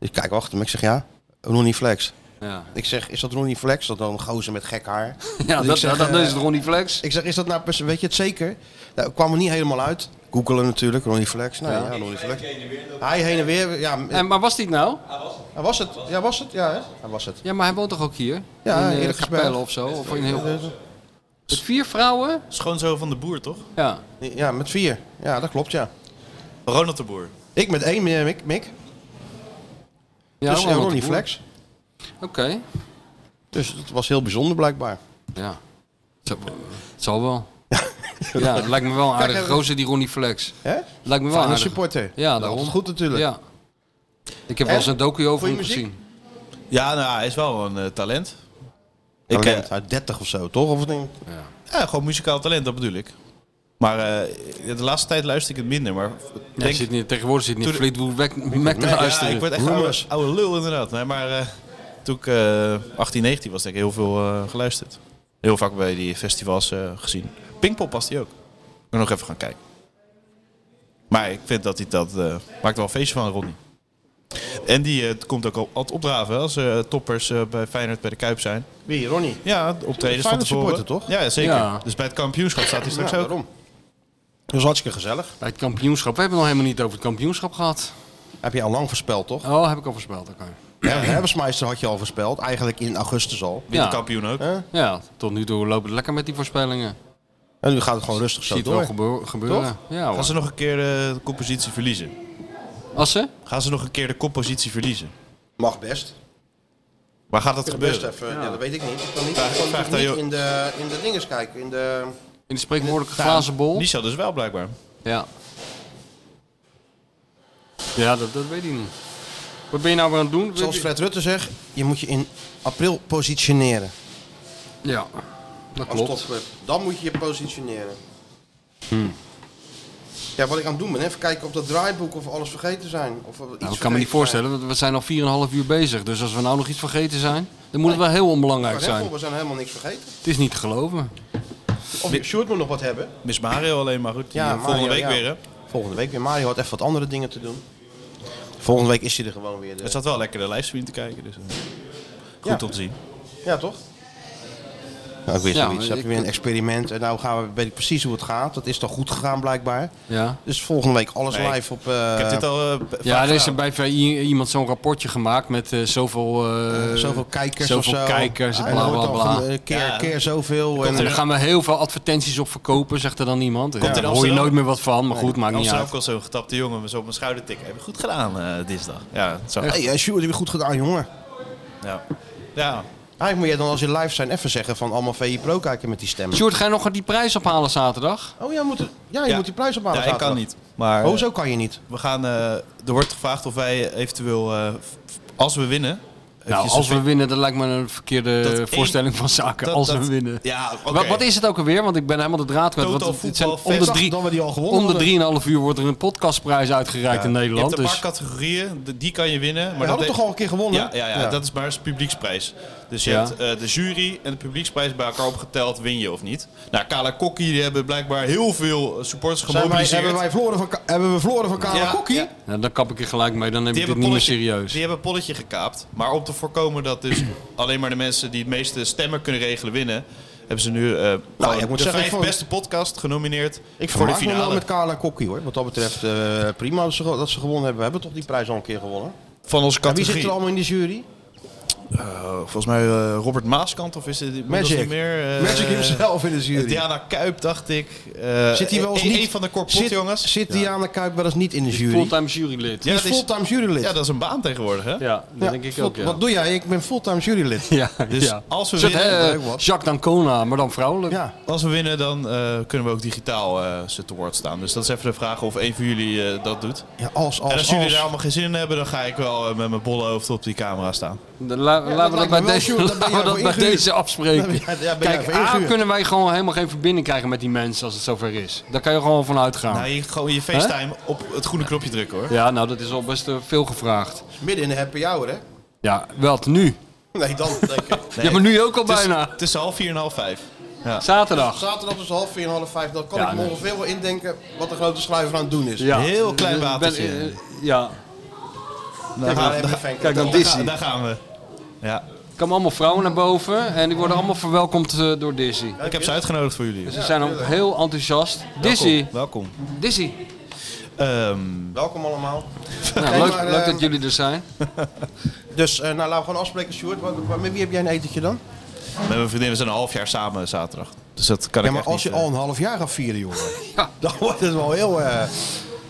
Speaker 3: Ik kijk achter me. Ik zeg, ja, Ronnie Flex. [laughs]
Speaker 4: Ja,
Speaker 3: Ik zeg, is dat Ronnie Flex? Dat dan een gozer met gek haar.
Speaker 4: ja
Speaker 3: Dus
Speaker 4: dat,
Speaker 3: ik zeg,
Speaker 4: dat, dat
Speaker 3: eh,
Speaker 4: is het Ronnie Flex.
Speaker 3: Ik zeg, is dat nou pers- weet je het zeker? Nou, ik kwam er niet helemaal uit. Googelen natuurlijk, Ronnie Flex. Nou ja, Ronnie Flex. Hij heen en weer, ja, m-
Speaker 4: En, maar was dit nou?
Speaker 3: hij was het. Ja, was het? Ja, hè? Hij was het.
Speaker 4: Ja, maar hij woont toch ook hier?
Speaker 3: Ja,
Speaker 4: in
Speaker 3: eerlijk
Speaker 4: uh,
Speaker 3: gespeeld.
Speaker 4: Capelle of zo? Of in heel...
Speaker 3: Eh,
Speaker 4: Met vier vrouwen?
Speaker 1: Schoonzoon van de boer, toch?
Speaker 4: Ja.
Speaker 3: Ja, met vier. Ja, dat klopt, ja.
Speaker 1: Ronald de Boer.
Speaker 3: Ik met één, eh, Mick. Mick.
Speaker 4: ja
Speaker 3: dus eh,
Speaker 4: Ronald de
Speaker 3: Ronnie
Speaker 4: Boer.
Speaker 3: Flex.
Speaker 4: Oké.
Speaker 3: Dus dat was heel bijzonder blijkbaar.
Speaker 4: Ja. Zo- Het zal wel. Ja, het lijkt me wel een aardige gozer die Ronnie Flex.
Speaker 3: Hè?
Speaker 4: Lijkt me wel
Speaker 3: Fijne
Speaker 4: aardig.
Speaker 3: supporter.
Speaker 4: Ja,
Speaker 3: Dat
Speaker 4: daarom.
Speaker 3: is goed natuurlijk.
Speaker 4: Ja. Ik heb wel eens
Speaker 3: En?
Speaker 4: een docu over
Speaker 3: Goeie
Speaker 4: hem
Speaker 3: muziek?
Speaker 4: gezien.
Speaker 1: Ja, nou, hij is wel een eh, talent.
Speaker 3: Ik
Speaker 1: Ik,
Speaker 3: ben
Speaker 1: eh,
Speaker 3: uit 30 of zo, toch? Of niet?
Speaker 1: ja, gewoon muzikaal talent, dat bedoel ik. Maar eh, de laatste tijd luister ik het minder. Maar
Speaker 4: Ja, zit niet, tegenwoordig zit niet
Speaker 1: Toen-
Speaker 4: Fleetwood Mac, Mac te
Speaker 1: Ja,
Speaker 4: luisteren.
Speaker 1: ik werd echt oude,
Speaker 3: Rumors.
Speaker 1: oude lul inderdaad. Nee, maar eh, toen ik eh 18, 19 was, denk ik heel veel eh, geluisterd. Heel vaak bij die festivals eh, gezien. Pinkpop was die ook. Ik moet nog even gaan kijken. Maar ik vind dat hij dat... eh, maakt wel een feestje van, Ronnie. En die eh, komt ook al- altijd opdraven hè, als eh, toppers eh, bij Feyenoord bij de Kuip zijn.
Speaker 3: Wie, Ronnie?
Speaker 1: Ja, de optredens van
Speaker 3: Feyenoord
Speaker 1: tevoren.
Speaker 3: supporter, toch?
Speaker 1: Ja, zeker.
Speaker 4: Ja.
Speaker 1: Dus bij het kampioenschap staat hij straks
Speaker 3: Ja,
Speaker 1: ook.
Speaker 3: daarom. Dat is hartstikke gezellig.
Speaker 4: Bij het kampioenschap. We hebben het nog helemaal niet over het kampioenschap gehad.
Speaker 3: Heb je al lang voorspeld, toch?
Speaker 4: Oh, heb ik al voorspeld. oké.
Speaker 3: Ja, de Herbesmeister had je al voorspeld. Eigenlijk in augustus al.
Speaker 1: Winnen
Speaker 4: Ja.
Speaker 1: kampioen ook.
Speaker 4: Ja, tot nu toe lopen het lekker met die voorspellingen.
Speaker 3: En nu gaat het gewoon rustig
Speaker 4: Ik
Speaker 3: zo
Speaker 4: zie het
Speaker 3: door.
Speaker 4: wel gebeur- gebeuren. Ja,
Speaker 1: Gaan ze
Speaker 4: hoor.
Speaker 1: nog een keer eh, de compositie verliezen?
Speaker 4: Als ze?
Speaker 1: Gaan ze nog een keer de compositie verliezen?
Speaker 3: Mag best.
Speaker 1: Waar gaat dat
Speaker 3: Best
Speaker 1: gebeuren?
Speaker 3: even. Ja. dat weet ik niet. Ik kan niet,
Speaker 1: Vraag-
Speaker 3: ik kan
Speaker 1: vraag
Speaker 3: niet
Speaker 1: daar, joh.
Speaker 3: in, de, in de dinges kijken. In de,
Speaker 4: In de spreekwoordelijke glazen bol?
Speaker 1: Nisha dus wel blijkbaar.
Speaker 4: Ja. Ja, dat, dat weet ik niet. Wat ben je nou weer aan het doen?
Speaker 3: zoals Fred Rutte zegt, je moet je in april positioneren.
Speaker 4: Ja, dat
Speaker 3: Als
Speaker 4: klopt.
Speaker 3: topclub. Dan moet je je positioneren. Ja, wat ik aan het doen ben, even kijken op dat draaiboek of we alles vergeten zijn. Of we iets
Speaker 4: Nou, ik kan me
Speaker 3: vergeten
Speaker 4: niet voorstellen, want we zijn al 4,5 uur bezig. Dus als we nou nog iets vergeten zijn, dan moet het wel heel
Speaker 3: zijn.
Speaker 4: onbelangrijk
Speaker 3: Maar
Speaker 4: zijn.
Speaker 3: Reffel, we zijn helemaal niks vergeten.
Speaker 4: Het is niet te geloven.
Speaker 3: Of Sjoerd moet nog wat hebben.
Speaker 1: Miss Mario alleen maar goed. Die, eh,
Speaker 3: Mario,
Speaker 1: volgende week
Speaker 3: ja.
Speaker 1: weer, hè?
Speaker 3: Volgende week weer. Mario had even wat andere dingen te doen. Volgende week is hij er gewoon weer. dus. De...
Speaker 1: Het zat wel lekker de livestream te kijken, dus eh, goed
Speaker 3: Ja.
Speaker 1: om te zien.
Speaker 3: Ja, toch? Nou, ik weet
Speaker 1: Ja,
Speaker 3: zoiets.
Speaker 1: maar
Speaker 3: Dan
Speaker 1: ik-
Speaker 3: heb je weer een experiment. En nou gaan we, weet ik precies hoe het gaat. Dat is toch goed gegaan blijkbaar.
Speaker 4: Ja.
Speaker 3: Dus volgende week alles
Speaker 4: Nee,
Speaker 3: live op... eh,
Speaker 1: ik heb dit al, eh,
Speaker 4: Ja, er is er bij VI iemand zo'n rapportje gemaakt met eh, zoveel, eh,
Speaker 3: Zoveel kijkers
Speaker 4: zoveel
Speaker 3: of zo.
Speaker 4: kijkers en
Speaker 3: Ah,
Speaker 4: bla
Speaker 3: er
Speaker 4: bla
Speaker 3: wordt al
Speaker 4: bla.
Speaker 3: van, eh, keer- Ja. keer zoveel
Speaker 4: En
Speaker 3: en-
Speaker 4: er gaan we heel veel advertenties op verkopen, zegt er dan iemand.
Speaker 1: in
Speaker 4: Ja, daar hoor je
Speaker 1: Amsterdam?
Speaker 4: nooit meer wat van, maar goed, maakt niet
Speaker 1: Amsterdam
Speaker 4: uit.
Speaker 1: ook al zo'n getapte jongen, maar zo op mijn schouder tikken. Heb je goed gedaan eh, dinsdag? Ja, zo.
Speaker 3: Hey, eh, Sjoerd, heb je goed gedaan, jongen.
Speaker 1: Ja. ja.
Speaker 3: Eigenlijk moet je dan als je live zijn even zeggen van allemaal VI Pro kijken met die stemmen.
Speaker 4: Sjoerd, ga je nog die prijs ophalen zaterdag?
Speaker 3: Oh ja, moet het- ja je moet die prijs ophalen
Speaker 1: Ja, ik kan
Speaker 3: zaterdag.
Speaker 1: niet. Maar,
Speaker 3: Oh, zo kan je niet.
Speaker 1: We gaan, eh, er wordt gevraagd of wij eventueel, eh, f- f- als we winnen...
Speaker 4: Nou,
Speaker 1: eventjes
Speaker 4: als we
Speaker 1: een-
Speaker 4: winnen, dat lijkt me een verkeerde
Speaker 1: Dat één-
Speaker 4: voorstelling van zaken.
Speaker 1: dat-
Speaker 4: als
Speaker 1: dat-
Speaker 4: we winnen.
Speaker 1: Ja, oké.
Speaker 4: Wat, wat is het ook alweer? Want ik ben helemaal de draad kwijt.
Speaker 1: Total
Speaker 4: Want het zijn
Speaker 1: voetbal
Speaker 4: om de
Speaker 1: feest.
Speaker 4: drie,
Speaker 1: Dan we die al gewonnen
Speaker 4: om de
Speaker 1: hadden.
Speaker 4: drieënhalf uur wordt er een podcastprijs
Speaker 1: Ja,
Speaker 4: uitgereikt in
Speaker 1: Je
Speaker 4: Nederland.
Speaker 1: hebt een
Speaker 4: dus
Speaker 1: paar categorieën, de- die kan je winnen. Maar
Speaker 3: We hadden toch al een keer gewonnen?
Speaker 1: Ja, ja, ja,
Speaker 3: Ja.
Speaker 1: dat is maar eens publieksprijs. Dus je
Speaker 4: Ja.
Speaker 1: hebt eh, de jury en de publieksprijs bij elkaar opgeteld, win je of niet. Nou, Kala Kokkie, die hebben blijkbaar heel veel eh, supporters
Speaker 3: Zijn wij,
Speaker 1: gemobiliseerd.
Speaker 3: hebben, wij verloren van, Ka- hebben we verloren van Karel
Speaker 1: Ja,
Speaker 3: Kokkie?
Speaker 1: ja.
Speaker 4: Ja, dan kap ik er gelijk mee. Dan neem ik dit niet meer
Speaker 1: polletje-
Speaker 4: serieus.
Speaker 1: Die hebben polletje gekaapt. Maar om te voorkomen dat dus [clears throat] alleen maar de mensen die het meeste stemmen kunnen regelen winnen, hebben ze nu eh, gewoon
Speaker 3: Nou, ik moet
Speaker 1: de
Speaker 3: zeggen,
Speaker 1: vijf
Speaker 3: ik vond-
Speaker 1: beste podcast genomineerd
Speaker 3: Ik
Speaker 1: voor de
Speaker 3: vermaak me wel
Speaker 1: finale.
Speaker 3: met Carla Kokkie hoor. Wat dat betreft eh, prima dat ze, dat ze gewonnen hebben. We hebben toch die prijs al een keer gewonnen?
Speaker 1: Van onze
Speaker 3: En wie
Speaker 1: categorie.
Speaker 3: zit er allemaal in de jury?
Speaker 1: Eh, volgens mij eh, Robert Maaskant of is het inmiddels
Speaker 3: Magic.
Speaker 1: niet meer? eh,
Speaker 3: Magic himself in de jury.
Speaker 1: Diana Kuip dacht ik. Eh,
Speaker 3: zit hij wel eens
Speaker 1: een,
Speaker 3: niet...
Speaker 1: een van de
Speaker 3: zit-
Speaker 1: korpot jongens.
Speaker 3: Zit Diana Kuip wel eens niet in de jury?
Speaker 4: Fulltime jurylid.
Speaker 3: Die is fulltime jurylid.
Speaker 1: Ja, dat is een baan tegenwoordig hè.
Speaker 4: Ja, dat
Speaker 3: Ja,
Speaker 4: denk ik
Speaker 3: full-
Speaker 4: ook. Ja.
Speaker 3: Wat doe jij? Ik ben fulltime jurylid.
Speaker 4: [laughs] Ja,
Speaker 1: Dus
Speaker 4: ja.
Speaker 1: als we
Speaker 4: Een soort,
Speaker 1: winnen,
Speaker 4: eh,
Speaker 1: leuk wat.
Speaker 4: Jacques D'Ancona, maar dan vrouwelijk.
Speaker 3: Ja.
Speaker 1: Als we winnen, dan eh, kunnen we ook digitaal eh ze te woord staan. Dus dat is even de vraag of een van jullie eh, dat doet.
Speaker 3: Ja, als, als,
Speaker 1: en als jullie
Speaker 3: als.
Speaker 1: daar allemaal geen zin in hebben, dan ga ik wel eh, met mijn bolle hoofd op die camera staan.
Speaker 4: Dan la-
Speaker 3: dat
Speaker 4: laten we
Speaker 3: lijkt
Speaker 4: dat
Speaker 3: me
Speaker 4: bij
Speaker 3: wel,
Speaker 4: deze,
Speaker 3: Sjoerd. Dan ben
Speaker 4: laten
Speaker 3: jij
Speaker 4: we dat
Speaker 3: voor
Speaker 4: [laughs] bij
Speaker 3: ingehuurd.
Speaker 4: deze afspreken.
Speaker 3: Ja, ja, ben jij
Speaker 4: Kijk,
Speaker 3: voor
Speaker 4: A,
Speaker 3: ingehuurd.
Speaker 4: kunnen wij gewoon helemaal geen verbinding krijgen met die mensen als het zover is. Daar kan je gewoon van
Speaker 3: Ah.
Speaker 4: uitgaan.
Speaker 1: Nou, je, gewoon je FaceTime op het groene knopje drukken hoor.
Speaker 4: Ja, nou, dat is al best eh, veel gevraagd.
Speaker 3: Midden in de happy hour, hè?
Speaker 4: Ja, wat nu?
Speaker 3: Nee, dan denk ik.
Speaker 4: Ja, maar nu ook al
Speaker 1: Het is-
Speaker 4: bijna.
Speaker 1: Het is half vier en half vijf.
Speaker 4: Zaterdag.
Speaker 3: Zaterdag tussen half vier en half vijf, dan kan
Speaker 4: Ja,
Speaker 3: ik me
Speaker 4: nee.
Speaker 3: ongeveer wel indenken wat de grote schrijver aan het doen is.
Speaker 4: Ja.
Speaker 1: Heel klein
Speaker 4: Ik ben-
Speaker 1: watertje.
Speaker 4: eh, ja.
Speaker 1: Daar
Speaker 3: gaan we
Speaker 1: daar-
Speaker 3: even fan
Speaker 4: Kijk, dan
Speaker 1: daar
Speaker 4: Dizzy.
Speaker 1: gaan- Daar gaan we. Ja.
Speaker 4: Er komen allemaal vrouwen naar boven en die worden allemaal verwelkomd eh, door Dizzy. Dus
Speaker 1: Ik heb ze uitgenodigd voor jullie.
Speaker 4: Ze zijn al heel enthousiast. Dizzy,
Speaker 1: Welkom.
Speaker 4: Dizzy.
Speaker 1: [laughs] Ehm,
Speaker 3: Welkom allemaal.
Speaker 4: Nou,
Speaker 3: Nee,
Speaker 4: leuk,
Speaker 3: maar,
Speaker 4: leuk
Speaker 3: eh,
Speaker 4: dat jullie er zijn.
Speaker 3: Dus eh, nou, laten we gewoon afspreken, Sjoerd. Wa- wa- Met wie heb jij een etentje dan?
Speaker 1: met mijn vriendin, we zijn een half jaar samen zaterdag. Dus dat kan
Speaker 3: Ja,
Speaker 1: ik
Speaker 3: maar
Speaker 1: echt
Speaker 3: als je
Speaker 1: niet,
Speaker 3: al een half jaar gaat vieren, jongen, [laughs] dan wordt het wel heel... eh
Speaker 1: eh,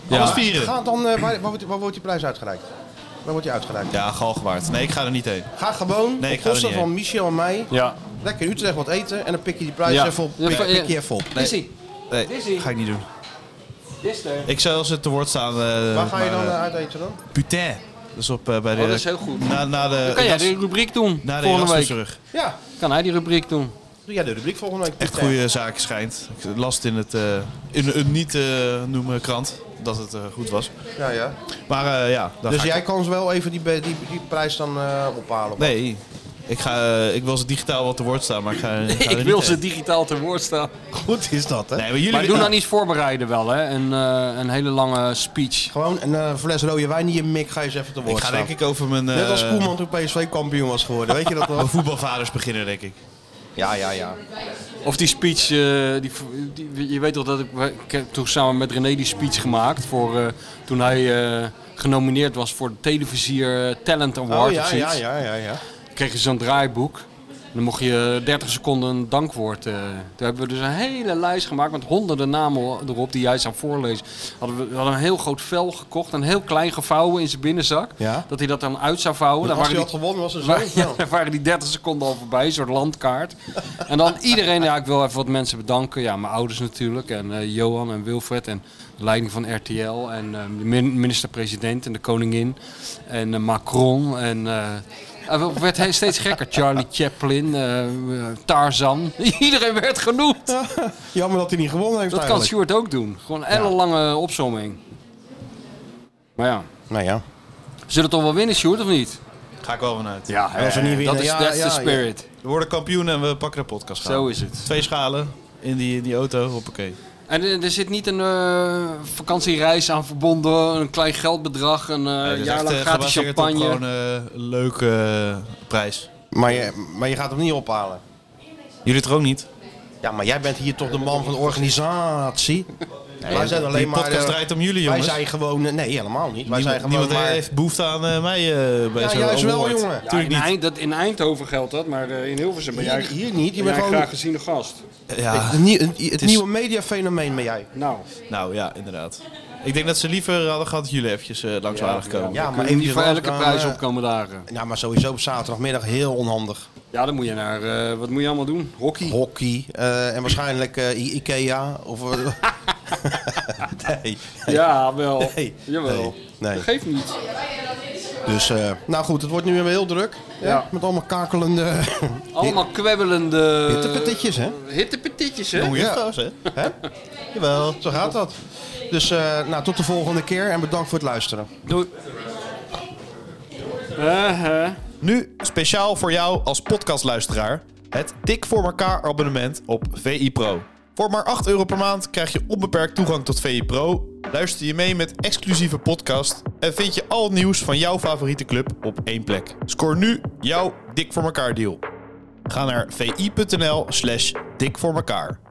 Speaker 1: alles
Speaker 4: Ja.
Speaker 1: vieren.
Speaker 3: Ga dan, eh, waar, waar, wordt, waar wordt die prijs uitgereikt? Waar wordt die uitgereikt?
Speaker 1: Ja, Galgenwaard. Nee, ik ga er niet heen.
Speaker 3: Ga gewoon
Speaker 1: Nee, ik
Speaker 3: op
Speaker 1: ga er
Speaker 3: kosten
Speaker 1: niet
Speaker 3: van Michel en mij
Speaker 4: Ja.
Speaker 3: lekker in Utrecht wat eten en dan pik je die prijs
Speaker 1: Ja.
Speaker 3: even op.
Speaker 4: Ja,
Speaker 3: Pik,
Speaker 4: van-
Speaker 3: pik je
Speaker 4: ja.
Speaker 3: even op.
Speaker 4: Dizzy, Dizzy. Oh,
Speaker 1: Nee, ga ik niet doen.
Speaker 4: Dister.
Speaker 1: Ik zou als het te woord staan. eh,
Speaker 3: Waar ga je
Speaker 1: maar,
Speaker 3: dan
Speaker 1: eh,
Speaker 3: eh, uit eten dan?
Speaker 1: Putain. Dus op, eh, bij de,
Speaker 4: Oh, dat is heel goed.
Speaker 1: Na, na de,
Speaker 4: Kan jij
Speaker 1: Eras-
Speaker 4: die rubriek doen
Speaker 1: na de
Speaker 4: volgende week?
Speaker 1: terug.
Speaker 3: Ja,
Speaker 1: dus-
Speaker 4: Kan hij die rubriek doen?
Speaker 3: doe jij de rubriek volgende week.
Speaker 1: Echt goede zaken schijnt. Ik las het in het eh, in een niet eh, noemen krant dat het eh, goed was.
Speaker 3: Ja, ja.
Speaker 1: Maar eh, ja, daar
Speaker 3: Dus
Speaker 1: ga ik-
Speaker 3: jij kan wel even die, be- die, die prijs dan eh, ophalen.
Speaker 1: Nee, ik, ga, eh, ik wil ze digitaal wat te woord staan, maar ik
Speaker 4: [laughs]
Speaker 1: ga, [laughs] ik ga er
Speaker 4: Ik
Speaker 1: niet
Speaker 4: wil
Speaker 1: heen.
Speaker 4: ze digitaal te woord staan.
Speaker 3: Goed is dat, hè?
Speaker 1: Nee, maar jullie
Speaker 4: Maar doe nou dan iets voorbereiden wel, hè? Een, eh, een hele lange speech.
Speaker 3: Gewoon een eh, fles rode wijn in je mik, ga je eens even te
Speaker 1: Ik
Speaker 3: woord
Speaker 1: ga
Speaker 3: staan.
Speaker 1: denk ik over mijn, eh
Speaker 3: Net als Koeman toen PSV kampioen was geworden, weet je dat Oh,
Speaker 1: mijn
Speaker 3: nog?
Speaker 1: voetbalvaders beginnen, denk ik.
Speaker 3: Ja, ja, ja.
Speaker 4: Of die speech, eh, die, die- je weet toch dat ik, ik heb toen samen met René die speech gemaakt voor eh, toen hij eh, genomineerd was voor de televisier eh, Talent Award
Speaker 3: Oh, ja,
Speaker 4: of
Speaker 3: ja,
Speaker 4: zoiets.
Speaker 3: ja, ja, ja.
Speaker 4: Kreeg je zo'n draaiboek. En Dan mocht je 30 seconden een dankwoord. eh toen hebben we dus een hele lijst gemaakt met honderden namen erop die jij zou voorlezen. Hadden we, we hadden een heel groot vel gekocht, een heel klein gevouwen in zijn binnenzak.
Speaker 3: Ja.
Speaker 4: Dat hij dat dan uit zou vouwen. Dan
Speaker 3: Als je
Speaker 4: waren
Speaker 3: had
Speaker 4: die-
Speaker 3: gewonnen was er zo
Speaker 4: Waar, ja, daar waren die 30 seconden al voorbij, een soort landkaart. En dan iedereen, ja, ik wil even wat mensen bedanken. Ja, mijn ouders natuurlijk, en eh, Johan en Wilfred, en de leiding van RTL, en eh, de min- minister-president en de koningin, en eh, Macron. En eh, het werd he- steeds gekker. Charlie Chaplin, eh, eh, Tarzan. [laughs] Iedereen werd genoemd.
Speaker 3: Jammer dat hij niet gewonnen heeft
Speaker 4: Dat kan
Speaker 3: eigenlijk.
Speaker 4: Stuart ook doen. Gewoon een hele lange opzomming. Maar ja,
Speaker 3: Nou ja.
Speaker 4: we zullen toch wel winnen, Stuart, of niet?
Speaker 1: Ga ik wel vanuit.
Speaker 4: Ja, eh,
Speaker 3: Als we niet
Speaker 4: dat
Speaker 3: winnen,
Speaker 4: is
Speaker 3: ja,
Speaker 4: that's
Speaker 3: ja,
Speaker 4: the
Speaker 3: ja.
Speaker 4: spirit.
Speaker 13: Nou.
Speaker 1: We worden kampioen en we pakken de podcast.
Speaker 4: Zo is het.
Speaker 1: Twee schalen,
Speaker 13: in die, in die auto. Hoppakee.
Speaker 4: En eh, er zit niet een eh, vakantiereis aan verbonden, een klein geldbedrag, een eh
Speaker 13: Nee, dat is
Speaker 4: jaar
Speaker 13: echt,
Speaker 4: lang
Speaker 13: eh,
Speaker 4: gratis
Speaker 13: gebaseerd op
Speaker 4: champagne.
Speaker 13: Gewoon eh, een leuke eh, prijs.
Speaker 3: Maar je, maar je gaat hem niet ophalen.
Speaker 13: Jullie het er ook niet?
Speaker 3: Ja, maar jij bent hier toch de man van de organisatie?
Speaker 13: Nee,
Speaker 3: wij zijn
Speaker 13: die
Speaker 3: alleen maar...
Speaker 13: podcast
Speaker 3: eh,
Speaker 13: draait om jullie,
Speaker 3: Wij
Speaker 13: jongens.
Speaker 3: zijn gewoon... eh, Nee, helemaal niet. Wij zijn
Speaker 13: Niemand,
Speaker 3: gewoon
Speaker 13: niemand
Speaker 3: maar...
Speaker 13: heeft behoefte aan eh, mij eh, bij
Speaker 3: Ja,
Speaker 13: zo'n
Speaker 3: juist wel,
Speaker 13: award.
Speaker 3: jongen.
Speaker 4: Ja,
Speaker 13: Tuurlijk
Speaker 4: in,
Speaker 13: niet.
Speaker 4: Eind, dat, in Eindhoven geldt dat, maar eh, in Hilversum ben
Speaker 3: Hier-
Speaker 4: jij,
Speaker 3: hier niet, je
Speaker 4: ben
Speaker 3: bent
Speaker 4: jij
Speaker 3: gewoon-
Speaker 4: graag gezien de gast.
Speaker 13: Ja.
Speaker 3: Het, nie- het,
Speaker 13: Het
Speaker 3: het
Speaker 13: is-
Speaker 3: nieuwe mediafenomeen ben jij.
Speaker 4: Nou.
Speaker 13: Nou ja, inderdaad. Ik denk dat ze liever hadden gehad dat jullie eventjes eh, langs waren gekomen.
Speaker 3: Ja, maar
Speaker 4: niet
Speaker 3: even
Speaker 4: voor elke prijs
Speaker 3: opkomen
Speaker 4: dagen.
Speaker 3: Ja, Nou, maar sowieso op zaterdagmiddag heel onhandig.
Speaker 4: Ja, dan moet je naar... eh, wat moet je allemaal doen? Hockey?
Speaker 3: Hockey. eh, en waarschijnlijk eh, I- Ikea. Of, eh, [laughs] nee, nee.
Speaker 4: Ja, wel.
Speaker 3: Nee,
Speaker 4: Jawel.
Speaker 3: nee, nee.
Speaker 4: Dat geeft niet.
Speaker 3: Dus, eh, nou goed, het wordt nu weer heel druk. hè,
Speaker 4: Ja.
Speaker 3: Met allemaal kakelende...
Speaker 4: Allemaal kwebbelende...
Speaker 3: Hittepetitjes, hè?
Speaker 4: Hittepetitjes, hè?
Speaker 3: Jonge juffrouws, hè? Hè? Jawel, zo gaat dat. Dus eh, nou, tot de volgende keer en bedankt voor het luisteren.
Speaker 4: Doei. Eh,
Speaker 1: Nu speciaal voor jou als podcastluisteraar het Dik voor elkaar abonnement op VI Pro. Voor maar 8 euro per maand krijg je onbeperkt toegang tot VI Pro. Luister je mee met exclusieve podcast en vind je al het nieuws van jouw favoriete club op één plek. Scoor nu jouw Dik voor elkaar deal. Ga naar vi.nl slash dik voor elkaar.